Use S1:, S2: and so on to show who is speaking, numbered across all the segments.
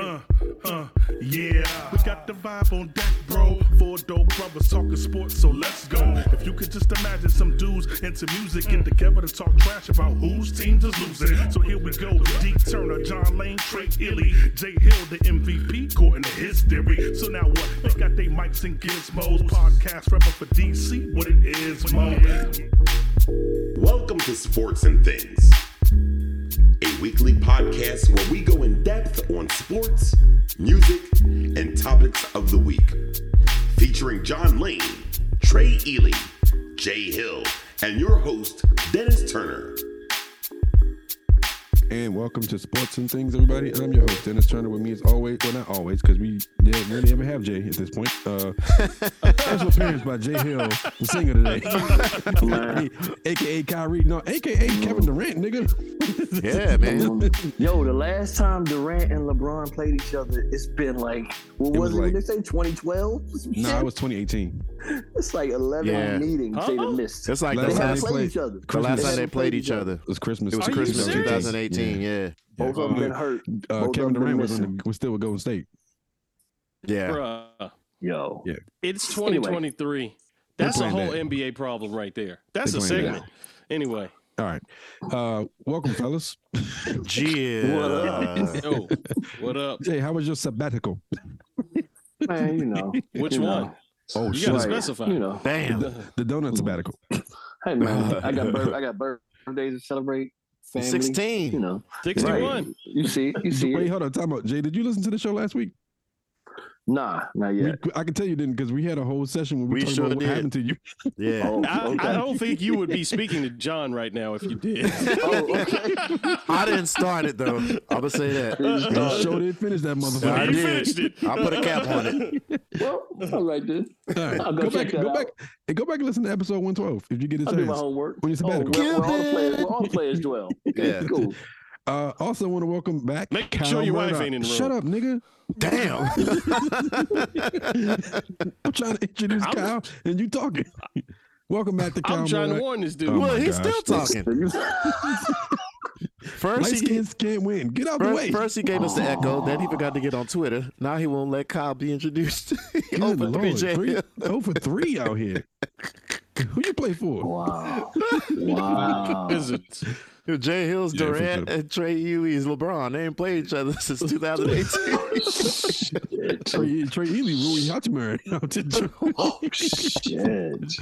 S1: Uh, uh, yeah. We got the vibe on deck, bro. Four dope brothers talking sports, so let's go. If you could just imagine some dudes into music get together to talk trash about whose teams is losing. So here we go. Deep Turner, John Lane, Trey Illy, Jay Hill, the MVP, according to his theory. So now what? They got they mics and gizmos. Podcast rapper for DC, what it is, mo.
S2: Welcome to Sports and Things, a weekly podcast where we go in depth on sports, music, and topics of the week. Featuring John Lane, Trey Ely, Jay Hill, and your host, Dennis Turner.
S3: And welcome to Sports and Things, everybody. I'm your host, Dennis Turner. With me as always, well, not always, because we didn't really ever have Jay at this point. Uh, special appearance by Jay Hill, the singer today, aka Kyrie, no, aka Kevin Durant, nigga.
S4: Yeah, man.
S5: Yo, the last time Durant and LeBron played each other, it's been like what
S3: It
S5: was
S3: was
S5: it? What
S3: like-
S5: they say 2012?
S3: No, nah, it was 2018.
S5: It's like 11
S4: Yeah.
S5: meetings they done missed.
S4: It's like
S3: They
S4: the
S5: they
S3: that's how
S5: haven't
S4: last,
S3: they
S5: played
S3: played.
S5: each other.
S4: the last
S3: Christmas.
S4: time they played each other.
S3: It was Christmas.
S4: It was
S1: Are you
S4: Christmas
S1: serious?
S4: 2018. Yeah.
S3: Yeah.
S5: Both of them
S3: Yeah.
S5: been hurt.
S3: Uh,
S5: Both of
S3: Kevin
S5: them
S3: Durant was,
S5: missing.
S3: in the, was still with Golden State.
S4: Yeah.
S6: Bruh,
S5: Yo,
S3: Yeah.
S6: it's
S5: Anyway.
S6: 2023. That's a
S3: playing
S6: whole
S3: that.
S6: NBA problem right there. That's
S3: They're
S6: a
S3: playing that.
S6: segment. Anyway,
S3: All right. Uh, welcome, fellas.
S4: Yeah.
S5: What
S6: yo, what up?
S3: Jay, how was your sabbatical?
S5: man, you know.
S6: Which
S5: you know,
S6: one?
S3: Oh,
S6: You
S3: shit.
S6: gotta
S5: like,
S6: specify.
S5: You know,
S4: Damn.
S3: The donut sabbatical.
S5: hey
S4: Uh,
S5: man, I got bir- I got birthdays to celebrate. Family,
S4: 16.
S5: You know,
S6: 61.
S5: Right. You see, you see.
S3: Wait,
S5: it?
S3: hold on. Time out. Jay, did you listen to the show last week?
S5: Nah, not
S3: We-
S5: yet.
S3: I can tell you didn't because we had a whole session where we,
S4: We
S3: talked
S4: sure
S3: about what
S4: did.
S3: happened to you.
S4: Yeah.
S5: Oh,
S6: I,
S5: okay.
S6: I don't think you would be speaking to John right now if you did.
S5: oh, okay.
S4: I didn't start it though. I'm gonna say that.
S3: The show didn't finish that
S4: I
S6: You
S3: motherfucker.
S4: did.
S6: finished it.
S4: I put a cap on
S6: it.
S5: well, all right then.
S3: All right.
S5: I'll
S3: Go,
S5: go
S3: back,
S5: check that
S3: go
S5: out.
S3: back, and go back and listen to episode one twelve if you get a
S5: I'll do my
S3: chance.
S5: homework.
S3: When you're
S5: Oh, where,
S3: sabbatical.
S5: where all the
S4: Cupid.
S5: players, where all the players dwell.
S4: Yeah.
S5: Cool.
S3: Uh, also, want to welcome back.
S6: Make sure your wife
S3: Murdoch.
S6: ain't in the room.
S3: Shut up, nigga.
S4: Damn.
S3: I'm trying to introduce
S6: I'm-
S3: Kyle, and you talking. welcome back to Kyle.
S6: I'm trying to
S3: Murdoch.
S6: warn this dude.
S3: Oh
S4: well,
S3: my
S4: he's still
S3: gosh.
S4: talking.
S5: Yo,
S4: First
S3: Light
S4: he,
S3: skins can't win. Get out the
S4: first,
S3: way. Oh.
S4: first he gave us the echo. Then he forgot to get on Twitter. Now he won't let Kyle be introduced.
S3: Good
S4: oh, for
S3: Lord,
S4: three, Jay.
S3: three, oh for three out here. Who you play for?
S5: Wow. Wow.
S6: Is it?
S4: Jay Hill's
S3: Yeah, for
S4: Durant
S3: sure.
S4: and Trey Huey's LeBron. They ain't played each other since 2018.
S5: Shit.
S3: Trey, Trey Ely, Rui Hachimura.
S5: Oh, shit.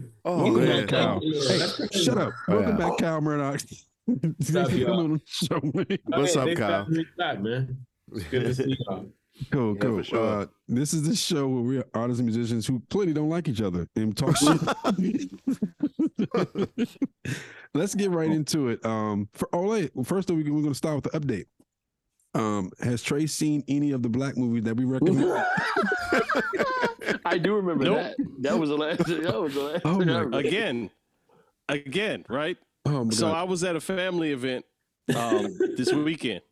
S4: oh
S3: Welcome
S4: man.
S3: back, Kyle. Hey, shut up.
S4: Oh,
S3: Welcome
S4: yeah.
S3: back, Kyle Murdoch.
S7: up, y'all?
S3: Show me.
S4: What's up,
S7: thanks for
S4: Kyle?
S7: having me back, man? It's good to see y'all.
S3: Cool,
S4: Yeah,
S3: cool.
S4: for sure.
S3: Uh, this is the show where we're artists and musicians who clearly don't like each other and talk shit. Let's get right into it. Um, for Ole, first of all, we- we're going to start with the update. Um, has Trey seen any of the black movies that we recommend?
S5: I do remember
S6: Nope.
S5: that. That was the last. That was the last.
S3: Oh,
S5: thing I
S3: my
S5: remember.
S6: Again. Again, right?
S3: oh my
S6: so
S3: god!
S6: I was at a family event um, this weekend,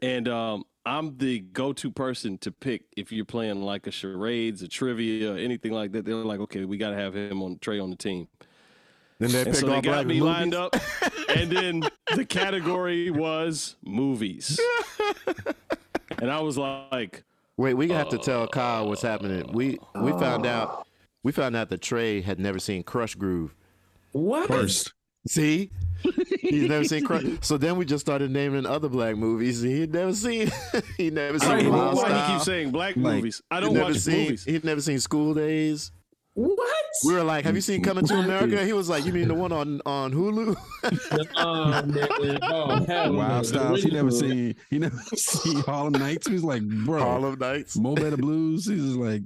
S6: and um, I'm the go-to person to pick if you're playing like a charades, a trivia, or anything like that. They're like, okay, we got to have him on Trey on the team.
S4: Then they
S6: And
S4: picked
S6: so they
S4: all black
S6: got me
S4: movies.
S6: lined up, and then the category was movies, and I was like,
S4: Wait, we have to
S3: Oh.
S4: tell Kyle what's happening. We we found out we found out that Trey had never seen Crush Groove.
S7: What?
S3: First,
S4: See, he's never seen Crush. So then we just started naming other black movies he'd never seen. he never
S6: I
S4: seen
S6: don't know
S4: Wild
S6: why he
S4: Style.
S6: keeps saying black
S3: Like,
S6: movies. I
S4: He'd
S6: don't
S4: never
S6: watch
S4: seen.
S6: movies.
S4: He'd never seen School Days.
S7: What?
S4: We were like, "Have you seen Coming to America?" He was like, "You mean the one on on Hulu?"
S7: Oh, man. Oh, hell no.
S3: Wild Styles. He
S7: Really
S3: never
S7: good.
S3: seen. He never seen Harlem Nights. He's like, bro,
S4: Harlem Nights.
S3: Mo Better Blues. He's just like,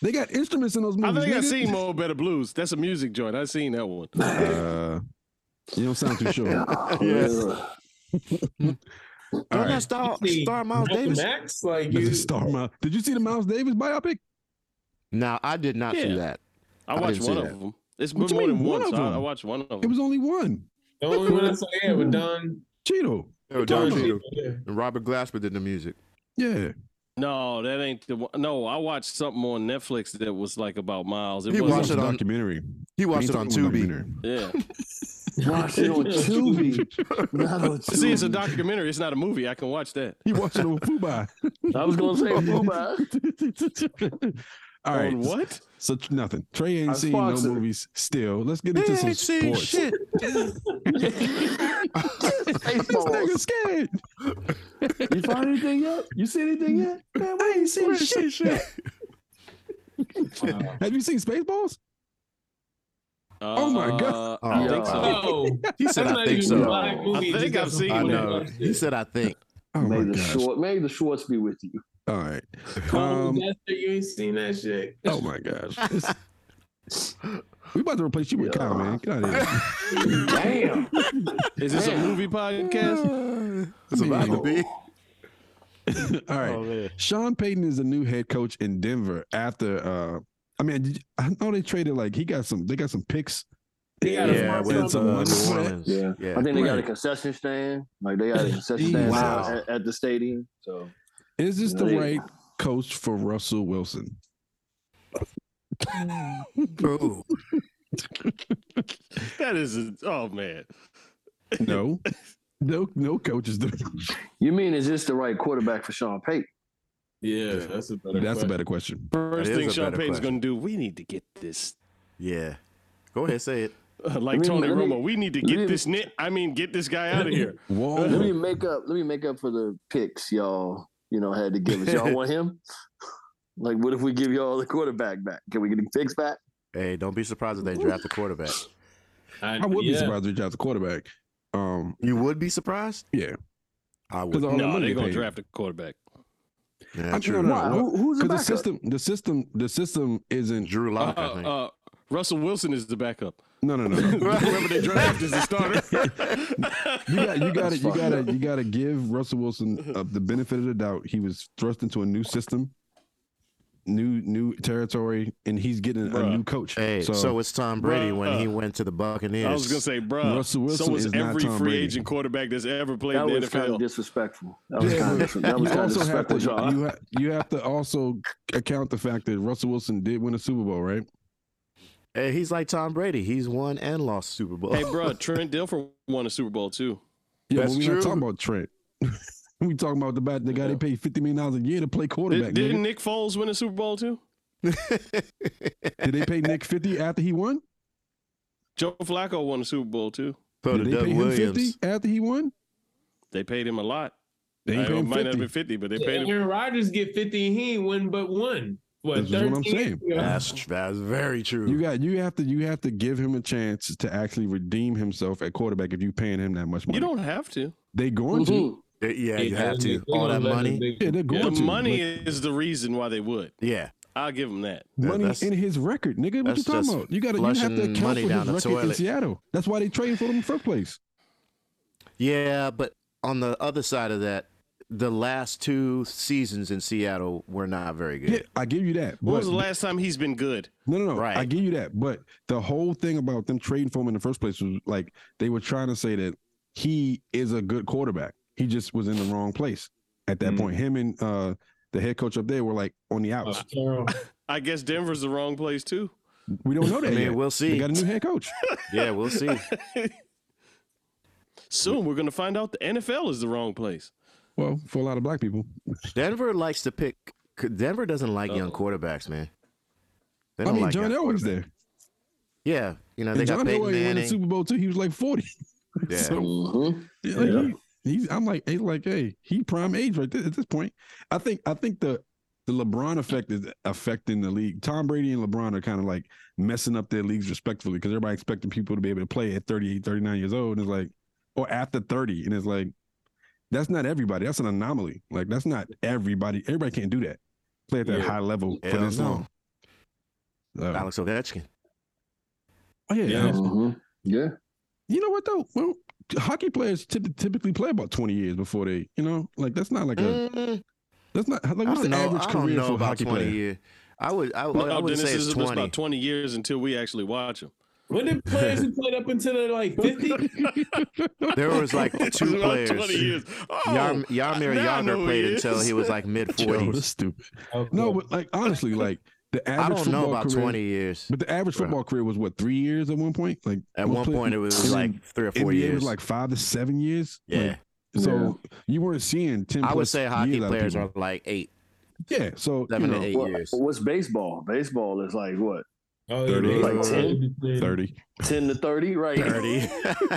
S3: they got instruments in those
S6: I
S3: movies.
S6: think I
S3: nigga.
S6: seen Mo Better Blues. That's a music joint. I seen that one.
S3: Uh, you don't sound too sure.
S4: Yes.
S3: All
S4: Don't
S3: right.
S4: that star,
S7: See,
S4: star Miles
S7: Malcolm
S4: Davis?
S7: X, like
S3: There's
S7: you.
S3: a star Miles. Did you see the Miles Davis biopic?
S4: Now I did not
S6: Yeah.
S4: see that.
S6: I
S4: I
S6: watched
S4: didn't see
S6: one
S4: that.
S6: of them. It's
S3: What
S6: been
S3: you
S6: more
S3: mean,
S6: than
S3: one
S6: one.
S3: of
S6: So I,
S3: them?
S6: I watched one of them.
S3: It was only one.
S7: The only one I saw, yeah, with Don.
S3: Cheeto.
S4: Oh,
S7: Don
S4: Don Cheadle.
S7: Yeah.
S4: And Robert Glasper did the music.
S3: Yeah.
S6: No, that ain't the one. No, I watched something on Netflix that was like about Miles. It
S4: He
S6: wasn't.
S4: watched it
S3: a
S4: on-
S3: documentary.
S4: He watched
S3: He
S4: it on
S3: was a
S4: Tubi.
S3: documentary.
S6: Yeah.
S5: Watch it on Tubi. Not on Tubi.
S6: See, it's a documentary. It's not a movie. I can watch that.
S3: You watching on Fubi.
S5: I was gonna
S3: Oh
S5: say Fubi.
S3: All right.
S6: On what?
S3: So tr- nothing. Trey
S5: I
S3: ain't seen no
S5: sponsored it.
S3: movies still. Let's get into some sports. This
S5: Baseball.
S3: nigga scared.
S5: You find anything yet? You see anything yet? Man, why ain't seen shit?
S3: Have you seen Spaceballs?
S6: Uh,
S3: Oh my God.
S6: I
S4: Oh,
S6: think so.
S4: wow.
S7: Oh,
S4: He said,
S7: that's
S4: I
S7: not
S4: think so.
S7: even a
S5: black.
S7: black movie.
S6: I think I've
S7: just got
S6: seen
S4: I
S7: some-
S4: know. He said, I think.
S3: Oh
S5: May
S3: my
S5: the
S3: gosh.
S5: short, may the shorts be with you.
S3: All right.
S7: Oh,
S3: Um,
S7: Dexter, you ain't seen that shit.
S3: oh my gosh. It's- we about to replace you with Kyle, man. Get out of here.
S5: Damn.
S6: Is this a movie podcast?
S4: It's about to be.
S3: All right.
S4: Oh, man.
S3: Sean Payton is the new head coach in Denver after uh I mean did you- I know they traded like he got some they got some picks.
S7: They got
S3: Yeah,
S4: Yeah,
S7: yeah,
S4: with uh,
S3: some money for
S4: New
S3: that.
S4: Orleans.
S5: Yeah. I
S4: Yeah.
S5: think they got a
S3: Right.
S5: concession stand. Like they got a concession
S3: Jeez.
S5: stand
S4: Wow.
S5: at, at the stadium. So
S3: Is this the
S5: They-
S3: right coach for Russell Wilson?
S4: Bro.
S6: That is. A, oh man.
S3: No. No, no coach is the
S5: you mean is this the right quarterback for Sean Payton?
S7: yeah, that's a better.
S3: that's a
S7: question.
S3: better question.
S6: First
S4: is
S6: thing
S4: a
S6: Sean
S4: better
S6: Payton's
S4: question.
S6: going to do. We need to get this.
S4: Yeah. Go ahead, say it.
S6: like
S5: me-
S6: Tony
S5: let me-
S6: Romo, we need to
S5: let me-
S6: get this nit. I mean, get this guy out of here.
S5: Let
S3: Whoa.
S5: me make up. Let me make up for the picks y'all. You know had to give us. Y'all want him? Like, what if we give y'all the quarterback back? Can we get the picks back?
S4: Hey, don't be surprised if they draft a quarterback.
S3: I would be surprised if they draft the quarterback. Um
S4: You would be surprised?
S3: yeah.
S4: I
S3: Because
S4: would.
S3: all the
S6: No,
S3: money
S6: they're
S3: they
S6: going
S3: going
S6: to draft a quarterback.
S4: Yeah,
S3: I'm-
S4: true.
S3: no, no,
S5: Why?
S3: well,
S5: Who, who's the
S3: Because the
S5: backup?
S3: system the system the system isn't
S4: Drew Lock,
S6: Uh,
S4: I think.
S6: uh, Russell Wilson is the backup.
S3: no no no. no.
S6: Whoever they draft is the starter.
S3: You got you got to
S5: That's
S3: you
S5: fucked
S3: got to you got to give Russell Wilson uh, the benefit of the doubt. He was thrust into a new system, new new territory, and he's getting a
S6: Bruh.
S3: new coach.
S4: hey, so,
S3: so,
S4: it's Tom Brady when he
S6: Bruh. uh,
S4: went to the Buccaneers.
S6: I was gonna say, bro,
S3: Russell Wilson
S6: so was
S3: is not
S6: every
S3: Tom
S6: free
S3: Brady.
S6: agent quarterback that's ever played
S5: That
S6: in the
S5: was kind of
S6: NFL.
S5: disrespectful. That was
S3: Yeah,
S5: kind
S3: but
S5: of, that was
S3: you
S5: kind of
S3: also have to
S5: disrespectful, John.
S3: you, ha- you have to also account the fact that Russell Wilson did win a Super Bowl, right?
S4: hey, he's like Tom Brady. He's won and lost Super Bowl.
S6: hey, bro, Trent Dilfer won a Super Bowl too.
S3: Yeah,
S4: That's
S3: but we
S4: true.
S3: not talking about Trent. we talking about the bat, the guy they paid fifty million dollars a year to play quarterback.
S6: Did,
S3: Did,
S6: didn't
S3: nigga.
S6: Nick Foles win a Super Bowl too?
S3: did they pay Nick fifty after he won?
S6: Joe Flacco won a Super Bowl too.
S4: So
S3: Did
S4: did
S3: they
S4: Oh, Doug
S3: pay him
S4: Williams.
S3: fifty after he won?
S6: They paid him a lot.
S3: They ain't
S6: I-
S3: paying
S6: might not have
S3: fifty.
S6: been fifty, but they paid him.
S7: Aaron Rodgers get 50 and he ain't won but one. What,
S3: That's what I'm
S7: 13?
S3: saying.
S4: That's, tr- that's very true.
S3: You got you have to you have to give him a chance to actually redeem himself at quarterback if you paying him that much money.
S6: You don't have to.
S3: they going to.
S5: Mhm.
S4: yeah, yeah, you
S7: Yeah,
S4: have
S7: they
S4: to.
S7: gonna
S4: All that
S7: let him-
S4: money.
S7: they-
S3: Yeah, they're going
S6: The
S3: to.
S6: money is the reason why they would.
S4: Yeah.
S6: I'll give them that.
S3: But money
S4: that's-
S3: in his record, nigga. What you
S4: that's
S3: talking
S4: just
S3: about? You got to you have to
S4: flushing
S3: account for
S4: money
S3: his
S4: down the
S3: record in
S4: toilet.
S3: Seattle. That's why they traded for him in the first place.
S4: Yeah, but on the other side of that, the last two seasons in Seattle were not very good.
S3: Yeah, I give you that.
S6: When
S3: but-
S6: was the last time he's been good?
S3: No, no, no. I
S4: Right.
S3: give you that. But the whole thing about them trading for him in the first place was like they were trying to say that he is a good quarterback. He just was in the wrong place at that
S4: Mm.
S3: point. Him and uh, the head coach up there were like on the outs.
S7: Oh, Carol.
S6: I guess Denver's the wrong place too.
S3: We don't know
S4: I
S3: that
S4: mean,
S3: yet.
S4: we'll
S3: They
S4: see.
S3: got a new head coach.
S4: Yeah, we'll see.
S6: Soon we're gonna find out the NFL is the wrong place.
S3: Well, for a lot of black people,
S4: Denver likes to pick. Denver doesn't like young
S6: Uh-oh.
S4: quarterbacks, man. They
S3: I
S4: don't
S3: mean,
S4: like
S3: John
S4: young
S3: Elway's
S4: quarterbacks.
S3: there.
S4: Yeah, you know they
S3: And
S4: got
S3: John
S4: Peyton
S3: Elway won the
S4: Manning.
S3: Super Bowl too. He was like forty.
S4: Yeah.
S3: So,
S5: Mhm.
S3: like,
S5: Yeah.
S3: he- he's. I'm like, he's like, hey, he prime age right there at this point. I think. I think the the LeBron effect is affecting the league. Tom Brady and LeBron are kind of like messing up their leagues respectfully because everybody expecting people to be able to play at 38, 39 years old, and it's like, or after thirty, and it's like, that's not everybody. That's an anomaly. Like that's not everybody. Everybody can't do that. Play at that
S7: Yeah.
S3: high level for
S4: Hell
S3: this
S4: no.
S3: long. So-
S4: Alex Ovechkin.
S3: oh yeah,
S6: Yeah.
S3: yeah.
S5: Mhm. Yeah.
S3: You know what though? Well, hockey players typ- typically play about twenty years before they, you know, like that's not like a
S4: Mm,
S3: that's not
S4: I
S3: like what's the
S4: don't know.
S3: average
S4: I don't
S3: career
S4: know
S3: for a
S4: about
S3: hockey
S4: twenty
S3: player?
S4: year. I would. I,
S6: No,
S4: would I would
S6: Dennis
S4: say
S6: is
S4: it's
S6: it's
S4: twenty.
S6: about twenty years until we actually watch him.
S7: When did players who played up until they're like 50?
S4: There was like
S6: It's
S4: two
S6: about
S4: players.
S6: Twenty years. Oh,
S4: Yarm, Yarmir
S6: now I know
S4: Yager
S6: who
S4: played
S6: he
S4: until
S6: is.
S4: he was like mid
S3: Yo, that's
S4: forties.
S7: Oh,
S3: stupid. No, but like honestly, like The
S4: I
S3: average
S4: don't know
S3: football
S4: about
S3: career,
S4: 20 years.
S3: But the average
S4: Right.
S3: football career was what three years at one point. Like
S4: At
S3: most
S4: one
S3: play-
S4: point, it was
S3: and
S4: like three or
S3: then
S4: four
S3: NBA
S4: years.
S3: was like five to seven years. Like,
S4: yeah,
S3: so you weren't seeing ten.
S4: I would
S3: plus
S4: say hockey
S3: years out of
S4: players are
S3: people.
S4: like eight,
S3: Yeah, so you
S4: seven
S3: know,
S4: to eight
S5: What-
S4: years.
S5: what's baseball? Baseball is like what
S7: Oh,
S3: Thirty.
S7: yeah,
S5: Like ten?
S7: yeah.
S3: thirty.
S5: ten to thirty, right?
S4: Thirty.
S3: And yeah,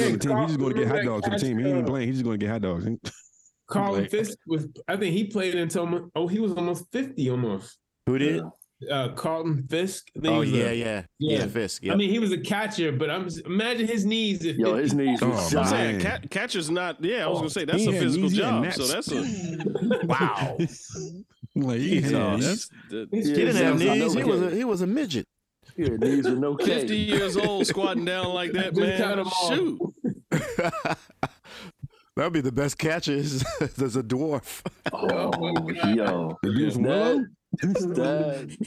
S7: Yeah,
S3: on the team, he's just going to get hot
S7: quarterback
S3: dogs for the
S7: catch,
S3: team. He ain't even
S7: uh,
S3: playing. He's just going to get hot dogs.
S7: Carl
S3: Like-
S7: Fisk was. I think he played until almo- oh he was almost fifty almost.
S4: Who did?
S7: Uh, Carlton Fisk. I think he
S4: Oh
S7: was a-
S4: yeah, yeah, yeah.
S7: yeah.
S4: Fisk. Yeah.
S7: I mean, he was a catcher, but I'm just- imagine his knees. At
S5: Yo, his
S7: 50.
S5: knees were
S3: Oh,
S6: I'm
S5: shot.
S6: saying
S3: Man.
S6: cat, catcher's not. Yeah, I was gonna say that's
S3: Oh, He
S6: a
S3: had
S6: physical
S3: knees, he had
S6: job.
S3: naps.
S6: So that's a
S4: wow.
S3: like, yeah, that's
S6: Jesus. The-
S4: He
S5: Yeah,
S4: didn't have
S5: it sounds like
S4: knees.
S5: no
S4: He was a
S5: kid.
S4: he was a midget.
S5: Yeah, knees with no
S6: Fifty
S5: cane.
S6: years old, squatting down like that,
S7: Just cut
S6: man.
S7: 'em off.
S6: Shoot,
S4: That'd be the best catches. There's a dwarf.
S5: Oh, yo,
S3: the dude's Willow.
S5: that,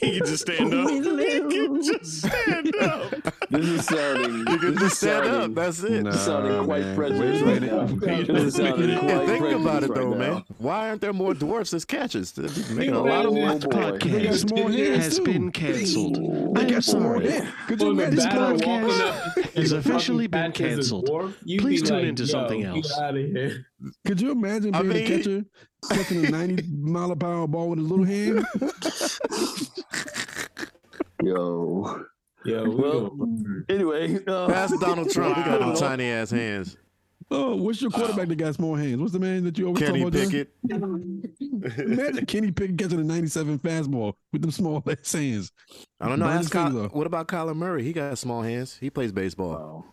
S6: he can just stand up. he can just stand up.
S5: this is sounding.
S4: You can
S5: this
S4: just
S5: is
S4: stand up.
S5: sounding-
S4: That's it.
S3: Nah,
S5: This is sounding quite
S3: Uh, man.
S5: prejudiced
S3: Wait
S5: right
S3: a
S5: now.
S3: minute.
S5: This is sounding
S6: Yeah,
S5: quite
S4: And think
S5: prejudiced
S4: about it
S5: right
S4: though,
S5: now.
S4: man. Why aren't there more dwarfs as catches? They're making a
S7: Oh,
S4: lot of
S7: man.
S5: Oh,
S7: This
S5: boy.
S3: Podcast
S8: has been canceled. I got some more hair.
S3: Could you
S7: Well, the
S3: imagine?
S8: This
S7: battle
S8: podcast
S7: walking up
S8: has
S7: as a
S8: officially
S7: fucking
S8: been
S7: back as a
S8: canceled.
S7: dwarf, you'd
S8: Please
S7: be
S8: tune
S7: like,
S8: into
S7: yo,
S8: something else.
S7: Get out of here.
S3: Could you imagine
S4: I
S3: being a
S4: mean-
S3: catcher, catching a ninety mile per hour ball with his little hand?
S5: Yo.
S7: Yo, we
S5: Well,
S7: gonna-
S5: Anyway, uh,
S4: That's Donald Trump. He got them tiny ass hands.
S3: Oh, what's your quarterback that got small hands? What's the man that you always talk
S4: Kenny
S3: about? John?
S4: Pickett.
S3: Imagine Kenny Pickett catching a 97 fastball with them small ass hands.
S4: I don't know.
S3: Burn
S4: Ask
S3: his
S4: Ky-
S3: fingers off.
S4: what about Kyler Murray? He got small hands. He plays baseball.
S5: wow.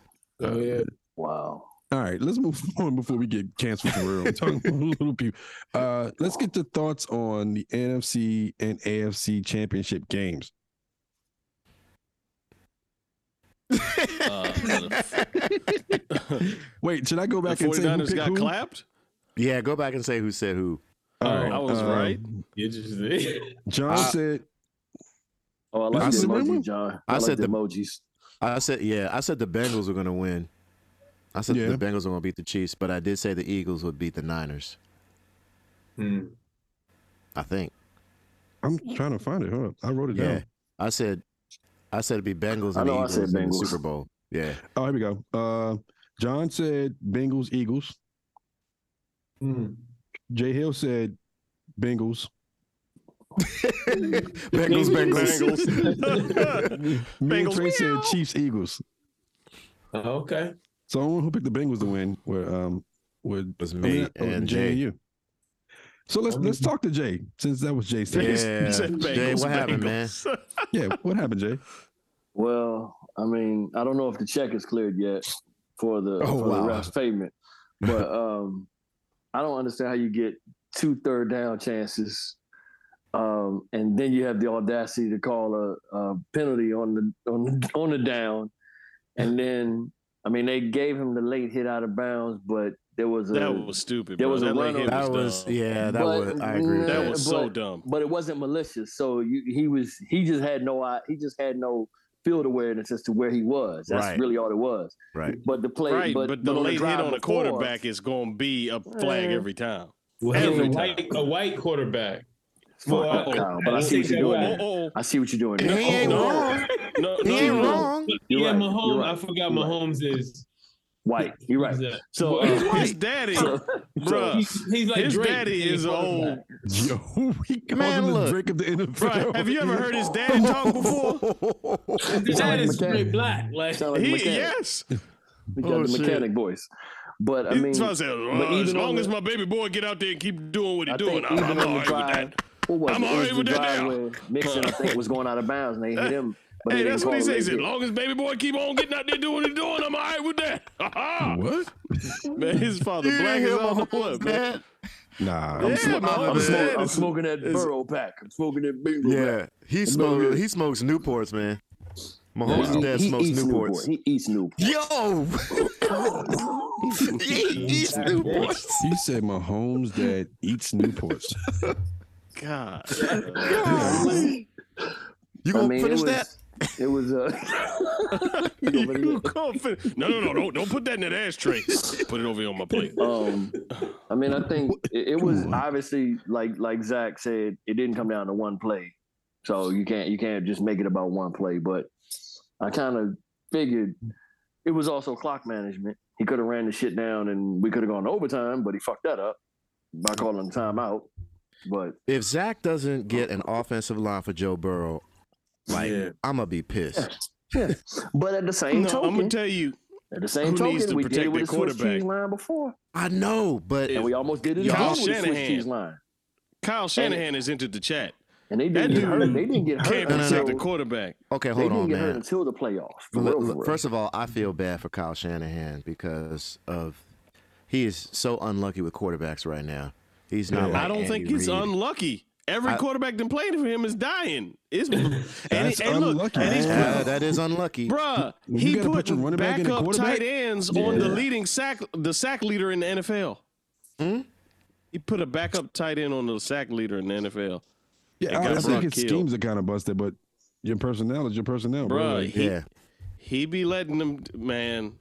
S7: oh yeah.
S5: Wow.
S3: All right, let's move on before we get canceled for real. We're talking about little people. Uh, let's get your thoughts on the NFC and AFC championship games.
S6: Uh,
S3: Wait, should I go
S6: the
S3: back and say who
S6: 49ers
S3: picked
S6: got
S3: who?
S6: clapped.
S4: Yeah, go back and say who said who.
S6: Oh, I was
S3: uh,
S6: right. Ah.
S7: Interesting.
S3: John
S4: Uh,
S3: said,
S5: Oh, I
S3: I
S5: like the
S3: said-
S5: emoji, John. I,
S4: I
S5: like
S4: said
S5: the
S4: the-
S5: emojis.
S4: I said yeah. I said the Bengals were gonna win. I said
S3: Yeah.
S4: the Bengals were gonna beat the Chiefs, but I did say the Eagles would beat the Niners.
S7: Hmm.
S4: I think.
S3: I'm trying to find it. Hold up. I wrote it
S4: Yeah.
S3: down.
S4: I said, I said it'd be Bengals
S5: I
S4: and the
S5: know I
S4: Eagles
S5: said
S4: in the
S5: Bengals.
S4: Super Bowl. Yeah.
S3: Oh, here we go. Uh, John said Bengals, Eagles.
S7: Hmm.
S3: Jay Hill said Bengals.
S4: Bengals, Bengals.
S6: Bengals.
S3: Me and
S6: Bengals,
S3: Trey said
S6: meow.
S3: Chiefs, Eagles.
S7: Oh, okay.
S3: So I don't know who picked the Bengals to win. Were um, were
S4: was
S3: I
S4: me
S3: mean, oh,
S4: and
S3: Jay and
S4: Jay.
S3: you. So let's let's talk to Jay since that was Jay.
S4: Yeah.
S3: Yeah.
S4: Jay, what happened, man?
S3: yeah, what happened, Jay?
S5: Well, I mean, I don't know if the check is cleared yet for the,
S4: Oh,
S5: for
S4: wow.
S5: the ref's payment, but um, I don't understand how you get two third down chances, um, and then you have the audacity to call a, a penalty on the on the, on the down, and then I mean they gave him the late hit out of bounds, but there was a
S6: That was stupid.
S5: There
S6: bro.
S5: was a
S6: that
S5: run
S6: late hit
S5: on-
S4: That was
S6: dumb.
S4: yeah. That
S5: But-
S4: was I agree. With
S5: yeah,
S6: That
S4: that
S6: was so
S5: but-
S6: dumb.
S5: but it wasn't malicious. So you, he was he just had no eye- he just had no field awareness as to where he was. That's
S4: Right.
S5: really all it was.
S4: right.
S5: But the play,
S6: right, but, the
S5: on
S6: late
S5: drive
S6: hit on a
S5: before-
S6: quarterback is going to be a flag every time.
S7: Well,
S6: Every time.
S7: a white, a white quarterback.
S5: Fuck,
S7: Well,
S5: fuck,
S6: uh-oh.
S5: Kyle, but I see what you're
S7: Oh,
S5: doing
S7: oh,
S5: there.
S6: Oh,
S5: I see what you're doing
S4: He
S5: there.
S4: ain't wrong.
S6: no, no,
S4: He ain't
S6: no.
S4: wrong.
S5: You're
S7: yeah,
S5: right, you're
S7: Mahomes.
S5: right,
S7: I forgot
S5: you're right.
S7: Mahomes is.
S5: White. You're right.
S7: he's a-
S5: So,
S7: Well,
S5: uh,
S6: His daddy,
S5: so,
S6: bruh.
S7: he's, he's like
S6: His
S7: Drake.
S6: daddy is
S7: He's
S6: old.
S3: Yo, we called
S4: Man,
S3: him the
S4: look.
S3: Drake of the NFL.
S6: Bruh, have you ever heard his daddy talk before?
S7: His dad is
S5: McCann.
S7: straight black. Like
S5: sound like
S6: He,
S5: mechanic.
S6: yes.
S5: He got
S4: Oh,
S5: the
S4: shit.
S5: mechanic voice. But I
S6: He's
S5: mean,
S6: trying to say, "Uh,
S5: but
S6: as
S5: even on
S6: long
S5: the-
S6: as my baby boy get out there and keep doing what he's
S5: I
S6: doing,
S5: think
S6: I'm,
S5: even
S6: I'm
S5: on the
S6: all right with
S5: drive,
S6: that.
S5: what was
S6: I'm
S5: it? It
S6: all
S5: was
S6: right
S5: the
S6: with that
S5: drive
S6: now.
S5: where Mixon, I think, was going out of bounds, and they hit him. But
S6: Hey,
S5: they
S6: that's
S5: didn't
S6: what he
S5: call
S6: says.
S5: it.
S6: As long as baby boy keep on getting out there doing what he's doing, I'm all right with that. Ha-ha.
S3: What?
S6: Man, his father black as all blood, man.
S3: Nah.
S4: Yeah,
S3: I'm-
S5: I'm,
S4: my
S5: I'm,
S4: man.
S5: smoking, I'm
S4: It's-
S5: smoking that
S4: it's-
S5: Burrow pack. I'm smoking that Bingo pack.
S4: Yeah, he smokes. He smokes Newports, man. Mahomes'
S5: He-
S4: dad
S5: he
S4: smokes
S5: eats
S4: Newports.
S5: Newport. He eats Newport.
S4: Yo, he eats Newports.
S3: You said Mahomes that eats Newports.
S6: God.
S4: Golly. You gonna
S5: I mean, it
S4: finish
S5: was,
S4: that?
S5: It was. Uh, you know, but it-
S6: You can't fin- no, no, no, no. Don't put that in that ashtray. Put it over here on my plate.
S5: um, I mean, I think it, it was obviously like like Zach said, it didn't come down to one play. So you can't you can't just make it about one play. But I kind of figured it was also clock management. He could have ran the shit down and we could have gone to overtime, but he fucked that up by calling timeout. But
S4: If Zach doesn't get an offensive line for Joe Burrow, like
S7: Yeah.
S4: I'm gonna be pissed.
S5: but at the same
S6: No, I'm
S5: token,
S6: gonna tell you,
S5: at the same
S6: who needs
S5: token,
S6: to
S5: we did
S6: protect
S5: it with
S6: the
S5: the Swiss cheese
S6: quarterback?
S5: line before,
S4: I know, but
S5: and we almost did it again
S6: Y'all
S5: with the Swiss
S6: Shanahan.
S5: cheese line.
S6: Kyle Shanahan has entered the chat.
S5: And they
S6: That
S5: didn't get hurt.
S6: dude
S5: They didn't get hurt
S6: Can't
S4: no, no,
S5: until
S6: protect the quarterback.
S4: okay,
S5: they
S4: hold
S5: didn't
S4: on,
S5: get hurt
S4: man.
S5: until the playoffs. For
S4: Look,
S5: real, for
S4: look,
S5: real.
S4: First of all, I feel bad for Kyle Shanahan because of he is so unlucky with quarterbacks right now. He's not. like
S6: I don't
S4: Andy
S6: think he's
S4: Reid.
S6: unlucky. Every
S4: I-
S6: quarterback that played for him is dying. It's and, he-
S3: That's
S6: and look,
S3: unlucky.
S6: and he's
S4: Yeah, that is unlucky.
S6: bruh.
S3: You
S6: He
S3: gotta
S6: put,
S3: put your running back in the
S6: backup
S3: quarterback?
S6: tight ends on the leading sack, the sack leader in the NFL.
S4: Hmm?
S6: He put a backup tight end on the sack leader in the NFL.
S3: Yeah,
S6: It
S3: I, I
S6: got
S3: think
S6: Brock
S3: his
S6: killed.
S3: schemes are kind of busted, but your personnel is your personnel, bro.
S6: Bruh,
S3: Like,
S6: he,
S4: yeah,
S6: he be letting them, man.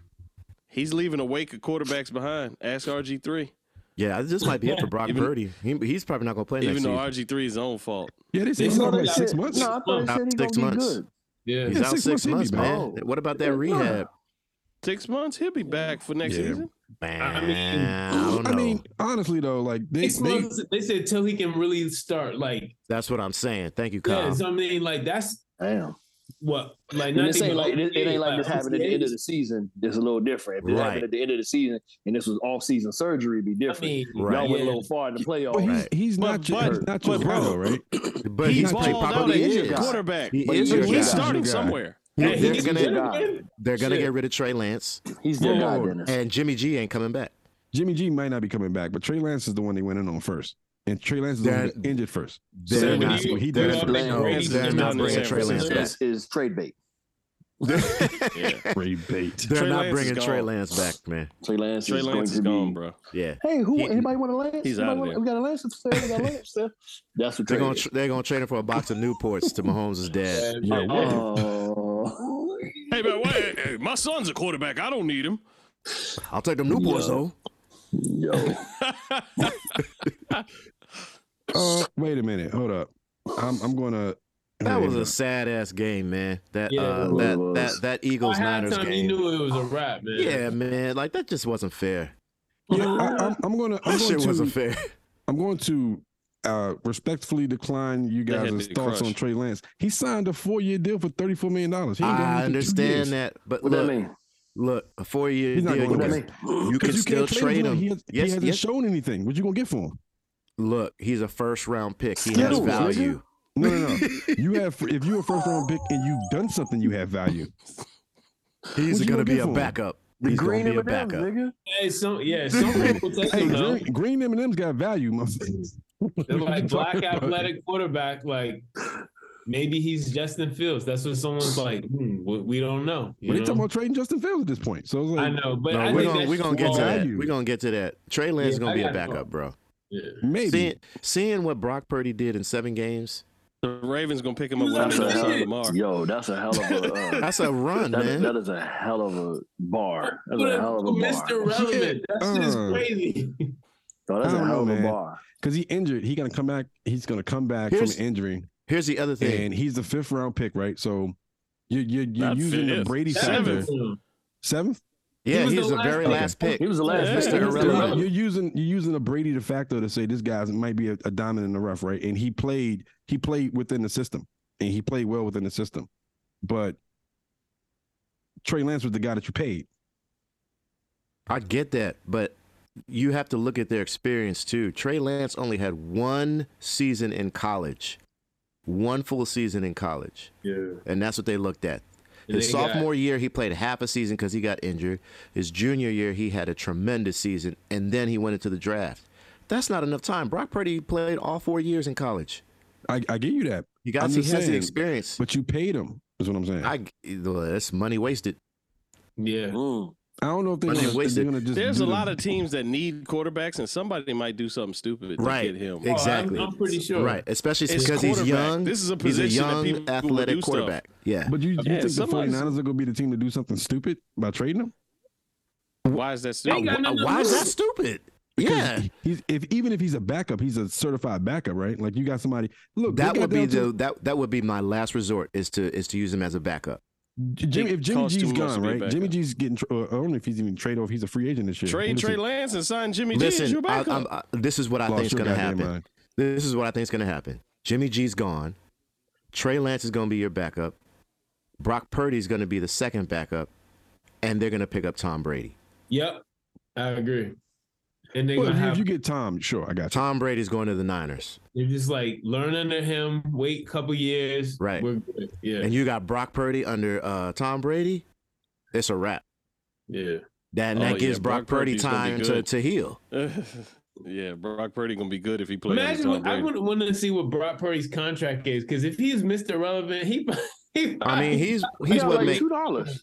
S6: He's leaving a wake of quarterbacks behind. Ask RG three.
S4: yeah. This might be it for Brock
S6: Even-
S4: Purdy. He, he's probably not gonna play next
S6: Even though
S4: season.
S6: RG three is his own fault.
S3: yeah, they
S7: They
S3: said he's
S7: said
S3: out
S7: they
S3: like
S7: got-
S3: six months.
S5: no, I thought he
S4: Nah,
S5: said he's
S4: six
S5: gonna be
S4: months.
S5: good.
S7: Yeah.
S4: He's
S3: Yeah,
S4: out
S3: six months,
S4: six,
S3: he'd be
S4: months,
S3: back.
S4: man. What about that rehab?
S6: Six months, he'll be back for next
S3: Yeah.
S6: season.
S4: Man,
S7: I mean-
S4: I don't know.
S3: I mean, honestly though, like they,
S7: Six
S3: they
S7: months, they said till he can really start. Like,
S4: That's what I'm saying. Thank you, Kyle.
S7: yeah, so I mean, like that's
S5: Damn.
S7: what, like,
S5: And
S7: nothing.
S5: this ain't
S7: but
S5: like it, it ain't like this happened at the end of
S7: 68.
S5: the season. It's a little different. If it
S4: Right.
S5: happened at the end of the season and this was all season surgery, it'd be
S7: I
S5: different.
S7: mean,
S4: Right.
S5: Y'all went a
S7: yeah.
S5: little far in the
S3: but
S5: playoffs.
S3: he's,
S4: Right.
S3: he's not
S6: But-
S3: your,
S6: but-
S3: he's not
S6: but
S3: your
S6: bro-
S3: Colorado, right?
S4: but
S6: He
S4: he's
S3: he's
S6: balled
S4: played
S6: out
S4: probably
S6: at
S4: is.
S6: the quarterback.
S4: He
S5: But
S4: is
S5: he's
S4: your
S5: a
S6: He's
S5: guy.
S6: starting
S3: He's your guy.
S6: somewhere.
S4: They're
S7: Hey, he's
S4: gonna-
S7: good
S5: guy.
S7: again.
S4: they're gonna
S7: Shit.
S4: get rid of Trey Lance,
S5: He's their guy,
S7: Lord.
S5: Dennis.
S4: and Jimmy G ain't coming back.
S3: Jimmy G might not be coming back, but Trey Lance is the one they went in on first, and Trey Lance is the one
S4: That-
S3: that injured first.
S4: They're
S7: So
S4: not.
S7: do you-
S3: he
S4: they're
S3: did
S7: do you think
S4: no,
S7: Brady's
S4: they're
S7: just
S4: not
S7: down in
S4: bringing
S7: San
S4: Trey Lance
S7: Francisco?
S4: back.
S5: This is trade bait.
S6: Yeah.
S3: Great bait.
S4: They're
S6: Trey
S4: not
S6: Lance
S4: bringing
S6: is
S4: Trey
S6: gone.
S4: Lance back, man.
S5: Trey Lance
S6: Trey
S5: is
S6: Lance
S5: going
S6: is
S5: to
S6: gone,
S5: be.
S6: bro.
S4: Yeah,
S5: Hey, who?
S4: He-
S5: anybody want a Lance?
S6: he's
S5: Anybody
S6: outta
S5: want-
S6: there.
S5: We got a Lance. upstairs, We got a Lance. upstairs. That's what
S4: they're
S5: trade
S4: gonna
S5: is.
S4: tr- they're gonna trade him for a box of Newports to Mahomes' dad.
S3: Yeah, what?
S5: Oh,
S6: Hey, but wait, hey, hey, my son's a quarterback. I don't need him.
S4: I'll take them Newports
S5: Yeah.
S4: though.
S5: yo,
S3: Uh, wait a minute, hold up. I'm I'm gonna.
S4: That
S3: hold
S4: was
S3: on.
S4: a sad ass game, man. That
S7: Yeah,
S4: uh,
S5: it was.
S4: that, that that Eagles
S7: By
S4: Niners
S7: halftime, you
S4: game.
S7: knew it was a wrap, man.
S4: Yeah, man. Like that just wasn't fair.
S3: Yeah, I, I'm, I'm gonna. I'm
S4: That shit
S3: going to.
S4: wasn't fair.
S3: I'm going to uh, respectfully decline you
S6: They had
S3: guys'
S6: to
S3: thoughts
S6: crush.
S3: on Trey Lance. He signed a four year deal for thirty four million dollars.
S4: I understand that, but
S5: what that
S4: look,
S5: mean?
S4: look, a four year
S3: He's not
S4: deal. You
S3: going
S5: What
S4: can,
S5: that
S3: nowhere.
S5: mean?
S4: you can still trade him.
S3: He, has, he
S4: yes,
S3: hasn't
S4: yes.
S3: shown anything. What you gonna get for him?
S4: Look, he's a first round pick. He has
S5: Skittles, is
S4: value.
S3: No, no, no. you have if you're a first round pick and you've done something, you have value.
S4: He's
S3: What you
S4: gonna
S3: gonna
S4: be
S3: get
S4: a
S3: for him?
S4: backup. He's gonna
S5: Green
S4: be a
S5: M&Ms,
S4: backup.
S5: nigga.
S7: Hey, some, yeah, some people take
S3: Hey,
S7: him, though.
S3: green, green M and M's got value. My
S7: They're like black athletic quarterback, like maybe he's Justin Fields. That's what someone's like. Hmm, we, we don't know. you
S3: But they
S7: know?
S3: talking about trading Justin Fields at this point. So it's
S7: I
S3: like,
S7: know, but
S4: No,
S7: I
S4: we're
S7: think
S4: gonna
S7: that's
S4: we're gonna get to
S7: wrong.
S4: that.
S3: value.
S4: We're gonna get to that. Trey Lance
S7: Yeah,
S4: gonna
S7: I
S4: be a
S7: gotta go.
S4: backup, bro.
S3: maybe.
S4: Seeing seeing what Brock Purdy did in seven games,
S6: The Ravens gonna pick him up when
S5: That's
S6: they
S5: a
S6: don't
S5: hell
S6: sign
S5: of
S6: Lamar.
S5: a, yo, that's a hell of a. Uh,
S4: that's a run,
S5: That is,
S4: man.
S5: that is a hell of a bar. That's
S7: What
S5: a
S7: a-
S5: hell of a
S7: Mr.
S5: bar.
S7: Relevant. That's just
S3: Uh.
S7: crazy.
S5: No, that's
S3: I
S5: a
S3: don't know,
S5: hell of a
S3: man.
S5: bar.
S3: Because he injured, he gonna come back. He's gonna come back
S4: Here's-
S3: from an injury,
S4: Here's the other thing.
S3: and he's the fifth round pick, right? So you're you're, you're
S6: Not
S3: using the
S6: fifth.
S3: Brady
S6: Seventh.
S3: factor.
S7: Seven.
S3: Seventh.
S4: yeah,
S7: was
S4: he's
S7: the
S4: the very
S3: last
S4: last pick.
S5: He was the last
S6: Yeah,
S5: Mr.
S6: he was the
S5: Irrelevant.
S3: You're using you're using a Brady de facto to say this guy might be a, a diamond in the rough, right? And he played he played within the system, and he played well within the system. But Trey Lance was the guy that you paid.
S4: I get that, but you have to look at their experience too. Trey Lance only had one season in college, one full season in college,
S7: Yeah.
S4: and that's what they looked at.
S7: And
S4: His
S7: they got-
S4: sophomore year, he played half a season because he got injured. His junior year, he had a tremendous season, and then he went into the draft. That's not enough time. Brock Purdy played all four years in college.
S3: I, I get you that,
S4: He got
S3: I'm
S4: he
S3: just
S4: has the
S3: saying,
S4: experience.
S3: but you paid him. Is what I'm saying. I,
S4: I well, that's money wasted.
S7: Yeah.
S5: Mm.
S3: don't know if they're gonna,
S4: money
S3: if they're
S4: wasted.
S3: gonna just.
S6: There's
S3: do
S6: a
S3: the-
S6: lot of teams that need quarterbacks, and somebody might do something stupid to
S4: Right.
S6: get him.
S7: Oh, I'm-
S4: Exactly.
S7: I'm, pretty sure.
S4: Right, especially
S6: It's
S4: because he's
S6: quarterback.
S4: young.
S6: This is a
S4: he's a
S6: position that people
S4: young,
S6: will
S4: athletic
S6: do stuff.
S4: quarterback. Yeah.
S3: But you, you
S6: Yeah,
S3: think the
S6: somebody's-
S3: 49ers are gonna be the team to do something stupid by trading him?
S6: Why is that
S7: They
S6: stupid?
S7: got nothing to
S4: Oh, Why is that
S7: lose.
S4: stupid? Yeah.
S3: he- he's if even if he's a backup, he's a certified backup, right? Like you got somebody. Look,
S4: That
S3: they got
S4: would be
S3: down to-
S4: the that that would be my last resort is to is to use him as a backup.
S3: J- Jimmy. If Jimmy
S6: costs too
S3: G's
S6: much to
S3: gone,
S6: be a
S3: right?
S6: backup.
S3: Jimmy G's getting. Tra- or I don't know if he's even trade off. He's a free agent this year.
S6: Trade
S3: What is
S6: Trey
S3: he?
S6: Lance and sign Jimmy G as
S4: Listen,
S6: your
S4: I,
S6: backup.
S4: I'm, I, this is what I
S3: Lost
S4: think is
S3: your
S4: going to
S3: goddamn
S4: happen.
S3: mind.
S4: This is what I think is going to happen. Jimmy G's gone. Trey Lance is going to be your backup. Brock Purdy's going to be the second backup, and they're going to pick up Tom Brady.
S7: Yep, I agree. And they're
S3: Well,
S7: gonna
S3: if you-
S7: have
S3: if you get Tom, sure, I got you.
S4: Tom Brady's going to the Niners,
S7: they're just like learn under him, wait a couple years.
S4: Right.
S7: We're good. Yeah.
S4: and you got Brock Purdy under uh, Tom Brady. It's a wrap.
S7: yeah.
S4: That and
S6: Oh,
S4: that
S6: yeah,
S4: gives Brock,
S6: Brock
S4: Purdy
S6: Purdy's gonna be
S4: time to,
S6: good.
S4: to heal.
S6: yeah, Brock Purdy gonna be good if he plays.
S7: Imagine
S6: Tom
S7: what, I
S6: Brady.
S7: would want to see what Brock Purdy's contract is because if he's Mr. Relevant, he. he
S4: I mean, he's he's
S5: got
S4: what
S5: like
S4: make,
S5: two dollars.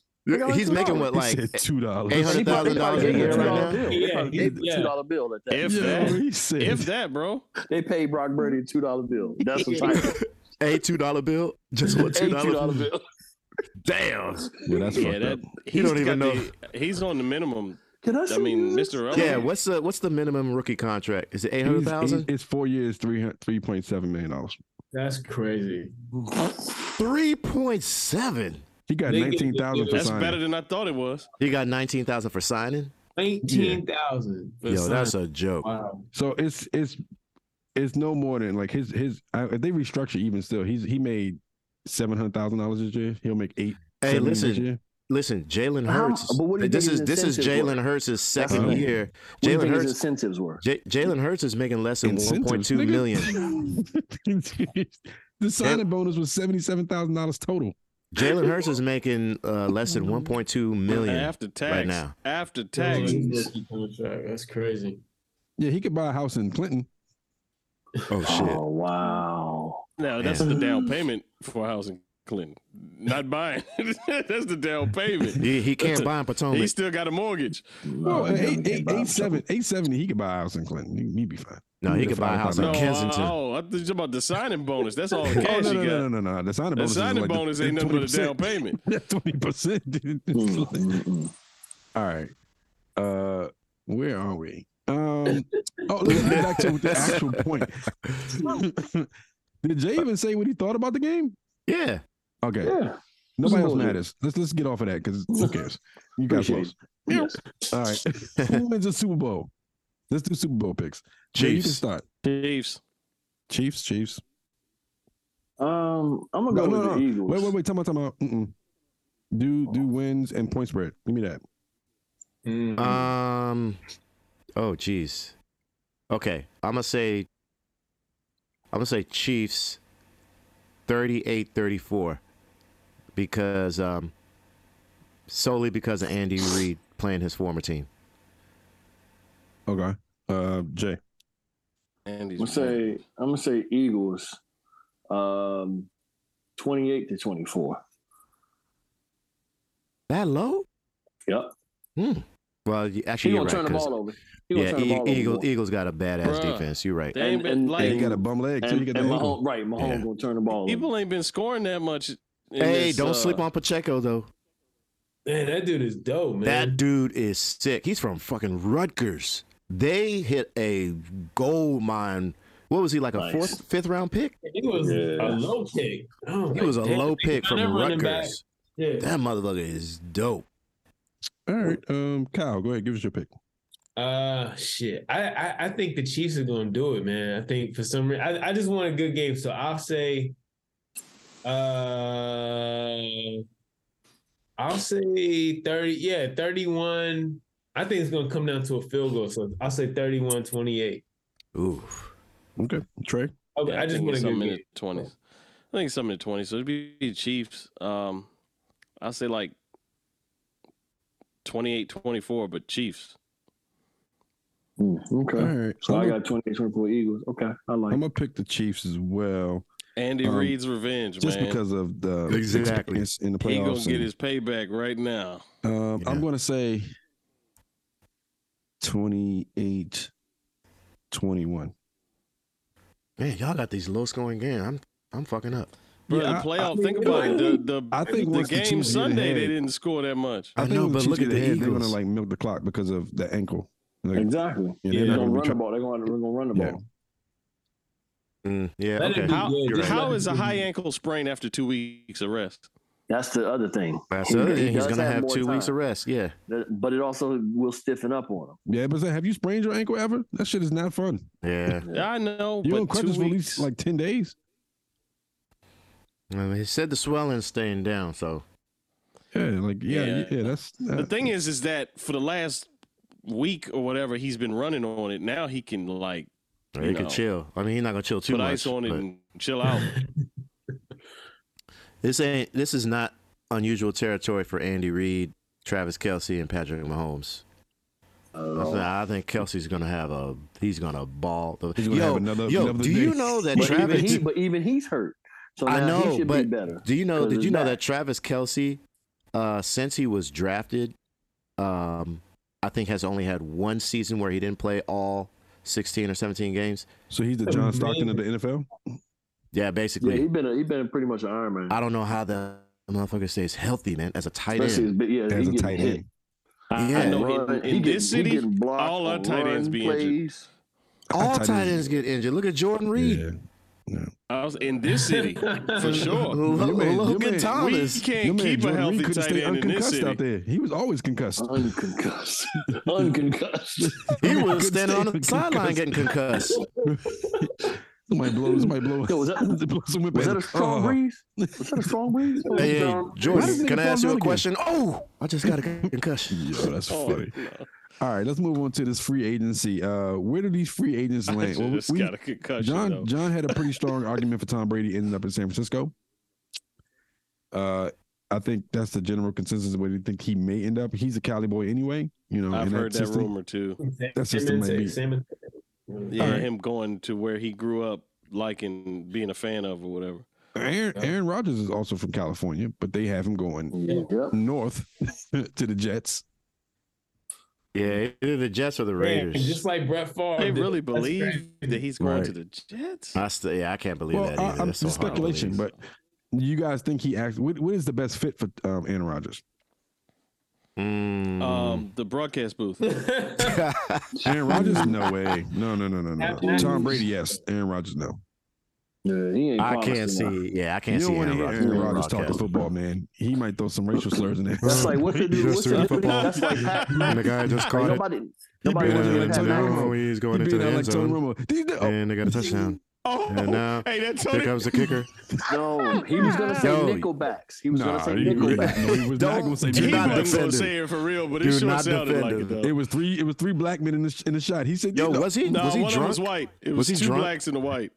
S4: he's making what
S3: He
S4: like
S3: said two dollars.
S4: eight hundred thousand dollars a year right now.
S7: Yeah, yeah.
S5: two dollar bill at that.
S6: If
S3: Yeah,
S6: that,
S3: he said.
S6: if that, bro.
S5: They paid Brock Birdie a two dollar bill. That's what I'm saying.
S4: A two dollar bill, just what
S5: A
S4: two
S5: two dollar
S4: dollars?
S5: bill.
S4: Damn.
S3: yeah, that's
S6: Yeah,
S3: fucked
S6: that
S3: up.
S4: You
S6: he's
S4: don't even
S6: got
S4: know.
S6: The, he's on the minimum.
S5: Can I?
S6: I
S5: see
S6: mean,
S5: this?
S6: Mr.
S4: Yeah,
S6: Relevant.
S4: what's the what's the minimum rookie contract? Is it eight
S3: He's-
S4: hundred
S3: he's-
S4: thousand?
S3: It's four years, three hundred three point seven million dollars.
S7: That's crazy.
S4: Three point seven.
S3: He got
S7: They get-
S3: nineteen thousand for
S6: That's
S3: signing.
S6: better than I thought it was.
S4: He got nineteen thousand for signing.
S7: Nineteen thousand.
S4: Yo, that's a joke.
S7: wow.
S3: So it's it's it's no more than like his his. I, if they restructure even still, he's he made seven hundred thousand dollars this year. He'll make eight.
S4: Hey,
S3: seven this
S4: listen,
S3: year.
S4: listen, Jalen
S5: How-
S4: Hurts.
S5: but what do you
S4: this
S5: think
S4: is
S5: his
S4: this is
S5: incentives were?
S4: Jalen Hurts' second
S3: what I mean.
S4: year.
S5: What do you
S4: Jalen
S5: think his
S4: Hurts.
S5: incentives were.
S4: J- Jalen Hurts is making less than one
S3: Incentives,
S4: point two
S3: nigga.
S4: million.
S3: the signing bonus was seventy seven thousand dollars total.
S4: Jalen Hurts is making uh, less than one point two million.
S6: after tax.
S4: now.
S6: After tax.
S7: Tags. That's crazy.
S3: Yeah, he could buy a house in Clinton.
S4: Oh
S5: Oh wow.
S6: Now that's
S4: Man.
S6: the down payment for housing Clinton. Not buying. that's the down payment.
S4: He, he can't buy in
S6: He
S4: Potomac.
S6: still got a mortgage.
S3: Well,
S5: No,
S3: at
S5: he
S3: eight,
S5: definitely
S3: eight,
S5: can't buy
S3: eight,
S5: himself.
S3: seven, eight seventy, he could buy a house in Clinton. He, he'd be fine.
S4: No, he
S3: He'd be
S4: could buy a
S3: fine
S4: house
S3: by
S4: in
S3: now.
S4: Kensington.
S6: Oh, I thought you were about the signing bonus. That's all the
S3: Oh,
S6: cash
S3: no,
S6: he
S3: no,
S6: got.
S3: no, no, no, no. The signing
S6: The
S3: bonus, is
S6: signing
S3: like
S6: bonus ain't nothing but a down payment.
S3: That's twenty percent.
S7: Hmm.
S5: Mm, mm, mm.
S3: All right. Uh where are we? Um oh let's get back to the actual point. Did Jay even say what he thought about the game?
S4: Yeah.
S3: Okay.
S5: Yeah.
S3: Nobody else
S5: Absolutely.
S3: matters. Let's let's get off of that because who cares? You guys
S5: Appreciate
S3: lost. All right. Who wins the Super Bowl? Let's do Super Bowl picks. Jay, you can
S4: Chiefs.
S3: start.
S6: Chiefs.
S3: Chiefs, Chiefs.
S5: Um, I'm gonna
S3: No, no,
S5: go with
S3: no.
S5: the Eagles.
S3: Wait, wait, wait. Time out, time out. Mm-mm. Do
S5: Oh.
S3: do wins and point spread. Give me that.
S7: Mm.
S4: Um. Oh, geez. Okay, I'm gonna say. I'm gonna say Chiefs. 38-34, because um. Solely because of Andy Reid playing his former team.
S3: Okay. Uh Jay.
S6: Andy's
S5: I'm gonna say I'm gonna say Eagles, um, twenty eight to twenty four.
S4: That low?
S5: Yep.
S4: Hmm. Well, you,
S5: He
S4: actually,
S5: gonna
S4: you're
S5: turn
S4: right.
S5: the
S4: 'cause-
S5: ball over. He gonna
S4: Yeah,
S5: turn the
S4: E-
S5: ball
S4: Eagles.
S5: over.
S4: Eagles got a badass
S6: Bruh.
S4: defense. You're right.
S6: They ain't
S5: and-
S6: been
S5: and-
S6: like
S3: He got a bum leg too. He
S5: And,
S3: got
S5: and
S3: that ankle.
S5: Mahomes, right? Mahomes
S4: Yeah.
S5: gonna turn the ball over.
S6: people ain't been scoring that much. in
S4: Hey,
S6: this,
S4: don't
S6: uh,
S4: sleep on Pacheco though.
S7: Man, that dude is dope, man.
S4: That dude is sick. He's from fucking Rutgers. They hit a gold mine. What was he like a
S5: Nice.
S4: fourth, fifth round pick?
S7: It was
S5: Yeah.
S7: a low kick. Oh,
S4: He was a
S7: damn,
S4: low
S7: they
S4: pick
S7: found
S4: from
S7: that running back.
S4: Rutgers.
S7: Yeah.
S4: That motherfucker is dope.
S3: All right. Um Kyle, go ahead, give us your pick.
S7: Uh shit. I, I I think the Chiefs are gonna do it, man. I think for some reason I, I just want a good game. So I'll say uh I'll say 30, yeah, 31. I think it's gonna come down to a field goal. So I'll say 31 28.
S4: Ooh,
S3: Okay. Trey.
S7: I,
S6: Yeah,
S7: I just
S6: think
S7: want
S6: it's
S7: a good
S6: something in
S7: game.
S6: the twenties. I think it's something in the twenties. So it'd be the Chiefs. Um, I'll say like 28-24, but Chiefs.
S5: Mm, okay.
S3: All right.
S5: So
S3: I'm
S5: I
S3: gonna-
S5: got 28 24 Eagles. Okay. I
S3: I'm
S5: like it.
S3: gonna pick the Chiefs as well,
S6: Andy
S3: Um,
S6: Reid's revenge,
S3: just
S6: man.
S3: because of the
S4: Exactly.
S3: experience in the playoffs.
S6: he gonna get
S3: and-
S6: his payback right now.
S3: um,
S4: Yeah.
S3: I'm gonna say 28 21.
S4: man, y'all got these low scoring games. I'm I'm fucking up.
S6: Bro,
S3: Yeah, I-
S6: the playoff.
S3: I-
S6: think about it. The, the,
S3: I think
S6: the
S3: once the
S6: game
S3: Chiefs get
S6: Sunday
S3: ahead-
S6: they didn't score that much.
S4: I know,
S3: when
S4: but
S3: Chiefs
S4: look
S3: get
S4: at the
S3: ahead, They're gonna
S4: Eagles.
S3: like milk the clock because of the ankle. Like,
S5: Exactly.
S3: yeah, they're
S7: Yeah.
S5: They're
S3: not
S5: gonna
S3: gonna
S5: run
S3: be
S5: the ball. They're gonna, they're gonna run the
S3: Yeah.
S5: ball.
S4: Mm, yeah.
S7: Let it
S4: okay.
S7: be
S6: How,
S7: good.
S4: You're right.
S6: how is a high ankle sprain after two weeks of rest?
S5: That's the other thing.
S4: That's
S5: He-
S4: the other
S5: he
S4: thing. He's
S5: does
S4: gonna have
S5: more
S4: two
S5: time.
S4: weeks of rest. Yeah.
S5: That- But it also will stiffen up on him.
S3: tr- yeah, but have you sprained your ankle ever? That shit is not fun.
S4: Yeah.
S6: I know,
S3: You're on
S6: but two
S3: crutches
S6: weeks.
S3: for at least like ten days.
S4: I mean, he said the swelling's staying down, so
S3: Yeah, like yeah, yeah.
S6: Yeah.
S3: that's
S6: the thing is, is that for the last week or whatever, he's been running on it. Now he can like
S4: he
S6: You
S4: could
S6: know.
S4: chill. I mean, he's not gonna chill too
S6: put
S4: much.
S6: ice on it
S4: but-
S6: and chill out.
S4: This ain't. This is not unusual territory for Andy Reid, Travis Kelsey, and Patrick Mahomes.
S5: Uh,
S4: I think- I think Kelsey's gonna have a. He's gonna ball. The,
S3: He's gonna
S4: yo,
S3: have another-
S4: yo,
S3: another
S4: do
S3: day.
S4: you know that
S5: But even,
S4: Travis?
S5: he, but even he's hurt. So now
S4: I know,
S5: he should
S4: but
S5: be better.
S4: do you know?
S5: 'cause
S4: Did
S5: it's
S4: you know
S5: back.
S4: that Travis Kelsey, uh, since he was drafted, um, I think has only had one season where he didn't play all sixteen or seventeen games.
S3: so he's the John Stockton of the NFL.
S4: Yeah,
S5: Yeah,
S4: basically.
S5: he's been a, he been pretty much an Iron Man.
S4: I don't know how the motherfucker stays healthy, man. As a tight
S5: Especially
S4: end,
S5: his big- yeah,
S3: As
S5: he
S3: a
S5: getting
S3: tight
S5: hit.
S3: end.
S6: I-
S4: Yeah.
S6: I know in-
S5: Run-
S6: in,
S5: he getting- he
S6: this city,
S5: getting blocked
S6: all our
S5: on
S6: tight ends
S5: run
S6: be injured.
S5: plays.
S4: all
S3: Tight
S4: tight
S3: ends-
S4: ends get injured. Look at Jordan Reed.
S3: Yeah.
S6: I was in this city for sure.
S4: Look-
S3: Your man-
S4: look
S3: your
S4: at
S3: man-
S6: We
S4: Thomas.
S3: Your
S6: can't
S3: man
S6: keep a
S3: Jordan Reed
S6: healthy
S3: couldn't
S6: tight
S3: stay
S6: end in this
S3: unconcussed
S6: city.
S3: out there. He was always concussed.
S5: Uh, Unconcussed. Unconcussed.
S4: He
S3: Couldn't
S4: was standing
S3: stay
S4: on the
S3: concussed.
S4: sideline getting concussed.
S3: Somebody blows. Somebody blows.
S5: Yo, was that-
S3: blow some whip
S5: Was
S3: at
S5: that a
S3: him.
S5: strong
S3: Oh.
S5: breeze? Was that a strong breeze?
S4: Uh-huh. Hey, hey,
S3: Why does
S4: Jordan, can
S3: nigga
S4: I
S3: fall
S4: ask
S3: down
S4: you a
S3: again?
S4: question? Oh, I just got a concussion.
S3: Yo, that's
S6: Oh,
S3: funny.
S6: no.
S3: All right, let's move on to this free agency. Uh, where do these free agents
S6: I
S3: land? Well,
S6: just
S3: we-
S6: got a concussion. though.
S3: John John had a pretty strong argument for Tom Brady ending up in San Francisco. Uh, I think that's the general consensus of where they think he may end up. He's a Cali boy anyway, you know.
S6: I've
S3: in
S6: heard that
S3: system.
S6: rumor too.
S3: That's just the main beat.
S7: Salmon.
S6: Yeah,
S3: right.
S6: him going to where he grew up, liking being a fan of or whatever.
S3: Aaron Aaron Rodgers is also from California, but they have him going
S5: Yep.
S3: north to the Jets.
S4: Yeah, either the Jets or the
S7: Man,
S4: Raiders.
S7: just like Brett Favre.
S6: They
S7: did.
S6: really
S7: Oh, That's
S6: believe
S7: crazy.
S6: that he's going
S3: Right.
S6: to the Jets.
S4: I still, yeah, I can't believe
S3: Well,
S4: that
S3: I-
S4: either.
S3: I'm-
S4: That's so
S3: it's
S4: hard to
S3: speculation,
S4: believe.
S3: but you guys think he acts? What, what is the best fit for um, Aaron Rodgers?
S4: Mm.
S6: Um, the broadcast booth.
S3: Aaron Rodgers? No way. No, no, no, no, no. no. Tom Brady? Yes. Aaron Rodgers? No.
S5: Yeah, he ain't
S4: I
S5: promising
S4: can't
S5: nothing.
S4: see. Yeah, I
S3: You
S4: can't
S3: don't
S4: see
S3: want to
S4: Aaron
S3: hear
S4: Rodgers.
S3: Aaron
S4: doing
S3: Rodgers talk to
S4: broadcast.
S3: football, man. He might throw some racial slurs in there.
S5: That's like what's the dude? What's the dude? That's like
S4: And the guy just
S5: Like,
S4: caught it.
S5: nobody, nobody
S3: been out
S5: wants to
S3: like
S5: get
S3: Tony
S5: that.
S3: Romo.
S4: He's
S3: He
S4: going
S3: beat
S4: into the
S3: out like
S4: end
S3: Tony
S4: zone,
S3: Romo. These- oh,
S4: and they got a touchdown.
S6: oh,
S4: And now
S6: hey, that's
S4: here comes the kicker.
S5: No, he was gonna say
S4: Yo.
S5: Nickelbacks. He was gonna
S3: nah,
S5: say
S3: he-
S5: Nickelbacks.
S3: no, he was not
S4: Don't-
S3: going to say
S4: do
S6: He
S4: not
S3: Nickelback.
S6: wasn't
S4: defend
S6: gonna
S4: him.
S6: say it for real, but
S4: Do
S6: it sure
S4: not
S6: sounded
S4: defend
S6: like
S4: him.
S6: it though.
S3: It was three. It was three black men in the, sh- in the shot. He said,
S4: Yo,
S3: you know,
S4: was he?
S6: No,
S4: was he
S6: one of them was
S4: drunk?
S6: white. It
S4: Was
S6: was,
S4: he
S6: two
S4: drunk?
S6: blacks and a white.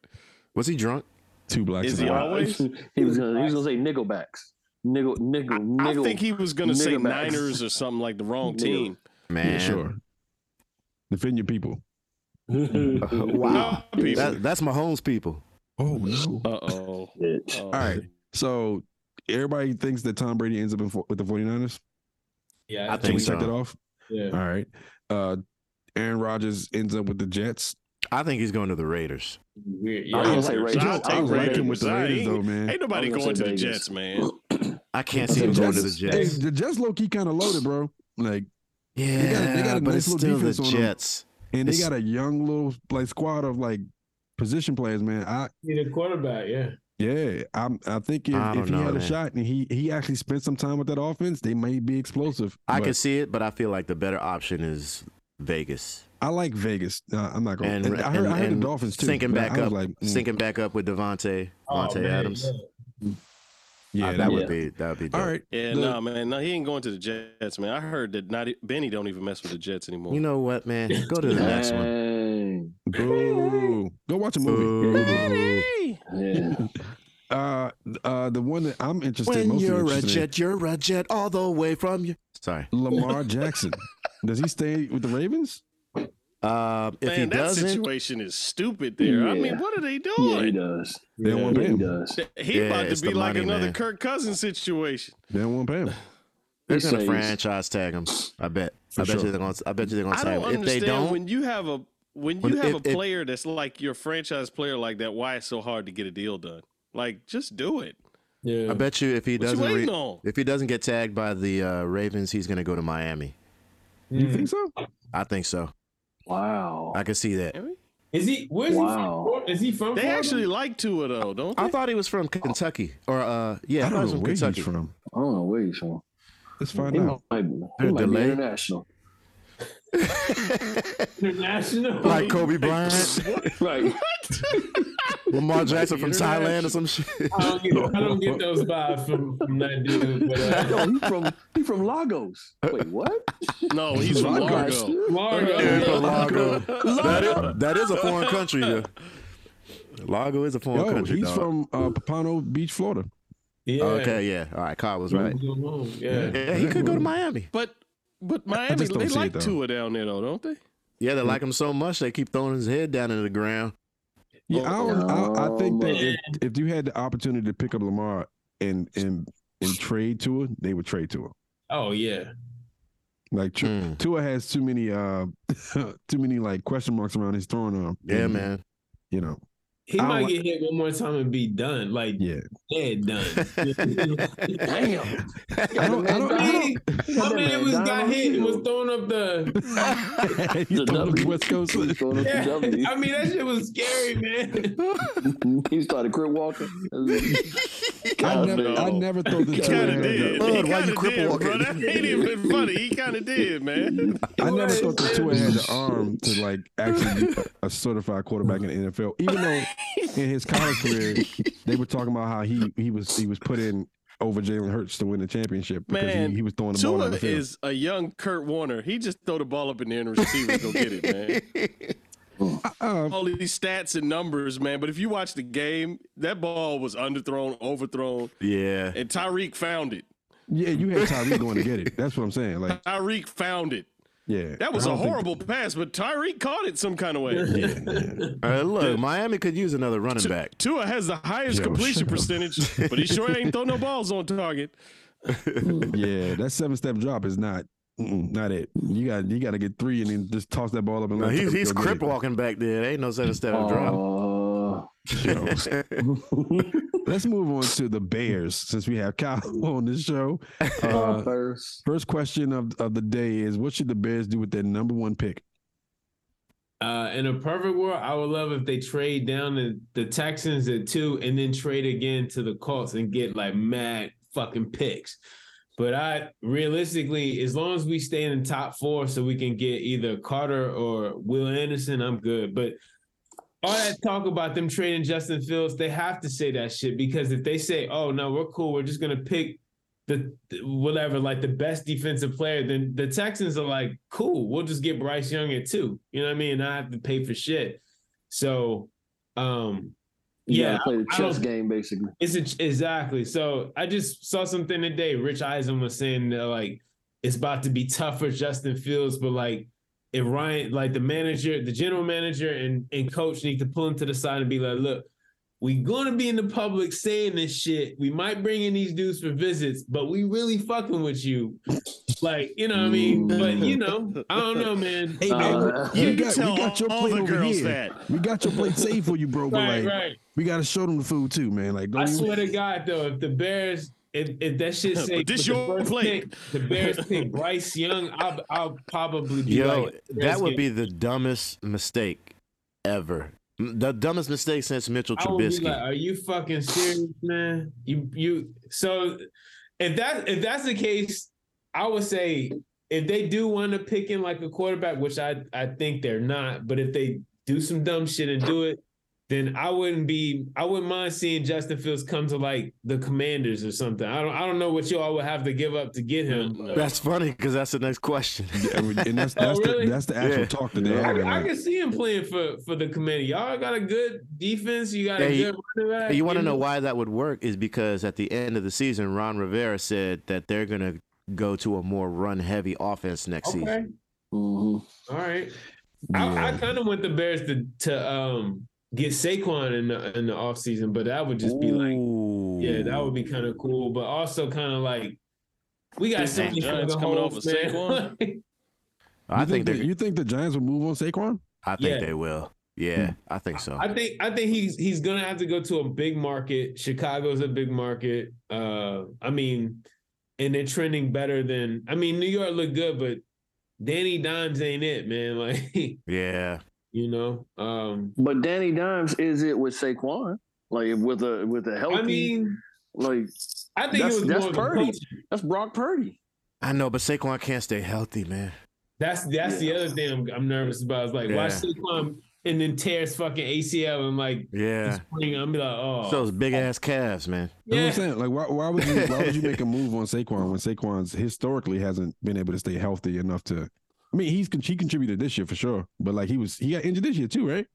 S4: Was he drunk?
S3: two blacks.
S6: Is
S3: in
S6: he
S3: the
S6: all-
S3: line."
S6: Always?
S5: He was gonna he was gonna say Nickelbacks. Nickel, nickel,
S6: I
S5: nickel.
S6: think he was gonna say
S5: Niggerbacks.
S6: Niners or something like the wrong
S5: Nigger.
S6: team.
S4: Man,
S3: Yeah, sure. Defend your people.
S4: Wow,
S6: No, people.
S4: that, that's Mahomes people.
S3: Oh no.
S6: Uh oh.
S5: Bitch.
S6: All
S3: right. So everybody thinks that Tom Brady ends up in, fo- with the 49ers.
S7: yeah,
S4: I
S3: Can
S4: think
S3: we
S4: so.
S3: check that off?
S7: Yeah.
S3: All right. Uh, Aaron Rodgers ends up with the Jets.
S4: I think he's going to the Raiders.
S7: Weird.
S5: I was gonna say
S6: Raiders.
S5: Raiders.
S6: I'll
S3: I
S6: take
S3: like him
S6: Raiders.
S3: with the
S6: I
S3: Raiders
S6: ain't-
S3: though, man.
S6: Ain't nobody
S5: I'm gonna
S6: going
S5: say
S6: to the
S5: Vegas.
S6: Jets, man.
S4: I can't see him
S3: The
S4: going to the
S3: Jets-
S4: Jets.
S3: hey, the Jets low key kind of loaded, bro. Like,
S4: Yeah,
S3: got a- they got a
S4: but
S3: nice
S4: it's
S3: little
S4: still the
S3: defense on 'em.
S4: Jets.
S3: and they
S4: It's-
S3: got a young little like squad of like position players, man. I
S7: Need a quarterback. Yeah.
S3: yeah, I'm. I think if,
S4: I
S3: if
S4: don't
S3: he
S4: know,
S3: had a
S4: man.
S3: shot and he he actually spent some time with that offense, they may be explosive.
S4: I
S3: But
S4: can see it, but I feel like the better option is Vegas.
S3: I like Vegas. Uh, I'm not going.
S4: And-
S3: And, I heard,
S4: and-
S3: I heard
S4: and
S3: the Dolphins too.
S4: syncing
S3: but I
S4: back
S3: was
S4: up.
S3: Like, mm, Oh,
S4: Syncing back up with Devontae, Devontae
S7: man,
S4: Adams.
S7: yeah.
S3: yeah,
S4: that
S3: that
S4: would
S3: was.
S4: be that would be. Dope.
S3: All right.
S6: Yeah,
S3: The-
S6: no, man, no, he ain't going to the Jets, man. I heard that not Benny don't even mess with the Jets anymore.
S4: You know what, man? Go to the next one.
S5: Dang.
S3: Boo. Go watch a movie.
S4: Ooh.
S5: Yeah.
S3: Uh, uh, the one that I'm interested.
S4: When
S3: most
S4: you're a
S3: interested in-
S4: jet, you're a jet all the way from you. Sorry.
S3: Lamar Jackson. Does he stay with the Ravens?
S4: Um, if
S6: man,
S4: he
S6: that
S4: doesn't,
S6: situation is stupid there. I mean,
S5: Yeah.
S6: what are they
S5: Yeah, he
S6: doing?
S5: does.
S3: They don't want to
S5: Yeah,
S3: pay
S5: he
S3: him.
S5: does.
S6: he
S4: Yeah,
S6: about
S4: it's
S6: to be
S4: the
S6: like
S4: money,
S6: another
S4: man.
S6: Kirk Cousins situation.
S3: They don't want to pay him.
S4: they're
S5: He
S4: gonna
S5: stays.
S4: franchise tag him. I bet. I bet
S3: sure.
S4: you they're gonna. I bet you they're gonna
S6: I
S4: sign
S6: don't
S4: him. If
S6: understand
S4: they don't,
S6: when you have a when you
S4: When-
S6: have
S4: if-
S6: a
S4: if-
S6: player that's like your franchise player like that. Why it's so hard to get a deal done? Like, just do it.
S7: Yeah.
S4: I bet you if he
S6: What you
S4: doesn't, re-
S6: waiting on?
S4: if he doesn't get
S3: Mm.
S5: Mm-hmm.
S4: tagged by the uh, Ravens, he's gonna go to Miami.
S3: You think so?
S4: I think so.
S5: Wow.
S4: I could see that.
S7: Is he? Where's
S5: Wow.
S7: he from? Is he from?
S6: They
S7: Florida?
S6: actually like Tua though, don't
S4: I
S6: they?
S4: thought he was from Kentucky, or uh, yeah, I,
S3: I
S4: thought
S3: don't
S4: he was
S3: know
S4: from
S3: where
S4: Kentucky.
S3: he's from.
S5: I don't know where he's from.
S3: Let's find
S5: He
S3: out.
S5: might, be- he
S4: They're
S5: might be
S4: delayed.
S5: international.
S7: international.
S4: Like Kobe Bryant,
S5: Right.
S4: Lamar Jackson from Thailand or some shit.
S7: I don't get, I don't get those vibes from, from that dude. But
S5: no,
S7: uh,
S5: Oh, he from he from Lagos. Wait, what?
S6: No, he's from
S5: Lagos.
S6: Largo.
S7: Florida,
S4: Yeah, from Lago. That is, that is a foreign country. Yeah. Lago is a foreign
S3: Yo,
S4: country.
S3: he's
S4: dog.
S3: from uh, Papano Beach, Florida.
S7: yeah.
S4: Okay, yeah. All right, Kyle was right.
S3: Mm-hmm.
S7: Yeah.
S4: Yeah, he could go to Miami.
S6: But but Miami,
S3: just don't
S6: they
S3: see it,
S6: like
S3: though.
S6: Tua down there though, don't they?
S4: Yeah,
S3: Mm-hmm.
S4: they like him so much they keep throwing his head down into the ground.
S3: Yeah, I,
S5: Oh,
S3: don't, I, I think that
S7: Oh,
S3: if, if you had the opportunity to pick up Lamar and and and trade to her, they would trade to her.
S7: Oh yeah.
S3: Like tr-
S4: Mm.
S3: Tua has too many uh too many like question marks around his throwing arm.
S4: Yeah,
S3: And,
S4: man.
S3: You know,
S7: He
S3: I don't
S7: might
S3: like-
S7: get hit one more time and be done. Like
S3: yeah.
S7: dead done.
S4: Damn.
S3: I don't, I don't, I don't,
S7: Man, My man was got hit and was throwing up the.
S3: You throw them to West Coast.
S5: He was throwing up the
S7: Yeah.
S5: W.
S7: I mean, that shit was scary, man.
S5: He started crip walking.
S3: I never, I never thought
S6: He
S3: this
S6: kind
S3: Tua
S6: of did.
S3: had.
S4: Bud,
S6: he
S4: why
S6: kind
S4: you
S6: of
S4: cripple
S6: did, bro.
S4: walking?
S6: That ain't even funny. He kind of did, man.
S3: The, I never
S7: What?
S3: thought the Tua had the arm to like actually be a certified quarterback in the NFL. Even though in his college career, they were talking about how he he was he was put in over Jalen Hurts to win the championship because
S6: Man,
S3: he, he was throwing the ball
S6: Tua
S3: down the field.
S6: is a young Kurt Warner. He just throw the ball up in the air and the receivers go get it, man.
S3: Uh,
S6: all these stats and numbers, man. But if you watch the game, that ball was underthrown, overthrown,
S4: Yeah.
S6: and Tyreek found it.
S3: yeah, you had Tyreek going to get it. That's what I'm saying. Like,
S6: Tyreek found it.
S3: yeah,
S6: That was
S3: I
S6: a
S3: don't think-
S6: horrible pass, but Tyreek caught it some kind of way.
S3: Yeah, yeah.
S4: Uh, look, Miami could use another running back.
S6: Tua has the highest
S3: Yo,
S6: completion
S3: shut up.
S6: percentage, but he sure ain't throw no balls on target.
S3: Yeah, that seven step drop is not mm-mm, not it. You got you got to get three and then just toss that ball up and
S4: No,
S3: let
S4: he's
S3: Tyreek
S4: he's
S3: go get
S4: crip
S3: it.
S4: walking back there. There ain't no seven step drop.
S5: Uh,
S7: Oh.
S3: Let's move on to the Bears since we have Kyle on this show. Uh,
S5: first.
S3: first question of of the day is: What should the Bears do with their number one pick?
S7: Uh, in a perfect world, I would love if they trade down the, the Texans at two and then trade again to the Colts and get like mad fucking picks. But I realistically, as long as we stay in the top four so we can get either Carter or Will Anderson, I'm good. But all that talk about them trading Justin Fields, they have to say that shit because if they say, oh no, we're cool, we're just gonna pick the whatever, like the best defensive player, then the Texans are like, cool, we'll just get Bryce Young at two. You know what I mean? And I have to pay for shit. So um
S5: You
S7: yeah,
S5: gotta play the
S7: I
S5: chess
S7: don't-
S5: game basically.
S7: it's a, exactly. So I just saw something today. Rich Eisen was saying that like it's about to be tough for Justin Fields, but like if Ryan, like the manager, the general manager and and coach need to pull him to the side and be like, look, we gonna be in the public saying this shit. We might bring in these dudes for visits, but we really fucking with you. Like, you know what I mean? But you know, I don't know, man. Uh,
S3: Hey
S5: man,
S4: Uh,
S3: we,
S6: You can
S3: got,
S6: tell
S3: we got your
S6: all
S3: plate
S6: the
S3: over
S6: girls
S3: here.
S6: that.
S3: We got your plate safe for you, bro. But
S7: Right,
S3: like,
S7: right.
S3: we got to show them the food too, man. Like,
S7: I
S3: don't even,
S7: swear to God, though, if the Bears, if, if that shit say
S6: this
S7: with the
S6: your
S7: first
S6: plate.
S7: pick, the Bears pick Bryce Young, I'll, I'll probably be
S4: Yo,
S7: like,
S4: that would be the dumbest mistake ever. M- The dumbest mistake since Mitchell
S7: I would be
S4: Trubisky.
S7: like, are you fucking serious, man? You you so if that if that's the case, I would say if they do want to pick in like a quarterback, which I I think they're not, but if they do some dumb shit and do it, then I wouldn't be I wouldn't mind seeing Justin Fields come to like the Commanders or something. I don't I don't know what y'all would have to give up to get him. but-
S4: that's funny because that's the next question.
S3: and that's
S7: Oh,
S3: that's,
S7: really?
S3: the, that's the actual
S4: Yeah.
S3: talk that they
S7: I,
S3: had.
S7: can- I
S3: Like,
S7: can see him playing for for the committee. Y'all got a good defense. You got
S4: Hey,
S7: a good running back.
S4: you want to know why that would work is because at the end of the season, Ron Rivera said that they're gonna go to a more run-heavy offense next
S7: Okay.
S4: season.
S5: Mhm.
S7: All right. I, I
S3: yeah.
S7: kind of want the Bears to to um get Saquon in the in the offseason, but that would just be like,
S4: Ooh.
S7: yeah, that would be kind of cool. But also kind of like, we
S6: Think
S7: got so
S6: the
S7: many
S6: Giants
S7: fucking
S6: coming off
S7: holes,
S6: of
S7: man.
S6: Saquon?
S7: Like,
S4: I
S3: You
S4: think
S3: that-
S4: they.
S3: you think the Giants will move on Saquon?
S4: I think
S7: Yeah. Hmm.
S4: they will. Yeah, I think so.
S7: I think I think he's he's gonna have to go to a big market. Chicago's a big market. Uh, I mean, and they're trending better than I mean, New York looked good, but Danny Dimes ain't it, man. Like
S4: Yeah.
S7: you know, um,
S5: But Danny Dimes is it with Saquon? Like with a with a healthy
S7: I mean,
S5: like
S7: I think
S5: That's-
S7: it was
S5: that's
S7: more of a
S5: Purdy.
S7: culture.
S5: that's Brock Purdy.
S4: I know, but Saquon can't stay healthy, man.
S7: That's that's the other thing I'm, I'm nervous about. Is like watch
S4: Yeah.
S7: Saquon and then tears fucking ACL and like
S4: Yeah.
S7: spring. I'm be like, oh,
S4: Those big ass calves, man.
S3: You know
S7: yeah,
S3: what I'm saying? Like, why, why would you why would you make a move on Saquon when Saquon's historically hasn't been able to stay healthy enough to? I mean, he's con- he contributed this year for sure, but like he was he got injured this year too, right?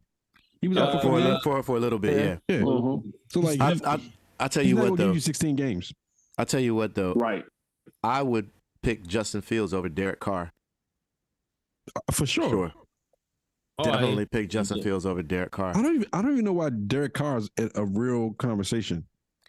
S3: He was out for
S7: Uh,
S3: four
S4: For a,
S3: years.
S4: li- for, for a little bit, yeah.
S5: Yeah.
S3: Yeah.
S5: Mhm.
S3: So like,
S4: I,
S3: he-
S4: I, I tell
S3: he's
S4: you
S3: not gonna
S4: what,
S3: give
S4: though.
S3: you 16 games.
S4: I tell you what, though.
S5: Right.
S4: I would pick Justin Fields over Derek Carr.
S3: uh, For sure.
S7: Oh, I-
S4: Definitely pick Justin
S7: Yeah.
S4: Fields over Derek Carr.
S3: I don't even I don't even know why Derek Carr's at a real conversation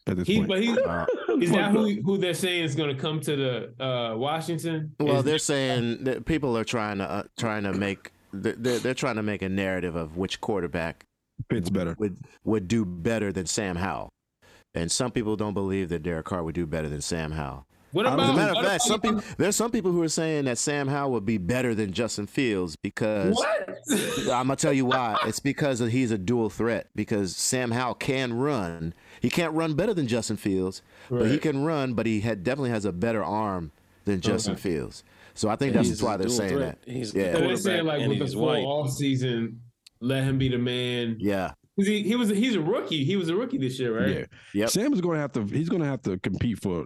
S3: at this
S7: he,
S3: point.
S7: but he
S4: Uh,
S7: is that who who they're saying is going to come to the uh, Washington?
S4: well,
S7: Is-
S4: they're saying that people are trying to uh, trying to make they're, they're they're trying to make a narrative of which quarterback
S3: Fits better.
S4: would would do better than Sam Howell, and some people don't believe that Derek Carr would do better than Sam Howell.
S7: what
S4: As a
S7: about
S4: matter of
S7: what
S4: fact, some
S7: about-
S4: people there's some people who are saying that Sam Howell would be better than Justin Fields because
S7: What?
S4: I'm gonna tell you why. It's because of- he's a dual threat. Because Sam Howell can run. He can't run better than Justin Fields, but he
S7: Right.
S4: can run. But he had, definitely has a better arm than Justin Fields. So I think that's
S6: He's
S4: why
S6: a
S4: they're
S6: dual
S4: saying
S6: threat.
S4: that.
S6: He's
S4: Yeah.
S6: yeah.
S7: So they're
S6: quarterback
S7: saying like
S6: and
S7: with the
S6: he's
S7: full
S6: white.
S7: off season, let him be the man.
S4: Yeah.
S7: 'Cause He, he was he's a rookie. He was a rookie this year, right?
S3: Yeah.
S4: Yep.
S3: Sam is going to have to he's going to have to compete for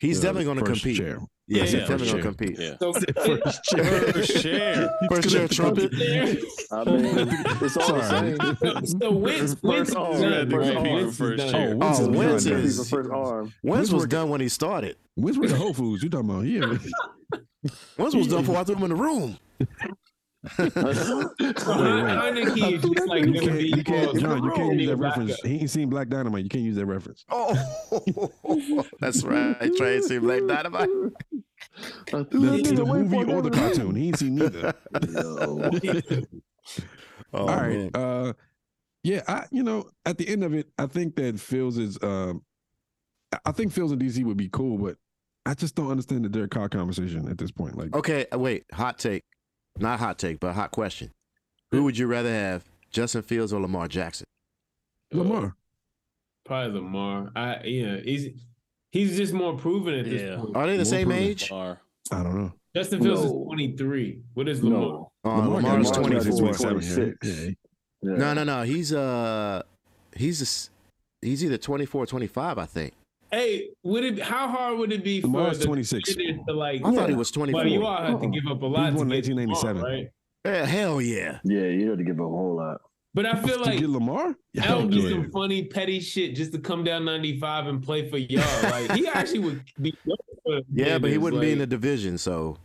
S4: He's
S3: the
S4: definitely gonna
S3: first
S4: compete.
S3: chair.
S4: Yeah, he's
S6: Yeah,
S4: definitely
S3: first
S4: gonna
S3: chair.
S4: compete.
S6: Yeah.
S7: So
S3: First chair.
S6: For sure.
S4: First chair trumpet.
S5: I mean, it's all the
S3: Sorry.
S5: same.
S7: so Wentz, Wentz is
S5: First arm.
S7: done,
S5: First
S7: right?
S5: arm.
S7: Wentz is
S6: First
S7: done.
S6: chair.
S3: Wentz
S4: Oh,
S3: is
S4: Wentz
S3: behind
S4: is-
S5: He's the first arm.
S4: Wentz was
S3: working-
S4: done when he started.
S3: Where's with the Whole Foods you talking about? Yeah.
S4: Wentz was done before I threw him in the room.
S7: Heineke is just like
S3: You can't, you can't, John, you can't use that
S7: Backup.
S3: reference. He ain't seen Black Dynamite. You can't use that reference.
S4: Oh, that's right. Tracy Black Dynamite.
S3: The,
S5: I threw that
S3: the
S5: nigga away
S3: movie
S5: before
S3: or the
S5: that was-
S3: cartoon. He ain't seen neither.
S4: Oh,
S3: All right.
S4: man.
S3: Uh, yeah, I you know at the end of it, I think that Phils is. Um, I- I think Phils in DC would be cool, but I just don't understand the Derek Carr conversation at this point. Like,
S4: Okay, uh, wait. Hot take. Not hot take, but hot question. Who would you rather have, Justin Fields or Lamar Jackson?
S3: Lamar,
S7: Probably Lamar. I yeah, he's he's just more proven at this
S6: Yeah.
S7: point.
S4: Are they
S3: More
S4: the same
S3: proven.
S5: Uh,
S4: age?
S6: Lamar.
S3: I don't know.
S7: Justin Fields
S5: No.
S7: is 23. What is Lamar?
S5: No.
S4: Uh,
S3: Lamar got
S4: Lamar's
S5: Lamar's
S3: Lamar
S4: twenty.
S5: got
S3: Jackson
S5: 24,
S3: 27, yeah.
S5: 26.
S3: Yeah.
S5: Yeah.
S4: No, no, no. He's uh, he's a s he's either 24 or 25, I think.
S7: Hey, would it how hard would it be for
S3: Lamar's
S7: the
S3: 26.
S7: defenders to like
S4: I thought he was
S7: well, you
S4: 24.
S7: all have to give up a lot
S3: He was
S7: to
S3: born in
S7: get Lamar,
S3: 1987.
S7: right?
S4: Yeah, hell yeah.
S5: Yeah, you had to give a whole lot.
S7: But I feel
S3: to
S7: like
S3: get Lamar,
S7: that would
S3: Hell
S7: be
S3: yeah.
S7: some funny petty shit just to come down 95 and play for y'all. Like he actually would be good for the
S4: Yeah, but he
S7: Commanders,
S4: wouldn't be in the
S7: like-
S4: division, so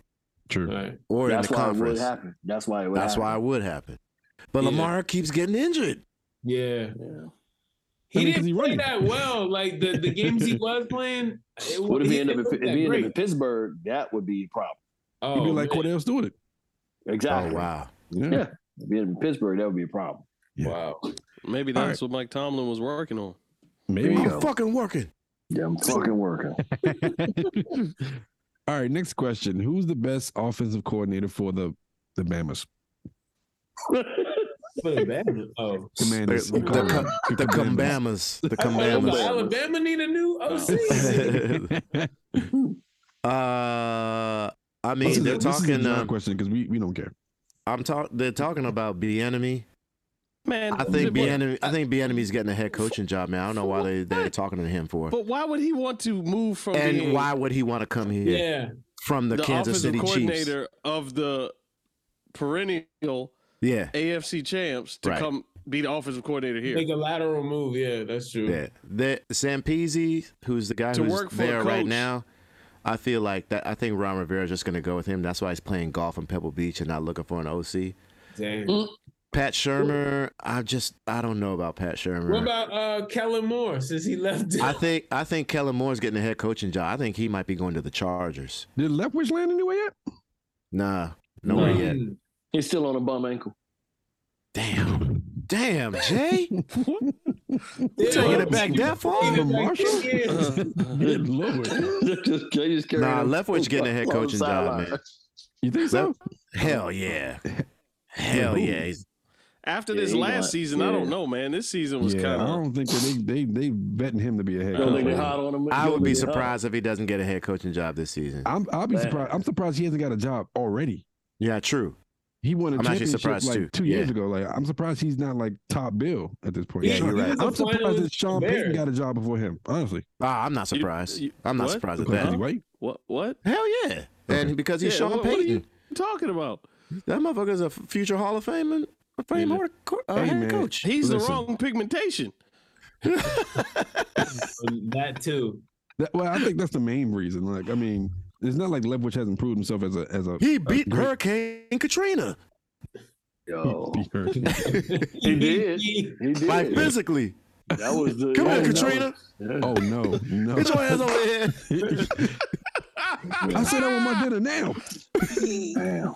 S3: True.
S7: Right.
S4: or
S5: That's
S4: in
S5: why
S4: the
S5: it would
S4: conference.
S5: happen. That's why it would
S4: That's why it
S5: happen.
S4: would happen. But
S7: Yeah.
S4: Lamar keeps getting injured.
S7: Yeah.
S3: I
S7: He
S3: mean, 'cause
S7: didn't
S3: he
S7: play
S3: running.
S7: that well. Like the, the games he was playing, it,
S5: What if he end up
S7: didn't
S5: if,
S7: look
S5: if he
S7: that
S5: end up in
S7: great.
S5: Pittsburgh? That would be a problem.
S7: Oh,
S3: He'd be like
S7: man.
S3: Cordell Stewart.
S5: Exactly.
S4: Oh wow.
S3: Yeah.
S5: Yeah. If he end up in Pittsburgh, that would be a problem.
S7: wow.
S6: Maybe
S3: All
S6: that's what Mike Tomlin was working on.
S3: Maybe.
S5: you
S4: I'm
S5: go.
S4: fucking working.
S5: Yeah, I'm fucking working.
S3: All right. Next question: Who's the best offensive coordinator for the the Bamas?
S7: For the Bama. Oh.
S3: Commanders.
S4: The, the,
S3: I'm calling
S4: the,
S3: them.
S4: the Combamas. The Combamas.
S7: Does Alabama need a new OC.
S4: uh, I mean,
S3: This is a-
S4: they're
S3: this is a
S4: talking.
S5: um,
S3: John
S4: Uh,
S3: question because we, we don't care.
S4: I'm talk. They're talking about Bienemy.
S6: Man,
S4: I think
S6: but-
S4: Bienemy. I think Bienemy's getting a head coaching job now. I don't know why they they're talking to him for.
S6: But why would he want to move from
S4: And
S6: being
S4: why would he want to come here
S7: yeah.
S4: from the,
S6: the
S4: Kansas
S6: offensive
S4: City Chiefs?
S6: coordinator of the perennial
S4: Yeah,
S6: AFC champs to
S4: Right.
S6: come be the offensive coordinator here?
S7: Make a lateral move. Yeah, that's true.
S4: yeah. The Sampezi, who's the guy
S6: Mm. To
S4: who's
S6: work for a
S4: there right
S6: coach.
S4: now. I feel like that. I think Ron Rivera just going to go with him. That's why he's playing golf in Pebble Beach and not looking for an OC.
S7: Damn.
S4: Pat Shermer, I just I don't know about Pat Shermer.
S7: What about uh Kellen Moore since he left?
S4: I think I think Kellen Moore's getting a head coaching job. I think he might be going to the Chargers.
S3: Did Leftwich land anywhere yet?
S4: Nah, nowhere yet.
S7: Mm.
S5: He's still on a bum ankle.
S4: Damn, damn, Jay, you
S7: Yeah,
S4: taking it
S7: well,
S4: back that far? Uh-huh.
S7: Even
S3: Marshall?
S7: back then, yeah.
S3: Good lord.
S5: just, they just carry
S4: Nah,
S5: him
S4: Leftwich getting a head
S5: on the
S4: coaching job,
S5: sideline.
S4: man.
S3: You think so?
S4: Hell yeah. Hell yeah. He's-
S6: After
S5: Yeah,
S6: this
S5: he
S6: last
S5: not-
S6: season, I
S5: yeah.
S6: don't know, man. This season was
S3: Yeah,
S6: kind
S3: I
S6: of.
S3: don't think that they they they betting him to be a head
S5: You don't think they
S3: coach.
S5: hot on him? You
S4: I
S5: don't
S4: would be
S5: think they hot?
S4: surprised if he doesn't get a head coaching job this season.
S3: I'm I'll be
S5: Man.
S3: surprised. I'm surprised he hasn't got a job already.
S4: Yeah, true.
S3: He won a
S4: I'm actually
S3: championship
S4: surprised
S3: like
S4: too.
S3: two years
S4: Yeah.
S3: ago. Like I'm surprised he's not like top bill at this point.
S4: Yeah,
S3: Sean-
S4: you're right.
S3: I'm surprised that Sean Payton
S7: Bears.
S3: got a job before him. Honestly,
S4: Ah, I'm not surprised.
S6: you-
S4: I'm not
S6: what?
S4: surprised at
S3: because
S4: that.
S3: he's white.
S6: What? What?
S4: Hell yeah. And because he's
S6: Yeah,
S4: Sean
S6: what- what are
S4: Payton.
S6: you talking about?
S4: That motherfucker's a f- future Hall of Fame a fame
S6: Yeah.
S4: or a
S3: Hey,
S4: head
S3: man.
S4: coach.
S6: He's the
S3: Listen.
S6: wrong pigmentation.
S7: And Um, that too.
S3: That, well, I think that's the main reason. Like, I mean, it's not like Leftwich hasn't proved himself as a as a
S4: He beat
S3: great-
S4: Hurricane Katrina.
S5: Yo,
S3: speaker.
S5: he did. He did.
S4: Like physically.
S5: that was the.
S4: Come here,
S5: that was-
S4: Katrina.
S5: yeah.
S3: oh no, no!
S4: Get your ass over here.
S3: I said I want my dinner now.
S5: Damn.